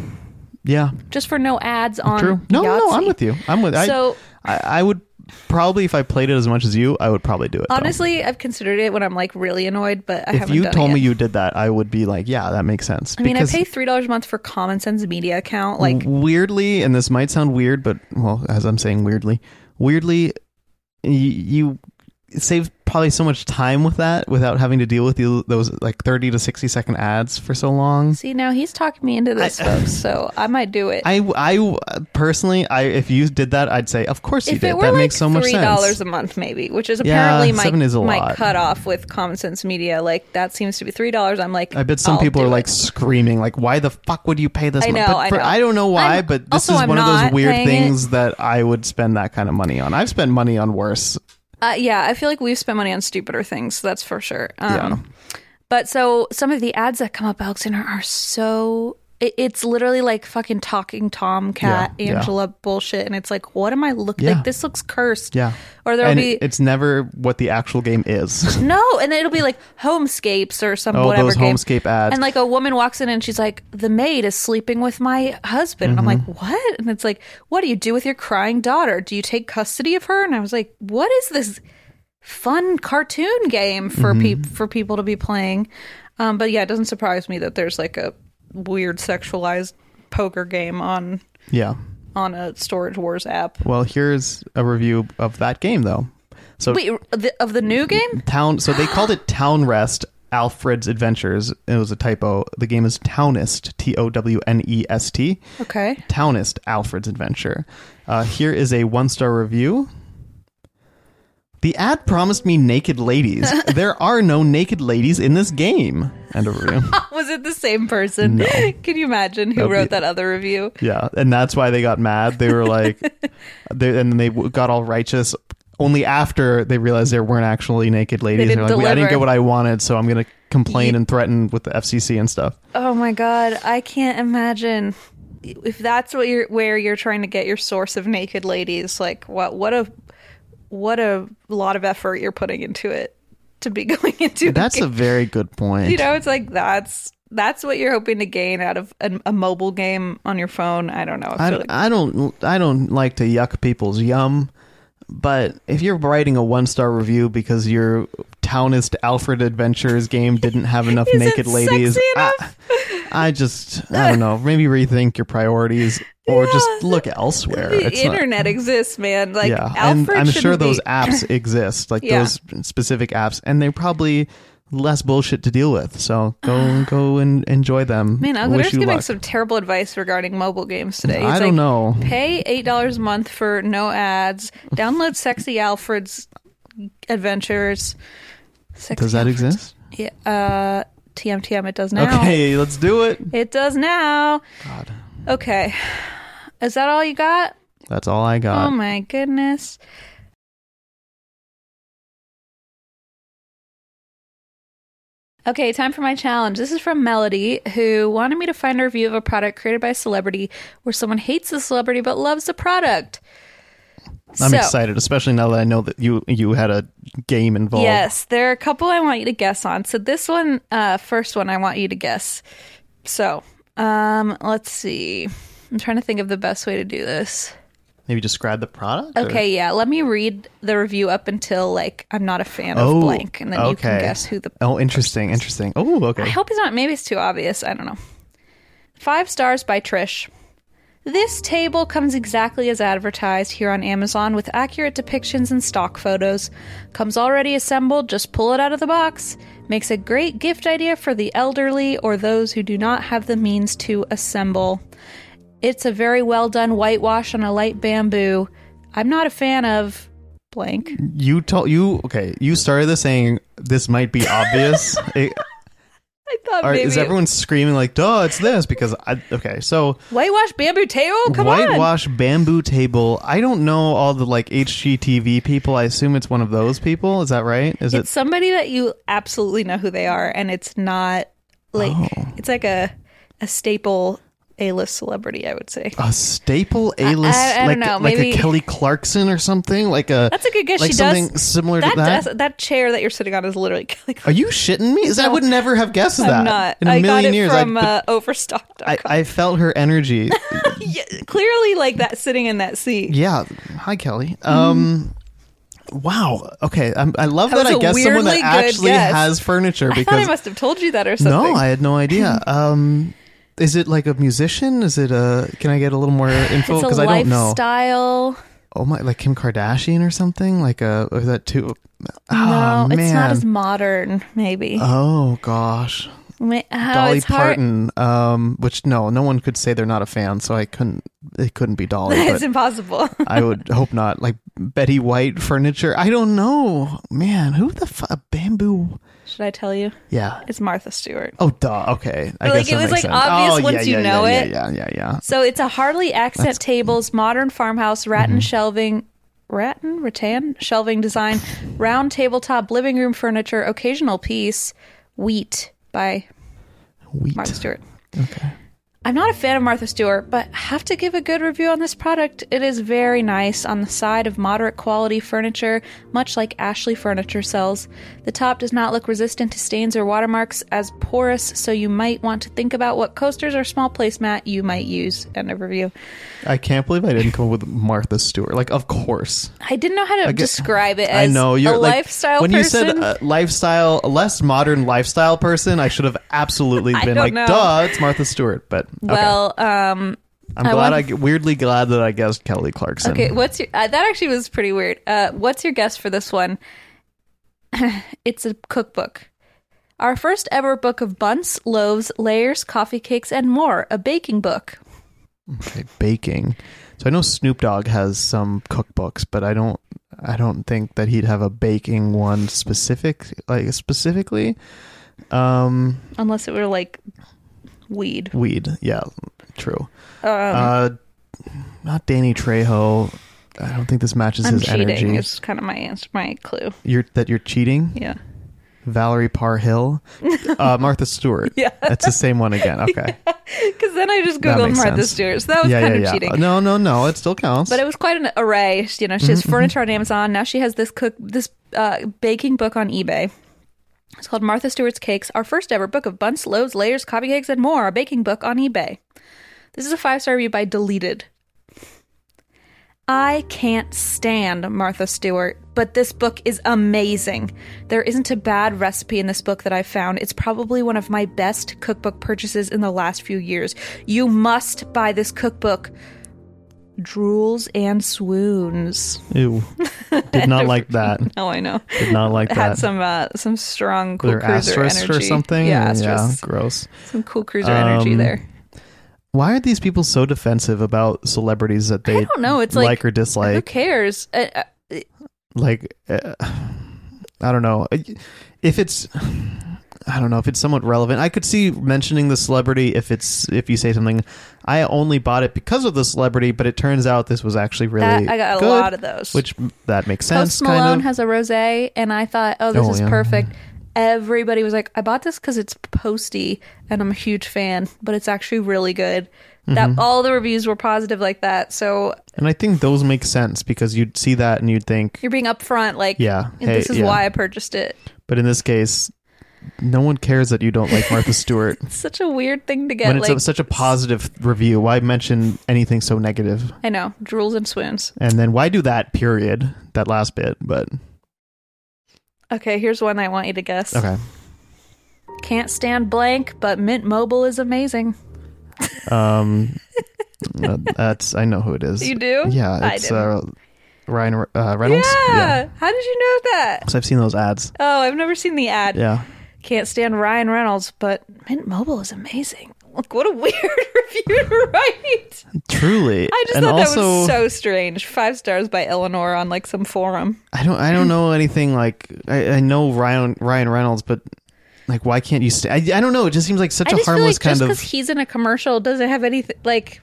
Speaker 1: Yeah.
Speaker 2: just for no ads on.
Speaker 1: True. No, no, I'm
Speaker 2: Yahtzee.
Speaker 1: with you. I'm with I,
Speaker 2: So-
Speaker 1: I I would probably if I played it as much as you, I would probably do it. though.
Speaker 2: Honestly, I've considered it when I'm like really annoyed, but I
Speaker 1: if
Speaker 2: haven't.
Speaker 1: you
Speaker 2: done it
Speaker 1: told me
Speaker 2: yet.
Speaker 1: you did that, I would be like, yeah, that makes sense.
Speaker 2: I mean, I
Speaker 1: because
Speaker 2: pay three dollars a month for Common Sense Media account. Like,
Speaker 1: weirdly, and this might sound weird, but well, as I'm saying, weirdly, weirdly, you, you save probably so much time with that without having to deal with the, those like 30 to 60 second ads for so long.
Speaker 2: see, now he's talking me into this, folks. So I might do it.
Speaker 1: uh, I, I personally, I if you did that, I'd say, of course you
Speaker 2: if
Speaker 1: did.
Speaker 2: it were
Speaker 1: that
Speaker 2: like
Speaker 1: makes so much
Speaker 2: three
Speaker 1: sense.
Speaker 2: dollars a month, maybe, which is
Speaker 1: Yeah,
Speaker 2: apparently
Speaker 1: seven
Speaker 2: my
Speaker 1: is a
Speaker 2: my
Speaker 1: lot.
Speaker 2: cutoff with Common Sense Media. Like that seems to be three dollars. I'm like,
Speaker 1: I bet some
Speaker 2: I'll
Speaker 1: people
Speaker 2: do
Speaker 1: are
Speaker 2: it.
Speaker 1: like screaming, like, "Why the fuck would you pay this?"
Speaker 2: I
Speaker 1: money?
Speaker 2: know,
Speaker 1: but
Speaker 2: I
Speaker 1: for-
Speaker 2: know.
Speaker 1: I don't know why,
Speaker 2: I'm-
Speaker 1: but this
Speaker 2: also,
Speaker 1: is
Speaker 2: I'm
Speaker 1: one of those
Speaker 2: not
Speaker 1: weird
Speaker 2: paying it.
Speaker 1: things that I would spend that kind of money on. I've spent money on worse.
Speaker 2: Uh, yeah, I feel like we've spent money on stupider things. That's for sure. Um, But so some of the ads that come up, Alexander, are so. It, it's literally like fucking talking Tom, Cat,
Speaker 1: Yeah, yeah.
Speaker 2: Angela bullshit. And it's like, what am I looking
Speaker 1: Yeah.
Speaker 2: like? This looks cursed.
Speaker 1: Yeah.
Speaker 2: Or there'll
Speaker 1: and
Speaker 2: be.
Speaker 1: it's never what the actual game is.
Speaker 2: no, and then it'll be like homescapes or some
Speaker 1: Oh,
Speaker 2: whatever
Speaker 1: those
Speaker 2: game.
Speaker 1: homescape ads.
Speaker 2: And like a woman walks in and she's like, "The maid is sleeping with my husband." And I'm
Speaker 1: Mm-hmm.
Speaker 2: like, "What?" And it's like, "What do you do with your crying daughter? Do you take custody of her?" And I was like, "What is this fun cartoon game for
Speaker 1: Mm-hmm.
Speaker 2: peop for people to be playing?" Um, but yeah, it doesn't surprise me that there's like a weird sexualized poker game on
Speaker 1: yeah.
Speaker 2: on a Storage Wars app.
Speaker 1: Well, here's a review of that game though. So
Speaker 2: Wait, the, of the new game?
Speaker 1: town so they called it Town Rest Alfred's Adventures. It was a typo. The game is Townist, T O W N E S T.
Speaker 2: Okay.
Speaker 1: Townist Alfred's Adventure. Uh, here is a one star review. The ad promised me naked ladies. there are no naked ladies in this game. End of review.
Speaker 2: Was it the same person? Can you imagine who
Speaker 1: That'd
Speaker 2: wrote
Speaker 1: be-
Speaker 2: that other review?
Speaker 1: Yeah, and that's why they got mad. They were like, they, and then they w- got all righteous only after they realized there weren't actually naked ladies.
Speaker 2: didn't
Speaker 1: They're like, "We- I didn't
Speaker 2: deliver."
Speaker 1: get what I wanted, so I'm going to complain and threaten with the FCC and stuff.
Speaker 2: Oh my god, I can't imagine if that's what you're where you're trying to get your source of naked ladies. Like what what a what a lot of effort you're putting into it to be going into.
Speaker 1: That's a
Speaker 2: game.
Speaker 1: very good point.
Speaker 2: you know, it's like that's that's what you're hoping to gain out of a, a mobile game on your phone. I don't know. I
Speaker 1: I,
Speaker 2: feel
Speaker 1: don't-
Speaker 2: like-
Speaker 1: I don't I don't like to yuck people's yum, but if you're writing a one star review because your Townist Alfred Adventures game didn't have enough
Speaker 2: Isn't
Speaker 1: naked ladies,
Speaker 2: sexy
Speaker 1: I, I just I don't know. Maybe rethink your priorities or just look elsewhere.
Speaker 2: the
Speaker 1: It's not-
Speaker 2: internet exists, man. Like
Speaker 1: yeah, and
Speaker 2: Alfred
Speaker 1: I'm sure
Speaker 2: shouldn't
Speaker 1: those
Speaker 2: be-
Speaker 1: apps exist, like
Speaker 2: Yeah.
Speaker 1: those specific apps, and they're probably less bullshit to deal with. So go go and enjoy them.
Speaker 2: Man,
Speaker 1: I
Speaker 2: Alexander's
Speaker 1: wish you
Speaker 2: giving
Speaker 1: luck.
Speaker 2: some terrible advice regarding mobile games today. He's
Speaker 1: I don't
Speaker 2: like,
Speaker 1: know.
Speaker 2: Pay eight dollars a month for no ads. Download Sexy Alfred's Adventures. Sexy
Speaker 1: Does that exist?
Speaker 2: Yeah, uh, TMTM. It does now.
Speaker 1: Okay, let's do it.
Speaker 2: It does now.
Speaker 1: God.
Speaker 2: Okay. Is that all you got?
Speaker 1: That's all I got.
Speaker 2: oh my goodness. Okay, time for my challenge. This is from Melody, who wanted me to find a review of a product created by a celebrity where someone hates the celebrity but loves the product.
Speaker 1: I'm
Speaker 2: So-
Speaker 1: excited, especially now that I know that you you had a game involved.
Speaker 2: Yes, there are a couple I want you to guess on. So this one, uh, first one, I want you to guess. So, um, let's see. I'm trying to think of the best way to do this.
Speaker 1: Maybe describe the product. or-
Speaker 2: Okay, yeah. Let me read the review up until like I'm not a fan
Speaker 1: Oh,
Speaker 2: of blank, and then you can
Speaker 1: okay.
Speaker 2: guess who the
Speaker 1: Oh, interesting, interesting. Oh, okay.
Speaker 2: I hope it's not. Maybe it's too obvious. I don't know. Five stars by Trish. This table comes exactly as advertised here on Amazon with accurate depictions and stock photos. Comes already assembled, just pull it out of the box. Makes a great gift idea for the elderly or those who do not have the means to assemble. It's a very well done whitewash on a light bamboo. I'm not a fan of blank.
Speaker 1: You told you okay. You started this saying this might be obvious. It-
Speaker 2: I thought
Speaker 1: are-
Speaker 2: maybe
Speaker 1: is everyone screaming like, "Duh, it's this"? Because I okay, so
Speaker 2: whitewash bamboo table. Oh, Come on,
Speaker 1: whitewash bamboo table. I don't know all the like HGTV people. I assume it's one of those people. Is that right? Is it?
Speaker 2: it's somebody that you absolutely know who they are and it's not like
Speaker 1: Oh.
Speaker 2: it's like a a staple a-list celebrity i would say
Speaker 1: A staple A list,
Speaker 2: I- I
Speaker 1: like,
Speaker 2: don't know,
Speaker 1: like
Speaker 2: maybe-
Speaker 1: a Kelly Clarkson or something, like a
Speaker 2: that's a good guess
Speaker 1: like
Speaker 2: she
Speaker 1: something
Speaker 2: does
Speaker 1: similar
Speaker 2: that
Speaker 1: to that.
Speaker 2: does that chair that you're sitting on is literally Kelly
Speaker 1: Are
Speaker 2: Clarkson.
Speaker 1: you shitting me? Is I would never have guessed that
Speaker 2: i'm not
Speaker 1: in a
Speaker 2: I
Speaker 1: million
Speaker 2: got it
Speaker 1: years.
Speaker 2: from
Speaker 1: I,
Speaker 2: uh, overstock.com
Speaker 1: I, I felt her energy.
Speaker 2: Yeah, clearly like that sitting in that seat
Speaker 1: yeah. Hi, Kelly.
Speaker 2: Mm-hmm.
Speaker 1: Um. Wow. Okay. I'm, I love
Speaker 2: That
Speaker 1: that,
Speaker 2: was
Speaker 1: I
Speaker 2: a
Speaker 1: guess someone
Speaker 2: weirdly
Speaker 1: that
Speaker 2: good
Speaker 1: actually
Speaker 2: guess.
Speaker 1: has furniture
Speaker 2: i thought i
Speaker 1: because
Speaker 2: must have told you that or something
Speaker 1: no, I had no idea. Um. Is it like a musician? Is it a? Can I get a little more info?
Speaker 2: it's a
Speaker 1: Because I don't know.
Speaker 2: lifestyle
Speaker 1: Oh my! Like Kim Kardashian or something? Like a? Or is that too? Oh,
Speaker 2: no
Speaker 1: man.
Speaker 2: it's not as modern maybe
Speaker 1: Oh gosh.
Speaker 2: Ma- oh,
Speaker 1: Dolly
Speaker 2: it's hard.
Speaker 1: Parton, um, which no, no one could say they're not a fan, so I couldn't. It couldn't be Dolly.
Speaker 2: it's
Speaker 1: but
Speaker 2: impossible
Speaker 1: I would hope not. Like Betty White furniture. I don't know, man. Who the fu- bamboo?
Speaker 2: should i tell you
Speaker 1: Yeah.
Speaker 2: it's martha stewart
Speaker 1: Oh, duh. Okay. I
Speaker 2: But, like,
Speaker 1: guess that
Speaker 2: it was,
Speaker 1: makes
Speaker 2: like,
Speaker 1: sense.
Speaker 2: obvious
Speaker 1: Oh,
Speaker 2: once
Speaker 1: yeah,
Speaker 2: you
Speaker 1: yeah,
Speaker 2: know
Speaker 1: yeah,
Speaker 2: it.
Speaker 1: Yeah, yeah, yeah.
Speaker 2: So it's a Harley accent tables, modern farmhouse, rattan shelving, rattan, rattan shelving design, round tabletop, living room furniture, occasional piece, wheat by
Speaker 1: Wheat.
Speaker 2: Martha Stewart.
Speaker 1: Okay.
Speaker 2: I'm not a fan of Martha Stewart, but have to give a good review on this product. It is very nice on the side of moderate quality furniture, much like Ashley Furniture sells. The top does not look resistant to stains or watermarks as porous, so you might want to think about what coasters or small placemat you might use. End of review.
Speaker 1: I can't believe I didn't come up with Martha Stewart. Like, of course.
Speaker 2: I didn't know how to
Speaker 1: guess-
Speaker 2: describe it
Speaker 1: I
Speaker 2: as
Speaker 1: know you're
Speaker 2: a
Speaker 1: like,
Speaker 2: lifestyle
Speaker 1: when
Speaker 2: person.
Speaker 1: you said uh, lifestyle, a less modern lifestyle person. I should have absolutely
Speaker 2: I
Speaker 1: been
Speaker 2: don't
Speaker 1: like,
Speaker 2: know.
Speaker 1: duh, it's Martha Stewart. But okay.
Speaker 2: well, um,
Speaker 1: I'm
Speaker 2: I
Speaker 1: glad.
Speaker 2: want-
Speaker 1: I g weirdly glad that I guessed Kelly Clarkson.
Speaker 2: okay, what's your uh, that actually was pretty weird. Uh, what's your guess for this one? it's a cookbook. Our first ever book of buns, loaves, layers, coffee cakes, and more, a baking book.
Speaker 1: Okay, baking. So I know Snoop Dogg has some cookbooks, but I don't. I don't think that he'd have a baking one specific, like specifically. Um,
Speaker 2: Unless it were like weed.
Speaker 1: weed. Yeah, true.
Speaker 2: Um.
Speaker 1: uh, not Danny Trejo. I don't think this matches
Speaker 2: I'm
Speaker 1: his
Speaker 2: cheating
Speaker 1: energy.
Speaker 2: is kind of my answer, my clue.
Speaker 1: You're that you're cheating.
Speaker 2: Yeah.
Speaker 1: Valerie Parr Hill, uh, Martha Stewart. Yeah, that's the same one again. Okay,
Speaker 2: Because then I just
Speaker 1: That
Speaker 2: googled
Speaker 1: makes
Speaker 2: Martha
Speaker 1: sense.
Speaker 2: Stewart. So that was
Speaker 1: yeah,
Speaker 2: kind
Speaker 1: yeah,
Speaker 2: of
Speaker 1: yeah.
Speaker 2: cheating.
Speaker 1: No, no, no. It still counts.
Speaker 2: But it was quite an array. You know, she has furniture on Amazon. Now she has this cook, this uh, baking book on eBay. It's called Martha Stewart's Cakes, our first ever book of buns, loaves, layers, coffee cakes, and more. A baking book on eBay. This is a five star review by Deleted. I can't stand Martha Stewart, but this book is amazing. There isn't a bad recipe in this book that I've found. It's probably one of my best cookbook purchases in the last few years. You must buy this cookbook. Drools and swoons.
Speaker 1: Ew. Did not like that.
Speaker 2: Oh, I know.
Speaker 1: Did not like
Speaker 2: Had
Speaker 1: that.
Speaker 2: some uh, some strong cool
Speaker 1: Were there
Speaker 2: cruiser
Speaker 1: asterisks
Speaker 2: energy
Speaker 1: or something.
Speaker 2: Yeah, asterisks.
Speaker 1: gross.
Speaker 2: Some cool cruiser energy
Speaker 1: Um,
Speaker 2: there.
Speaker 1: Why are these people so defensive about celebrities that they
Speaker 2: I don't know. It's
Speaker 1: like,
Speaker 2: like,
Speaker 1: or
Speaker 2: Who
Speaker 1: dislike?
Speaker 2: cares? Uh, uh,
Speaker 1: Like, uh, I don't know. If it's, I don't know if it's somewhat relevant. I could see mentioning the celebrity if it's if you say something. I only bought it because of the celebrity, but it turns out this was actually really.
Speaker 2: that, I got a
Speaker 1: good,
Speaker 2: lot of those.
Speaker 1: which that makes sense.
Speaker 2: Post Malone
Speaker 1: kind of.
Speaker 2: has a rosé, and I thought, oh, this
Speaker 1: Oh,
Speaker 2: is
Speaker 1: yeah.
Speaker 2: perfect. everybody was like, I bought this because it's posty and I'm a huge fan, but it's actually really good.
Speaker 1: Mm-hmm.
Speaker 2: That all the reviews were positive like that. So
Speaker 1: And I think those make sense because you'd see that and you'd think,
Speaker 2: you're being upfront, like,
Speaker 1: Yeah.
Speaker 2: this
Speaker 1: Hey,
Speaker 2: is
Speaker 1: yeah.
Speaker 2: why I purchased it.
Speaker 1: but in this case, no one cares that you don't like Martha Stewart.
Speaker 2: It's such a weird thing to get.
Speaker 1: when it's
Speaker 2: like,
Speaker 1: a, such a positive review, why mention anything so negative?
Speaker 2: I know, drools and swoons.
Speaker 1: And then why do that period, that last bit? But
Speaker 2: Okay, here's one I want you to guess.
Speaker 1: okay.
Speaker 2: Can't stand blank, but Mint Mobile is amazing.
Speaker 1: Um, uh, that's I know who it is.
Speaker 2: You do?
Speaker 1: Yeah,
Speaker 2: I
Speaker 1: it's
Speaker 2: didn't.
Speaker 1: uh, Ryan uh, Reynolds.
Speaker 2: yeah. How did you know that?
Speaker 1: So I've seen those ads.
Speaker 2: Oh, I've never seen the ad.
Speaker 1: Yeah.
Speaker 2: Can't stand Ryan Reynolds, but Mint Mobile is amazing. Look, what a weird review to write.
Speaker 1: Truly.
Speaker 2: I just
Speaker 1: and
Speaker 2: thought
Speaker 1: also,
Speaker 2: that was so strange. Five stars by Eleanor on like some forum.
Speaker 1: I don't I don't know anything like I, I know Ryan Ryan Reynolds, but like why can't you stay I, I don't know, it just seems like such a
Speaker 2: I just feel
Speaker 1: harmless
Speaker 2: like just
Speaker 1: kind of
Speaker 2: because he's in a commercial doesn't have anything like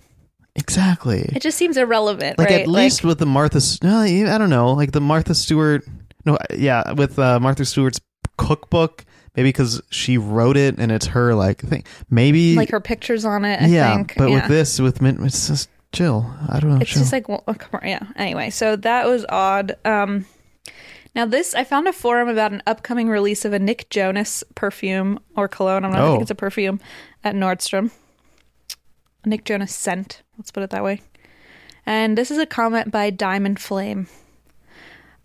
Speaker 1: Exactly.
Speaker 2: it just seems irrelevant,
Speaker 1: like
Speaker 2: right?
Speaker 1: at least with the Martha S- no, I I don't know, like the Martha Stewart no yeah, with uh, Martha Stewart's cookbook, maybe cuz she wrote it and it's her like thing. Maybe
Speaker 2: like her pictures on it. I
Speaker 1: Yeah,
Speaker 2: think.
Speaker 1: but with
Speaker 2: Yeah.
Speaker 1: this with mint it's just chill. I don't know.
Speaker 2: It's
Speaker 1: chill.
Speaker 2: just like, well, oh, come on, yeah. Anyway, so that was odd. Um, now this, I found a forum about an upcoming release of a Nick Jonas perfume or cologne. I'm not I
Speaker 1: Oh.
Speaker 2: think it's a perfume at Nordstrom. A Nick Jonas scent. Let's put it that way. And this is a comment by Diamond Flame.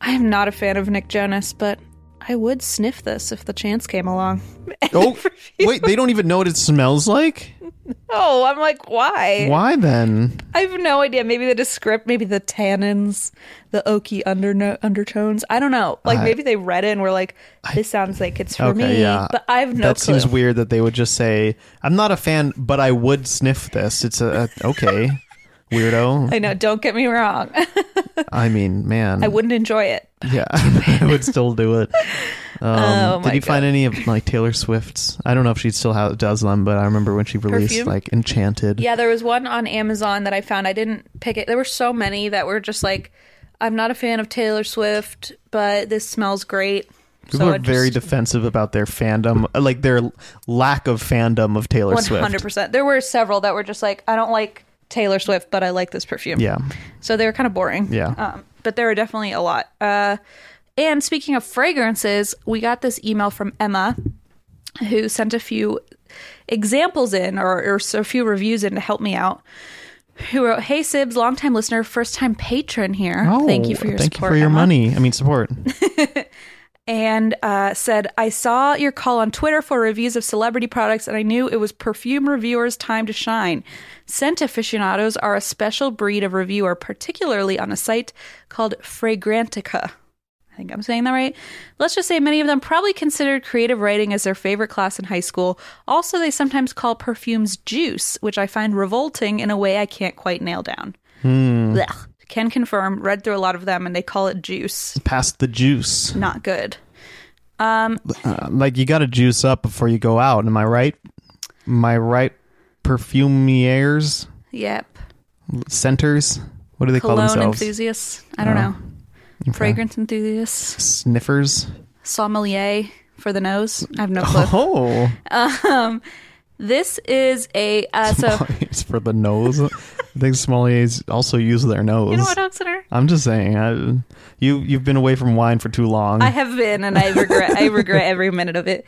Speaker 2: I am not a fan of Nick Jonas, but I would sniff this if the chance came along.
Speaker 1: oh, wait, they don't even know what it smells like?
Speaker 2: Oh, I'm like, why?
Speaker 1: Why then?
Speaker 2: I have no idea. Maybe the descript, maybe the tannins, the oaky underno- undertones. I don't know. Like
Speaker 1: I-
Speaker 2: maybe they read it and were like, "This sounds like it's for
Speaker 1: Okay,
Speaker 2: me."
Speaker 1: yeah.
Speaker 2: But I have no
Speaker 1: that
Speaker 2: clue.
Speaker 1: seems weird that they would just say, "I'm not a fan, but I would sniff this." It's a, a okay, weirdo.
Speaker 2: I know. Don't get me wrong.
Speaker 1: I mean, man,
Speaker 2: I wouldn't enjoy it.
Speaker 1: Yeah, I would still do it. Um,
Speaker 2: Oh my
Speaker 1: did you find any of like Taylor Swift's? I don't know if she still ha does them, but I remember when she released
Speaker 2: Perfume?
Speaker 1: like Enchanted.
Speaker 2: Yeah, there was one on Amazon that I found. I didn't pick it. There were so many that were just like, "I'm not a fan of Taylor Swift, but this smells great."
Speaker 1: People
Speaker 2: so
Speaker 1: are very defensive about their fandom, uh, like their l- lack of fandom of Taylor
Speaker 2: one
Speaker 1: Swift.
Speaker 2: hundred percent. There were several that were just like, "I don't like Taylor Swift, but I like this perfume."
Speaker 1: Yeah,
Speaker 2: So they were kind of boring.
Speaker 1: Yeah.
Speaker 2: Um, but there were definitely a lot. Uh, and speaking of fragrances, we got this email from Emma who sent a few examples in or, or so a few reviews in to help me out. Who wrote, Hey Sibs, longtime listener, first time patron here. thank you for your
Speaker 1: Oh, thank
Speaker 2: support.
Speaker 1: you for your
Speaker 2: Emma."
Speaker 1: money. I mean support.
Speaker 2: and uh, said, I saw your call on Twitter for reviews of celebrity products, and I knew it was perfume reviewers' time to shine. Scent aficionados are a special breed of reviewer, particularly on a site called Fragrantica. I think I'm saying that right. Let's just say many of them probably considered creative writing as their favorite class in high school. Also, they sometimes call perfumes juice, which I find revolting in a way I can't quite nail down. Blech. Can confirm, read through a lot of them, and they call it juice.
Speaker 1: Pass the juice.
Speaker 2: Not good.
Speaker 1: Uh, like you got to juice up before you go out. Am I right? Am I right? Perfumiers,
Speaker 2: Yep.
Speaker 1: centers. What do they call
Speaker 2: cologne
Speaker 1: themselves? Oh.
Speaker 2: enthusiasts. I don't know. Fragrance enthusiasts,
Speaker 1: Sniffers.
Speaker 2: sommelier for the nose. I have no clue.
Speaker 1: Oh,
Speaker 2: This is a uh, so
Speaker 1: it's for the nose. I think sommeliers also use their nose.
Speaker 2: you know what, Oxener?
Speaker 1: I'm just saying, I, you you've been away from wine for too long.
Speaker 2: I have been, and I regret. I regret every minute of it.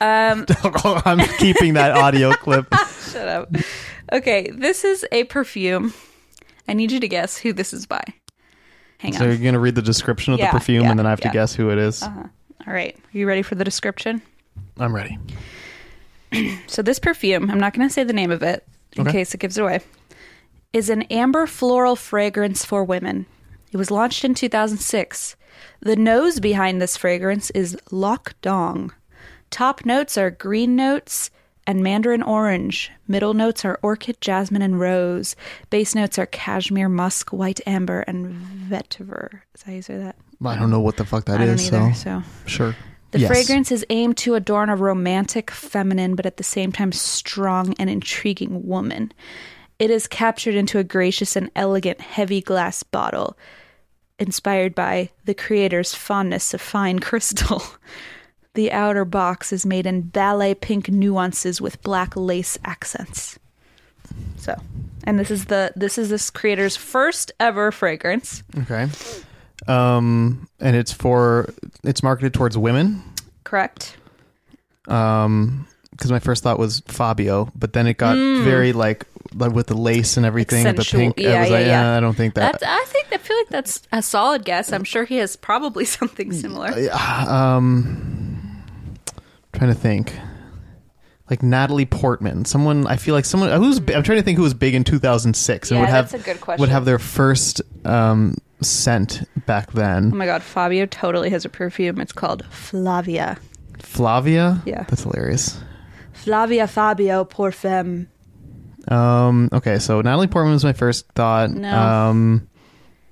Speaker 2: Um,
Speaker 1: I'm keeping that audio clip.
Speaker 2: Shut up. Okay, this is a perfume. I need you to guess who this is by. Hang
Speaker 1: So
Speaker 2: on.
Speaker 1: you're gonna read the description of
Speaker 2: Yeah,
Speaker 1: the perfume,
Speaker 2: yeah,
Speaker 1: and then I have
Speaker 2: yeah. Uh-huh.
Speaker 1: to guess who it is.
Speaker 2: All right, are you ready for the description?
Speaker 1: I'm ready.
Speaker 2: So this perfume, I'm not going to say the name of it in
Speaker 1: Okay.
Speaker 2: case it gives it away, is an amber floral fragrance for women. It was launched in 2006. The nose behind this fragrance is Lok Dong. Top notes are green notes and mandarin orange. Middle notes are orchid, jasmine, and rose. Base notes are cashmere, musk, white amber, and vetiver. Is that how you say that?
Speaker 1: I don't know what the fuck that
Speaker 2: I don't
Speaker 1: is.
Speaker 2: either.
Speaker 1: so.
Speaker 2: So
Speaker 1: sure.
Speaker 2: the
Speaker 1: Yes.
Speaker 2: fragrance is aimed to adorn a romantic, feminine, but at the same time strong and intriguing woman. It is captured into a gracious and elegant heavy glass bottle, inspired by the creator's fondness of fine crystal. The outer box is made in ballet pink nuances with black lace accents. So, and this is the this is this creator's first ever fragrance.
Speaker 1: Okay. Um, and it's for it's marketed towards women.
Speaker 2: Correct.
Speaker 1: Um, because my first thought was Fabio, but then it got very like like with the lace and everything, with the
Speaker 2: Accentual-
Speaker 1: pink. I
Speaker 2: Mm. yeah,
Speaker 1: was
Speaker 2: yeah,
Speaker 1: like,
Speaker 2: yeah.
Speaker 1: "Uh, I don't think that.
Speaker 2: That's, I think I feel like that's a solid guess. I'm sure he has probably something
Speaker 1: Mm, uh,
Speaker 2: similar.
Speaker 1: trying to think. Like Natalie Portman, someone I feel like someone who's I'm trying to think who was big in 2006 and
Speaker 2: Yeah,
Speaker 1: would have
Speaker 2: that's a good question.
Speaker 1: would have their first um, scent back
Speaker 2: Oh
Speaker 1: then.
Speaker 2: my god, Fabio totally has a perfume. It's called Flavia.
Speaker 1: Flavia,
Speaker 2: Yeah.
Speaker 1: that's hilarious.
Speaker 2: Flavia Fabio Porfem.
Speaker 1: Um, okay, so Natalie Portman was my first thought.
Speaker 2: No.
Speaker 1: Um,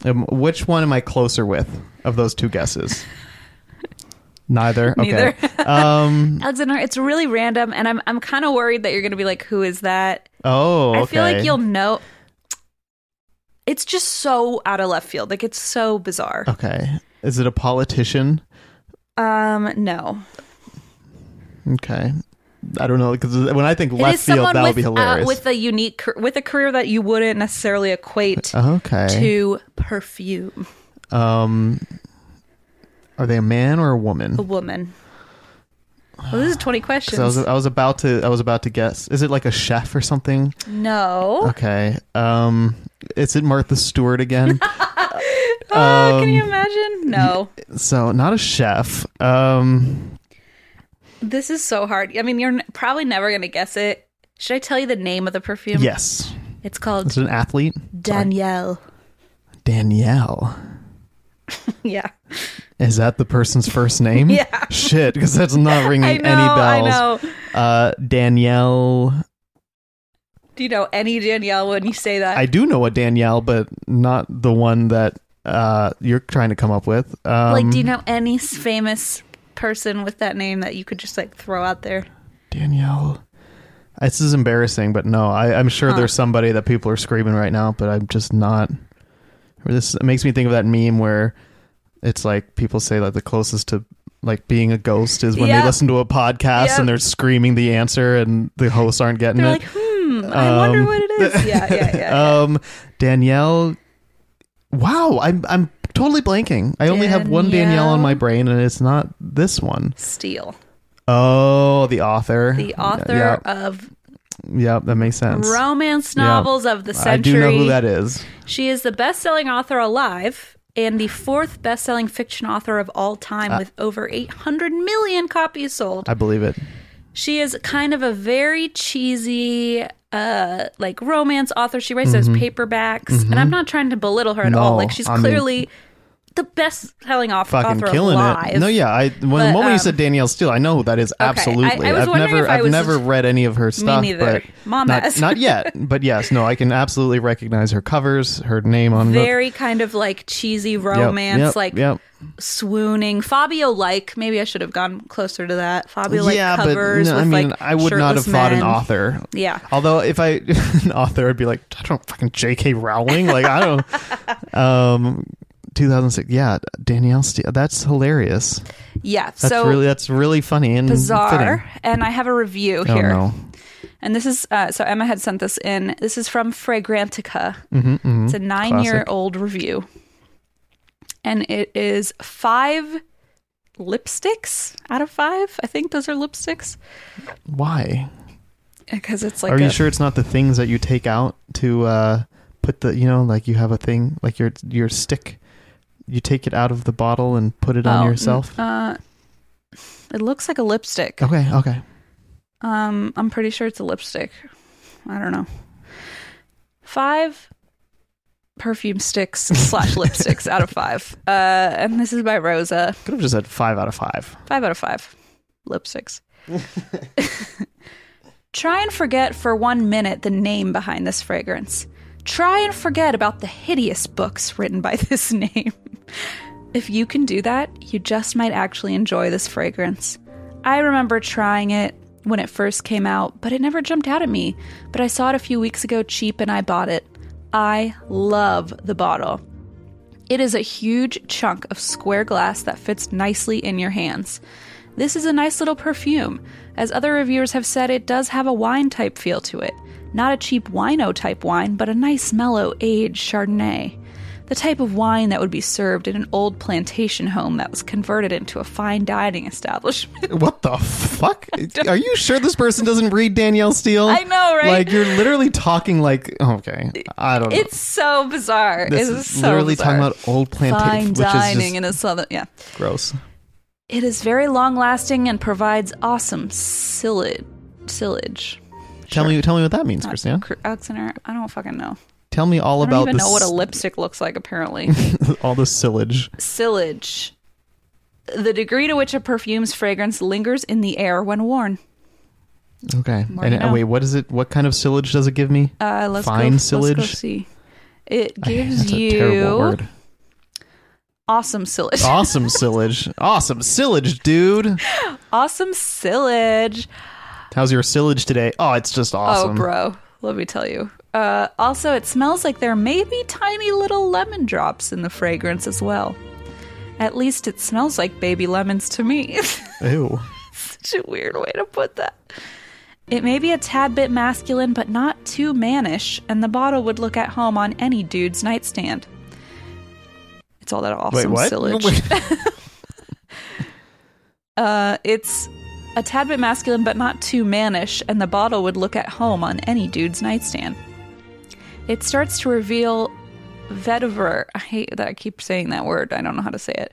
Speaker 1: um, which one am I closer with of those two guesses? Neither.
Speaker 2: Neither.
Speaker 1: Okay. um,
Speaker 2: Alexander, it's really random, and I'm I'm kind of worried that you're gonna be like, who is that?
Speaker 1: oh,
Speaker 2: I feel like
Speaker 1: okay.
Speaker 2: you'll know. It's just so out of left field. Like it's so bizarre.
Speaker 1: Okay. Is it a politician? Oh.
Speaker 2: Um, no,
Speaker 1: Okay. I don't know because when I think
Speaker 2: it
Speaker 1: left
Speaker 2: is
Speaker 1: field,
Speaker 2: someone
Speaker 1: that
Speaker 2: with
Speaker 1: would be
Speaker 2: Uh,
Speaker 1: hilarious.
Speaker 2: with a unique car- with a career that you wouldn't necessarily equate
Speaker 1: Uh-huh, okay.
Speaker 2: to perfume.
Speaker 1: Um, are they a man or a woman?
Speaker 2: A woman. Well, this is twenty
Speaker 1: 'Cause
Speaker 2: questions.
Speaker 1: I was I was about to I was about to guess. Is it like a chef or something?
Speaker 2: no.
Speaker 1: Okay. Um, is it Martha Stewart again? Uh,
Speaker 2: Oh,
Speaker 1: um,
Speaker 2: can you imagine? No.
Speaker 1: so not a chef. Um,
Speaker 2: This is so hard. I mean, you're n- probably never going to guess it. Should I tell you the name of the perfume?
Speaker 1: yes. Is
Speaker 2: It's called
Speaker 1: it an athlete?
Speaker 2: Danielle.
Speaker 1: Danielle.
Speaker 2: Yeah.
Speaker 1: Is that the person's first name?
Speaker 2: Yeah.
Speaker 1: Shit, because that's not ringing
Speaker 2: I know.
Speaker 1: any bells.
Speaker 2: I know.
Speaker 1: Uh, Danielle.
Speaker 2: Do you know any Danielle when you say that?
Speaker 1: I do know a Danielle, but not the one that uh, you're trying to come up with. Um,
Speaker 2: like, do you know any s- famous person with that name that you could just like throw out there?
Speaker 1: Danielle. This is embarrassing, but no, I, I'm sure there's somebody that people are screaming right now, but I'm just not. This makes me think of that meme where it's like people say like the closest to like being a ghost is when
Speaker 2: Yep.
Speaker 1: they listen to a podcast
Speaker 2: Yep.
Speaker 1: and they're screaming the answer and the hosts aren't getting
Speaker 2: They're
Speaker 1: it.
Speaker 2: like, hmm, I wonder what it is. Yeah, yeah, yeah.
Speaker 1: um, Danielle. Wow, I'm I'm totally blanking. I only have one Danielle on my
Speaker 2: Danielle.
Speaker 1: brain, and it's not this one.
Speaker 2: Steele,
Speaker 1: Oh, the author.
Speaker 2: the author
Speaker 1: Yeah,
Speaker 2: of
Speaker 1: yeah, that makes sense.
Speaker 2: romance
Speaker 1: Yeah.
Speaker 2: novels of the
Speaker 1: I do
Speaker 2: century.
Speaker 1: know who that is.
Speaker 2: She is the best selling author alive and the fourth best selling fiction author of all
Speaker 1: Uh.
Speaker 2: time with over 800 million copies sold.
Speaker 1: I believe it.
Speaker 2: She is kind of a very cheesy, uh, like romance author. She writes those paperbacks, and I'm not trying to belittle her at all.
Speaker 1: Mm-hmm. No,
Speaker 2: Like, she's
Speaker 1: I mean-
Speaker 2: clearly the best selling author,
Speaker 1: Fucking
Speaker 2: author
Speaker 1: killing
Speaker 2: alive.
Speaker 1: it. No, yeah. I when the
Speaker 2: But,
Speaker 1: moment
Speaker 2: um,
Speaker 1: you said Danielle Steele, I know who that is. Absolutely.
Speaker 2: I was
Speaker 1: have
Speaker 2: wondering
Speaker 1: never
Speaker 2: if I
Speaker 1: I've
Speaker 2: was-
Speaker 1: never read any of her stuff.
Speaker 2: neither.
Speaker 1: But
Speaker 2: Mom
Speaker 1: not,
Speaker 2: has.
Speaker 1: not yet. But yes, no, I can absolutely recognize her covers, her name on the
Speaker 2: Very kind of like cheesy
Speaker 1: Yep,
Speaker 2: romance,
Speaker 1: yep,
Speaker 2: like
Speaker 1: yep.
Speaker 2: swooning. Fabio like maybe I should have gone closer to that. Fabio like
Speaker 1: yeah,
Speaker 2: covers
Speaker 1: but no,
Speaker 2: with
Speaker 1: I mean,
Speaker 2: like
Speaker 1: I would not have
Speaker 2: shirtless
Speaker 1: thought an
Speaker 2: men.
Speaker 1: author.
Speaker 2: Yeah.
Speaker 1: Although if I an author, I'd be like, I don't fucking J.K. Rowling. Like I don't. um, 2006. Yeah, Danielle Steele. That's hilarious.
Speaker 2: Yeah,
Speaker 1: That's
Speaker 2: so
Speaker 1: really that's really funny and
Speaker 2: bizarre.
Speaker 1: Fitting.
Speaker 2: And I have a review
Speaker 1: Oh
Speaker 2: here,
Speaker 1: no.
Speaker 2: and this is uh, so Emma had sent this in. This is from Fragrantica.
Speaker 1: Mm-hmm,
Speaker 2: It's a nine-year-old review, and it is five lipsticks out of five. I think those are lipsticks
Speaker 1: Why?
Speaker 2: because it's like
Speaker 1: Are
Speaker 2: a,
Speaker 1: you sure it's not the things that you take out to uh, put the you know like you have a thing like your your stick, you take it out of the bottle and put it
Speaker 2: Oh,
Speaker 1: on
Speaker 2: mm,
Speaker 1: yourself.
Speaker 2: Uh, it looks like a lipstick.
Speaker 1: okay. Okay.
Speaker 2: Um, I'm pretty sure it's a lipstick. I don't know. Five perfume sticks slash lipsticks out of five. Uh, and this is by Rosa.
Speaker 1: Could have just said five out of five.
Speaker 2: Five out of five lipsticks. Try and forget for one minute the name behind this fragrance. Try and forget about the hideous books written by this name. If you can do that, you just might actually enjoy this fragrance. I remember trying it when it first came out, but it never jumped out at me. But I saw it a few weeks ago cheap and I bought it. I love the bottle. It is a huge chunk of square glass that fits nicely in your hands. This is a nice little perfume. As other reviewers have said, it does have a wine type feel to it. Not a cheap wino type wine, but a nice mellow aged Chardonnay. The type of wine that would be served in an old plantation home that was converted into a fine dining establishment.
Speaker 1: What the fuck? Are you sure this person doesn't read Danielle Steele?
Speaker 2: I know, right?
Speaker 1: Like you're literally talking like okay, I don't know.
Speaker 2: It's so bizarre.
Speaker 1: this
Speaker 2: it is,
Speaker 1: is
Speaker 2: so
Speaker 1: literally
Speaker 2: bizarre.
Speaker 1: talking about old plantation,
Speaker 2: fine
Speaker 1: which is
Speaker 2: dining
Speaker 1: just
Speaker 2: in a southern. Yeah.
Speaker 1: gross.
Speaker 2: It is very long lasting and provides awesome silage. Silage.
Speaker 1: Tell me, tell me what that means, Christina.
Speaker 2: Cr- Alexander, I don't fucking know.
Speaker 1: Tell me all
Speaker 2: I don't
Speaker 1: about
Speaker 2: even
Speaker 1: this,
Speaker 2: know what a lipstick looks like, apparently.
Speaker 1: all the sillage.
Speaker 2: Silage. The degree to which a perfume's fragrance lingers in the air when worn.
Speaker 1: Okay,
Speaker 2: More
Speaker 1: and
Speaker 2: to
Speaker 1: uh,
Speaker 2: know.
Speaker 1: wait, what is it? What kind of sillage does it give me?
Speaker 2: Uh, let's go,
Speaker 1: Fine
Speaker 2: Let's go
Speaker 1: silage?
Speaker 2: see. It
Speaker 1: I-
Speaker 2: gives
Speaker 1: that's a terrible
Speaker 2: you
Speaker 1: word.
Speaker 2: awesome silage.
Speaker 1: Awesome sillage, awesome sillage, dude.
Speaker 2: awesome silage.
Speaker 1: How's your sillage today? Oh, it's just awesome.
Speaker 2: Oh, bro. Let me tell you. Uh, also, it smells like there may be tiny little lemon drops in the fragrance as well. At least it smells like baby lemons to me.
Speaker 1: Ew.
Speaker 2: Such a weird way to put that. It may be a tad bit masculine, but not too mannish, and the bottle would look at home on any dude's nightstand. It's all that
Speaker 1: Wait,
Speaker 2: awesome
Speaker 1: what?
Speaker 2: sillage.
Speaker 1: Wait.
Speaker 2: Uh, it's a tad bit masculine, but not too mannish, and the bottle would look at home on any dude's nightstand. It starts to reveal vetiver. I hate that I keep saying that word. I don't know how to say it.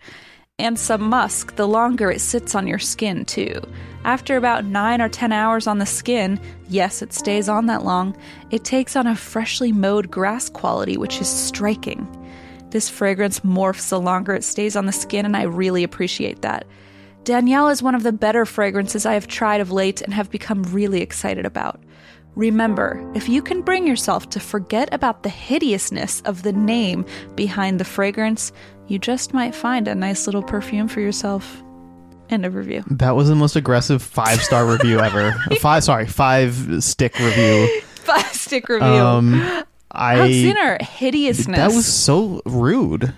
Speaker 2: And some musk, the longer it sits on your skin, too. After about 9 or 10 hours on the skin, yes, it stays on that long, it takes on a freshly mowed grass quality, which is striking. This fragrance morphs the longer it stays on the skin, and I really appreciate that. Danielle is one of the better fragrances I have tried of late and have become really excited about. Remember, if you can bring yourself to forget about the hideousness of the name behind the fragrance, you just might find a nice little perfume for yourself. End of review.
Speaker 1: that was the most aggressive five star review ever. Five, sorry, five stick review.
Speaker 2: Plastic review.
Speaker 1: Um, I
Speaker 2: Alexander, hideousness.
Speaker 1: that was so rude.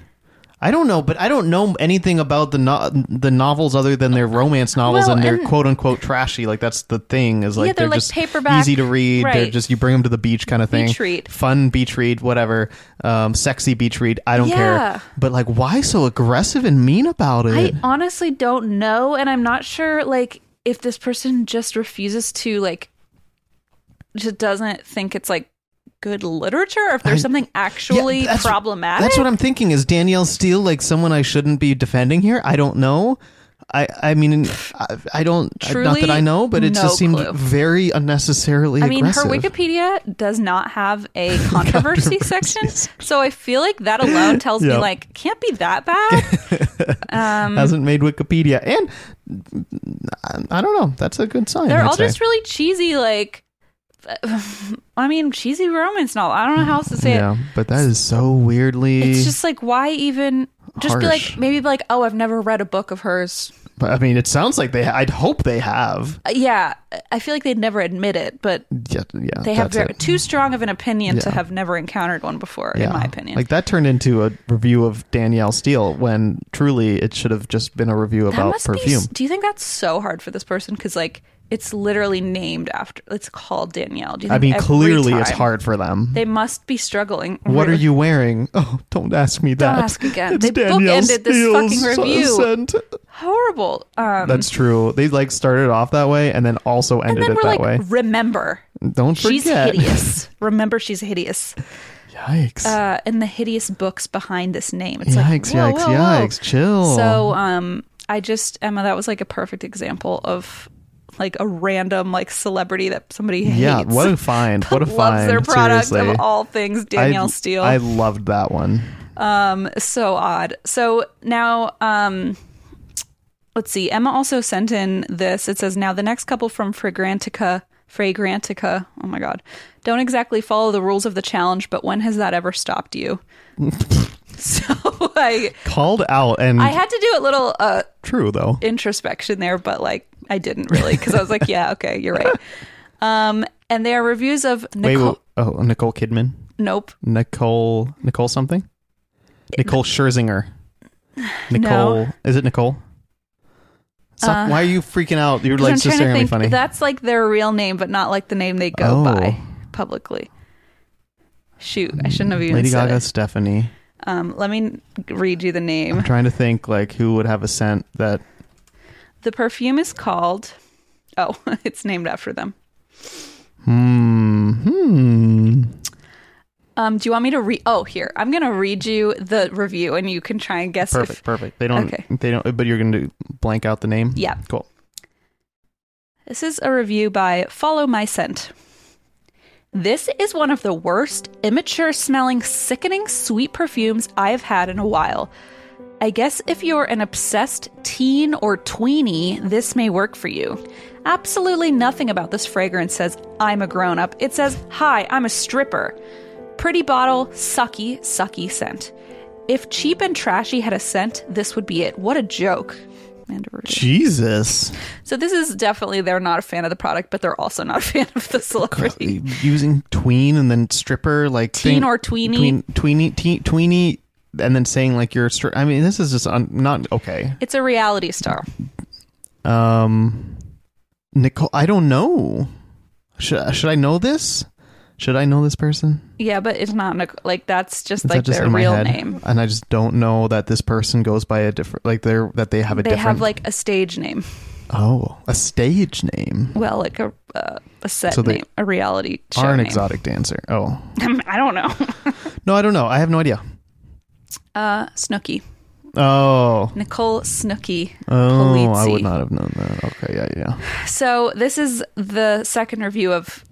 Speaker 1: I don't know, but I don't know anything about the no- the novels other than their romance novels
Speaker 2: Well,
Speaker 1: and they're
Speaker 2: and-
Speaker 1: quote unquote trashy. Like that's the thing is like
Speaker 2: Yeah, they're like
Speaker 1: just
Speaker 2: paperback,
Speaker 1: easy to read. They're
Speaker 2: right.
Speaker 1: just you bring them to the beach kind of thing.
Speaker 2: Beach read.
Speaker 1: fun beach read, whatever. Um, sexy beach read. I don't
Speaker 2: Yeah.
Speaker 1: care. But like, why so aggressive and mean about
Speaker 2: I
Speaker 1: it?
Speaker 2: honestly don't know, and I'm not sure like if this person just refuses to like just doesn't think it's like good literature or if there's something actually
Speaker 1: Yeah, that's-
Speaker 2: problematic.
Speaker 1: That's what I'm thinking. Is Danielle Steele like someone I shouldn't be defending here? I don't know. I I mean I, I don't not
Speaker 2: Truly,
Speaker 1: that I know, but it
Speaker 2: no
Speaker 1: just seemed
Speaker 2: clue.
Speaker 1: very unnecessarily
Speaker 2: I mean,
Speaker 1: aggressive.
Speaker 2: her Wikipedia does not have a controversy section, so I feel like that alone tells me
Speaker 1: Yeah.
Speaker 2: like can't be that bad. um,
Speaker 1: hasn't made Wikipedia, and mm, I, I don't know. That's a good sign.
Speaker 2: They're
Speaker 1: I'd
Speaker 2: all
Speaker 1: say.
Speaker 2: just really cheesy, like I mean, cheesy romance novel. I don't know how else to say it.
Speaker 1: yeah, but that is so weirdly.
Speaker 2: It's just like why even just be
Speaker 1: Harsh.
Speaker 2: like maybe be like oh I've never read a book of hers.
Speaker 1: I mean, it sounds like they. I'd hope they have.
Speaker 2: Uh, Yeah, I feel like they'd never admit it, but
Speaker 1: Yeah, yeah.
Speaker 2: they have
Speaker 1: that's
Speaker 2: ver-
Speaker 1: it.
Speaker 2: too strong of an opinion to
Speaker 1: Yeah.
Speaker 2: have never encountered one before, in
Speaker 1: Yeah.
Speaker 2: my opinion.
Speaker 1: Like that turned into a review of Danielle Steele when truly it should have just been a review
Speaker 2: that
Speaker 1: about
Speaker 2: must be.
Speaker 1: perfume.
Speaker 2: s- Do you think that's so hard for this person? Because like it's literally named after. It's called Danielle. Do you
Speaker 1: I
Speaker 2: think
Speaker 1: mean,
Speaker 2: every
Speaker 1: clearly it's
Speaker 2: time-
Speaker 1: hard for them.
Speaker 2: They must be struggling.
Speaker 1: what are
Speaker 2: Really-
Speaker 1: you wearing? Oh, don't ask me that.
Speaker 2: ask again.
Speaker 1: It's
Speaker 2: They
Speaker 1: Danielle
Speaker 2: bookended this
Speaker 1: Steele's
Speaker 2: fucking review.
Speaker 1: scent.
Speaker 2: horrible? Um,
Speaker 1: That's true. They like started off that way and then also
Speaker 2: and
Speaker 1: ended
Speaker 2: then
Speaker 1: it
Speaker 2: we're
Speaker 1: that
Speaker 2: like,
Speaker 1: way.
Speaker 2: remember,
Speaker 1: Don't
Speaker 2: she's
Speaker 1: forget.
Speaker 2: hideous. remember, she's hideous.
Speaker 1: Yikes.
Speaker 2: Uh, and the hideous books behind this name. It's like,
Speaker 1: yikes,
Speaker 2: whoa,
Speaker 1: yikes,
Speaker 2: whoa, whoa.
Speaker 1: yikes. Chill.
Speaker 2: So um I just Emma, that was like a perfect example of like a random like celebrity that somebody hates.
Speaker 1: yeah, what a find. What a
Speaker 2: loves
Speaker 1: find.
Speaker 2: their product
Speaker 1: Seriously.
Speaker 2: of all things
Speaker 1: I-
Speaker 2: Danielle Steele.
Speaker 1: I loved that one.
Speaker 2: um so odd. So now um let's see. Emma also sent in this. It says now the next couple from Fragrantica Fragrantica. Oh my god. Don't exactly follow the rules of the challenge, but when has that ever stopped you? so I
Speaker 1: Called out and
Speaker 2: I had to do a little uh
Speaker 1: true though.
Speaker 2: introspection there, but like I didn't really because I was like, yeah, okay, you're right. Um, and they are reviews of
Speaker 1: Wait,
Speaker 2: Nicole.
Speaker 1: wait, oh, Nicole Kidman.
Speaker 2: nope,
Speaker 1: Nicole Nicole something? Nicole Scherzinger. Nicole is it Nicole? Stop. Why are you freaking out? You're
Speaker 2: Uh, 'Cause
Speaker 1: like just staring at me funny.
Speaker 2: That's like their real name, but not like the name they go
Speaker 1: Oh.
Speaker 2: by publicly. Shoot, I shouldn't have even
Speaker 1: Lady
Speaker 2: said
Speaker 1: Gaga,
Speaker 2: it.
Speaker 1: Stephanie.
Speaker 2: Um, let me read you the name.
Speaker 1: I'm trying to think like who would have a scent that
Speaker 2: the perfume is called. Oh, it's named after them.
Speaker 1: Hmm. Hmm.
Speaker 2: Um, do you want me to read? Oh, here I'm gonna read you the review, and you can try and guess.
Speaker 1: Perfect.
Speaker 2: If-
Speaker 1: Perfect. They don't.
Speaker 2: Okay.
Speaker 1: They don't. But you're going to blank out the name.
Speaker 2: Yeah.
Speaker 1: Cool.
Speaker 2: This is a review by Follow My Scent. This is one of the worst, immature smelling, sickening sweet perfumes I've had in a while. I guess if you're an obsessed teen or tweenie, this may work for you. Absolutely nothing about this fragrance says, I'm a grown up. It says, Hi, I'm a stripper. Pretty bottle, sucky, sucky scent. If cheap and trashy had a scent, this would be it. What a joke. And a review.
Speaker 1: Jesus.
Speaker 2: So this is definitely they're not a fan of the product, but they're also not a fan of the celebrity.
Speaker 1: Uh, Using tween and then stripper like
Speaker 2: Teen or tweenie?
Speaker 1: tween, tweenie teen, tweenie and then saying like you're. a Stri- I mean, this is just un- not okay.
Speaker 2: It's a reality star.
Speaker 1: Um, Nicole. I don't know. Should should I know this? Should I know this person?
Speaker 2: Yeah, but it's not Nic- like that's just
Speaker 1: Is
Speaker 2: like
Speaker 1: that just
Speaker 2: their
Speaker 1: in my
Speaker 2: real
Speaker 1: head?
Speaker 2: name.
Speaker 1: And I just don't know that this person goes by a different like they're that they have a
Speaker 2: They
Speaker 1: different
Speaker 2: have like a stage name.
Speaker 1: oh a stage name
Speaker 2: Well, like a uh, a set
Speaker 1: So they
Speaker 2: name, a reality show
Speaker 1: are an
Speaker 2: name.
Speaker 1: exotic dancer. Oh
Speaker 2: I don't know.
Speaker 1: no, I don't know. I have no idea.
Speaker 2: Uh, Snooky,
Speaker 1: Oh
Speaker 2: Nicole Snooky.
Speaker 1: oh, I
Speaker 2: Polizzi.
Speaker 1: would not have known that. Okay, yeah, yeah.
Speaker 2: So this is the second review of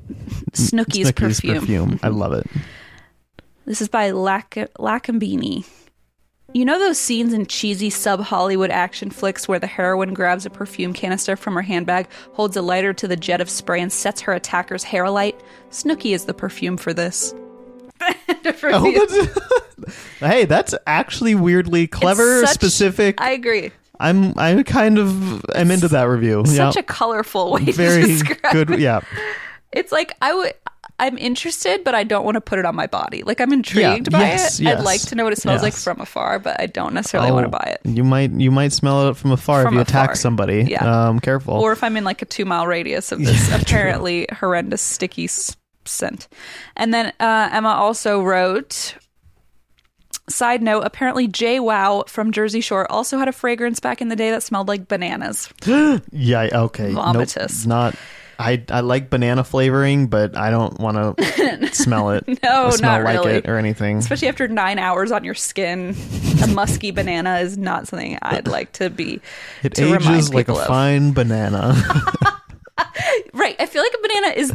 Speaker 2: Snooky's
Speaker 1: Snooki's
Speaker 2: perfume. Mm-hmm.
Speaker 1: I love it.
Speaker 2: This is by Lac- Lacambini. You know those scenes in cheesy sub Hollywood action flicks where the heroine grabs a perfume canister from her handbag, holds a lighter to the jet of spray, and sets her attacker's hair alight? Snooky is the perfume for this.
Speaker 1: Oh, that's- hey, that's actually weirdly clever,
Speaker 2: Such-
Speaker 1: specific.
Speaker 2: I agree.
Speaker 1: I'm I kind of am into that review.
Speaker 2: Such
Speaker 1: yeah.
Speaker 2: a colorful way to
Speaker 1: very
Speaker 2: describe
Speaker 1: good.
Speaker 2: it.
Speaker 1: Yeah,
Speaker 2: It's like I would. I'm interested, but I don't want to put it on my body. Like I'm intrigued by
Speaker 1: yes,
Speaker 2: it.
Speaker 1: yes,
Speaker 2: I'd like to know what it smells like
Speaker 1: yes.
Speaker 2: from afar, but I don't necessarily want to
Speaker 1: Oh,
Speaker 2: buy it.
Speaker 1: You might you might smell it from afar
Speaker 2: From
Speaker 1: if you
Speaker 2: afar.
Speaker 1: attack somebody.
Speaker 2: Yeah.
Speaker 1: Um, careful.
Speaker 2: or if I'm in like a two mile radius of this apparently horrendous sticky s- scent. And then uh, Emma also wrote. Side note: Apparently, Jay Wow from Jersey Shore also had a fragrance back in the day that smelled like bananas.
Speaker 1: yeah. Okay. Nope,
Speaker 2: Vomitous.
Speaker 1: not. I I like banana flavoring, but I don't want to smell it.
Speaker 2: No,
Speaker 1: or smell
Speaker 2: not
Speaker 1: like
Speaker 2: really.
Speaker 1: it or anything.
Speaker 2: Especially after nine hours on your skin, a musky banana is not something I'd like to be.
Speaker 1: it
Speaker 2: to remind
Speaker 1: ages like a
Speaker 2: people of.
Speaker 1: fine banana.
Speaker 2: Right? I feel like a banana is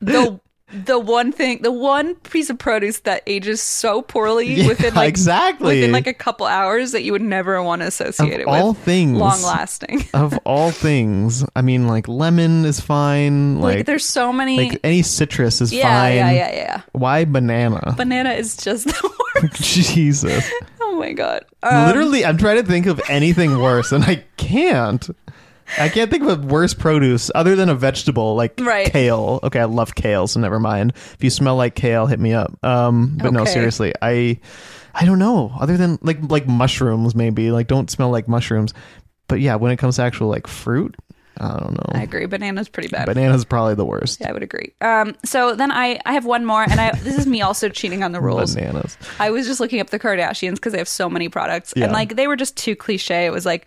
Speaker 2: the the one thing, the one piece of produce that ages so poorly
Speaker 1: Yeah,
Speaker 2: within like
Speaker 1: exactly.
Speaker 2: within like a couple hours that you would never want to associate it
Speaker 1: all
Speaker 2: with.
Speaker 1: things. Oh,
Speaker 2: long lasting.
Speaker 1: of all things, I mean, like lemon is fine.
Speaker 2: Like,
Speaker 1: Like,
Speaker 2: there's so many.
Speaker 1: like eh. any citrus is
Speaker 2: yeah,
Speaker 1: fine.
Speaker 2: yeah, yeah, yeah.
Speaker 1: Why banana?
Speaker 2: Banana is just the worst.
Speaker 1: Jesus.
Speaker 2: Oh my god. Um,
Speaker 1: Literally, I'm trying to think of anything worse, and I can't. I can't think of a worse produce other than a vegetable like
Speaker 2: Right.
Speaker 1: kale. Okay, I love kale, so never mind. If you smell like kale, hit me up. Um, but no,
Speaker 2: Okay.
Speaker 1: seriously, I, I don't know. Other than like like mushrooms, maybe like don't smell like mushrooms. But yeah, when it comes to actual like fruit, I don't know.
Speaker 2: I agree. Banana's pretty bad.
Speaker 1: Banana's probably the worst.
Speaker 2: Yeah, I would agree. Um, so then I, I have one more, and I this is me also cheating on the rules.
Speaker 1: Bananas.
Speaker 2: I was just looking up the Kardashians because they have so many products, and
Speaker 1: Yeah.
Speaker 2: like they were just too cliche. It was like,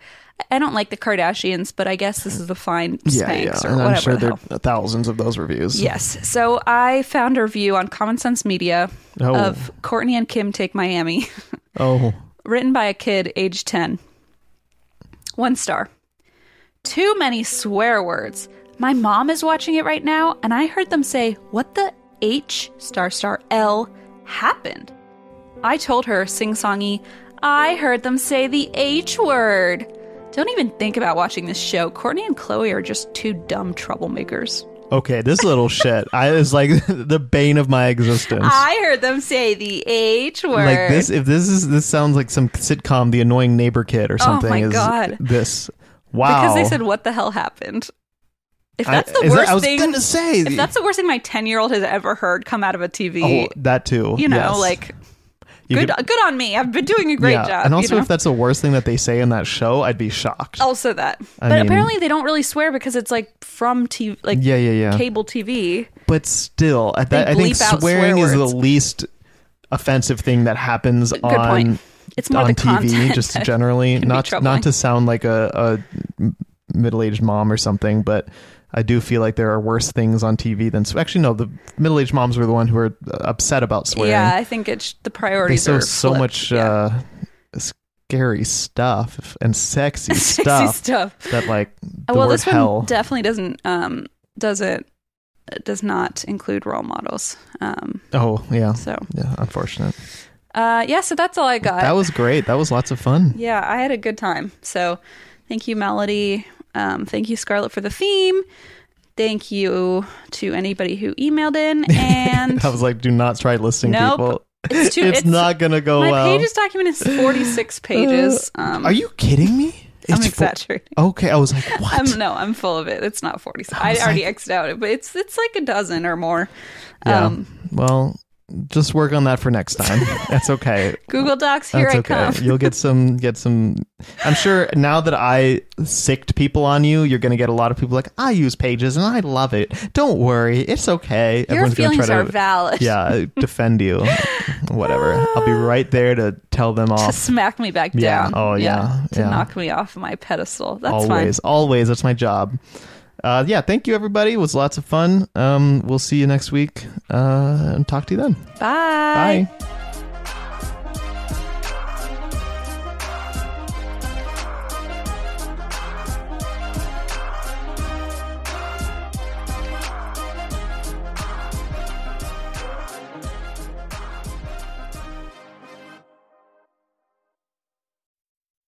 Speaker 2: I don't like the Kardashians, but I guess this is a fine Spanx
Speaker 1: Yeah, yeah.
Speaker 2: or
Speaker 1: And
Speaker 2: whatever.
Speaker 1: I'm sure
Speaker 2: the
Speaker 1: there
Speaker 2: hell.
Speaker 1: are thousands of those reviews.
Speaker 2: Yes. So I found a review on Common Sense Media
Speaker 1: Oh.
Speaker 2: of Courtney and Kim Take Miami,
Speaker 1: Oh,
Speaker 2: written by a kid age 10. One star. Too many swear words. My mom is watching it right now, and I heard them say, What the H star star L happened? I told her, sing songy, I heard them say the H word. Don't even think about watching this show. Courtney and Chloe are just two dumb troublemakers.
Speaker 1: okay. This little shit. I is like the bane of my existence.
Speaker 2: I heard them say the H word.
Speaker 1: Like this, if this is this sounds like some sitcom, The Annoying Neighbor Kid or something.
Speaker 2: Oh my
Speaker 1: is
Speaker 2: God.
Speaker 1: This, wow.
Speaker 2: because they said, "What the hell happened?" If
Speaker 1: I-
Speaker 2: that's the
Speaker 1: is that-
Speaker 2: worst
Speaker 1: I was
Speaker 2: thing,
Speaker 1: gonna say
Speaker 2: if that's the worst thing my ten-year-old has ever heard come out of a TV,
Speaker 1: Oh, that too.
Speaker 2: you know,
Speaker 1: Oh, yes.
Speaker 2: like
Speaker 1: You
Speaker 2: good,
Speaker 1: could-
Speaker 2: good on me. I've been doing a great job.
Speaker 1: And
Speaker 2: you
Speaker 1: also,
Speaker 2: know? Oh,
Speaker 1: if that's the worst thing that they say in that show, I'd be shocked.
Speaker 2: also that,
Speaker 1: I
Speaker 2: but
Speaker 1: mean-
Speaker 2: apparently they don't really swear because it's like from TV, like
Speaker 1: Yeah, yeah, yeah.
Speaker 2: cable TV.
Speaker 1: But still, at that, I think
Speaker 2: bleep out swear
Speaker 1: swearing is
Speaker 2: words.
Speaker 1: the least offensive thing that happens
Speaker 2: Good
Speaker 1: on
Speaker 2: point. It's more
Speaker 1: on
Speaker 2: the
Speaker 1: TV,
Speaker 2: content
Speaker 1: just
Speaker 2: that
Speaker 1: generally.
Speaker 2: can be
Speaker 1: Not
Speaker 2: troubling.
Speaker 1: not to sound like a, a middle aged mom or something, but I do feel like there are worse things on TV than swe- actually no. The middle aged moms were the one who were uh, upset about swearing.
Speaker 2: Yeah, I think it's the
Speaker 1: they
Speaker 2: priorities
Speaker 1: show
Speaker 2: are
Speaker 1: so
Speaker 2: flipped.
Speaker 1: much
Speaker 2: Yeah.
Speaker 1: uh, scary stuff and sexy,
Speaker 2: Sexy
Speaker 1: stuff,
Speaker 2: stuff. Uh,
Speaker 1: that like the
Speaker 2: well,
Speaker 1: word
Speaker 2: this
Speaker 1: hell.
Speaker 2: one definitely doesn't um doesn't does not include role models. Um,
Speaker 1: oh yeah,
Speaker 2: so
Speaker 1: yeah. Unfortunate.
Speaker 2: uh, yeah, so that's all I got.
Speaker 1: that was great. That was lots of fun.
Speaker 2: yeah, I had a good time. So thank you, Melody. Um, thank you, Scarlett, for the theme. Thank you to anybody who emailed in. And
Speaker 1: I was like, do not try listing
Speaker 2: Nope.
Speaker 1: people.
Speaker 2: It's too- it's-
Speaker 1: not gonna go
Speaker 2: my
Speaker 1: well.
Speaker 2: pages document is 46 pages. Um,
Speaker 1: Are you kidding me?
Speaker 2: I'm
Speaker 1: fo-
Speaker 2: exaggerating.
Speaker 1: okay, I was like, what?
Speaker 2: I'm, no, I'm full of it. It's not 46. I,
Speaker 1: was
Speaker 2: already
Speaker 1: like-
Speaker 2: X'd out it, but it's it's like a dozen or more.
Speaker 1: yeah.
Speaker 2: Um,
Speaker 1: well, just work on that for next time. That's okay.
Speaker 2: Google Docs, here
Speaker 1: That's
Speaker 2: I
Speaker 1: okay.
Speaker 2: come.
Speaker 1: You'll get some. Get some. I'm sure now that I sicked people on you, you're gonna get a lot of people like, I use pages and I love it. Don't worry, it's okay.
Speaker 2: Your feelings are valid.
Speaker 1: Yeah, defend you. Whatever. I'll be right there to tell them
Speaker 2: To
Speaker 1: off.
Speaker 2: smack me back
Speaker 1: Yeah.
Speaker 2: down.
Speaker 1: Oh, yeah.
Speaker 2: To
Speaker 1: Yeah.
Speaker 2: knock me off my pedestal. That's fine.
Speaker 1: always always that's my job uh, yeah thank you everybody it was lots of fun um, we'll see you next week uh, and talk to you then
Speaker 2: Bye.
Speaker 1: bye.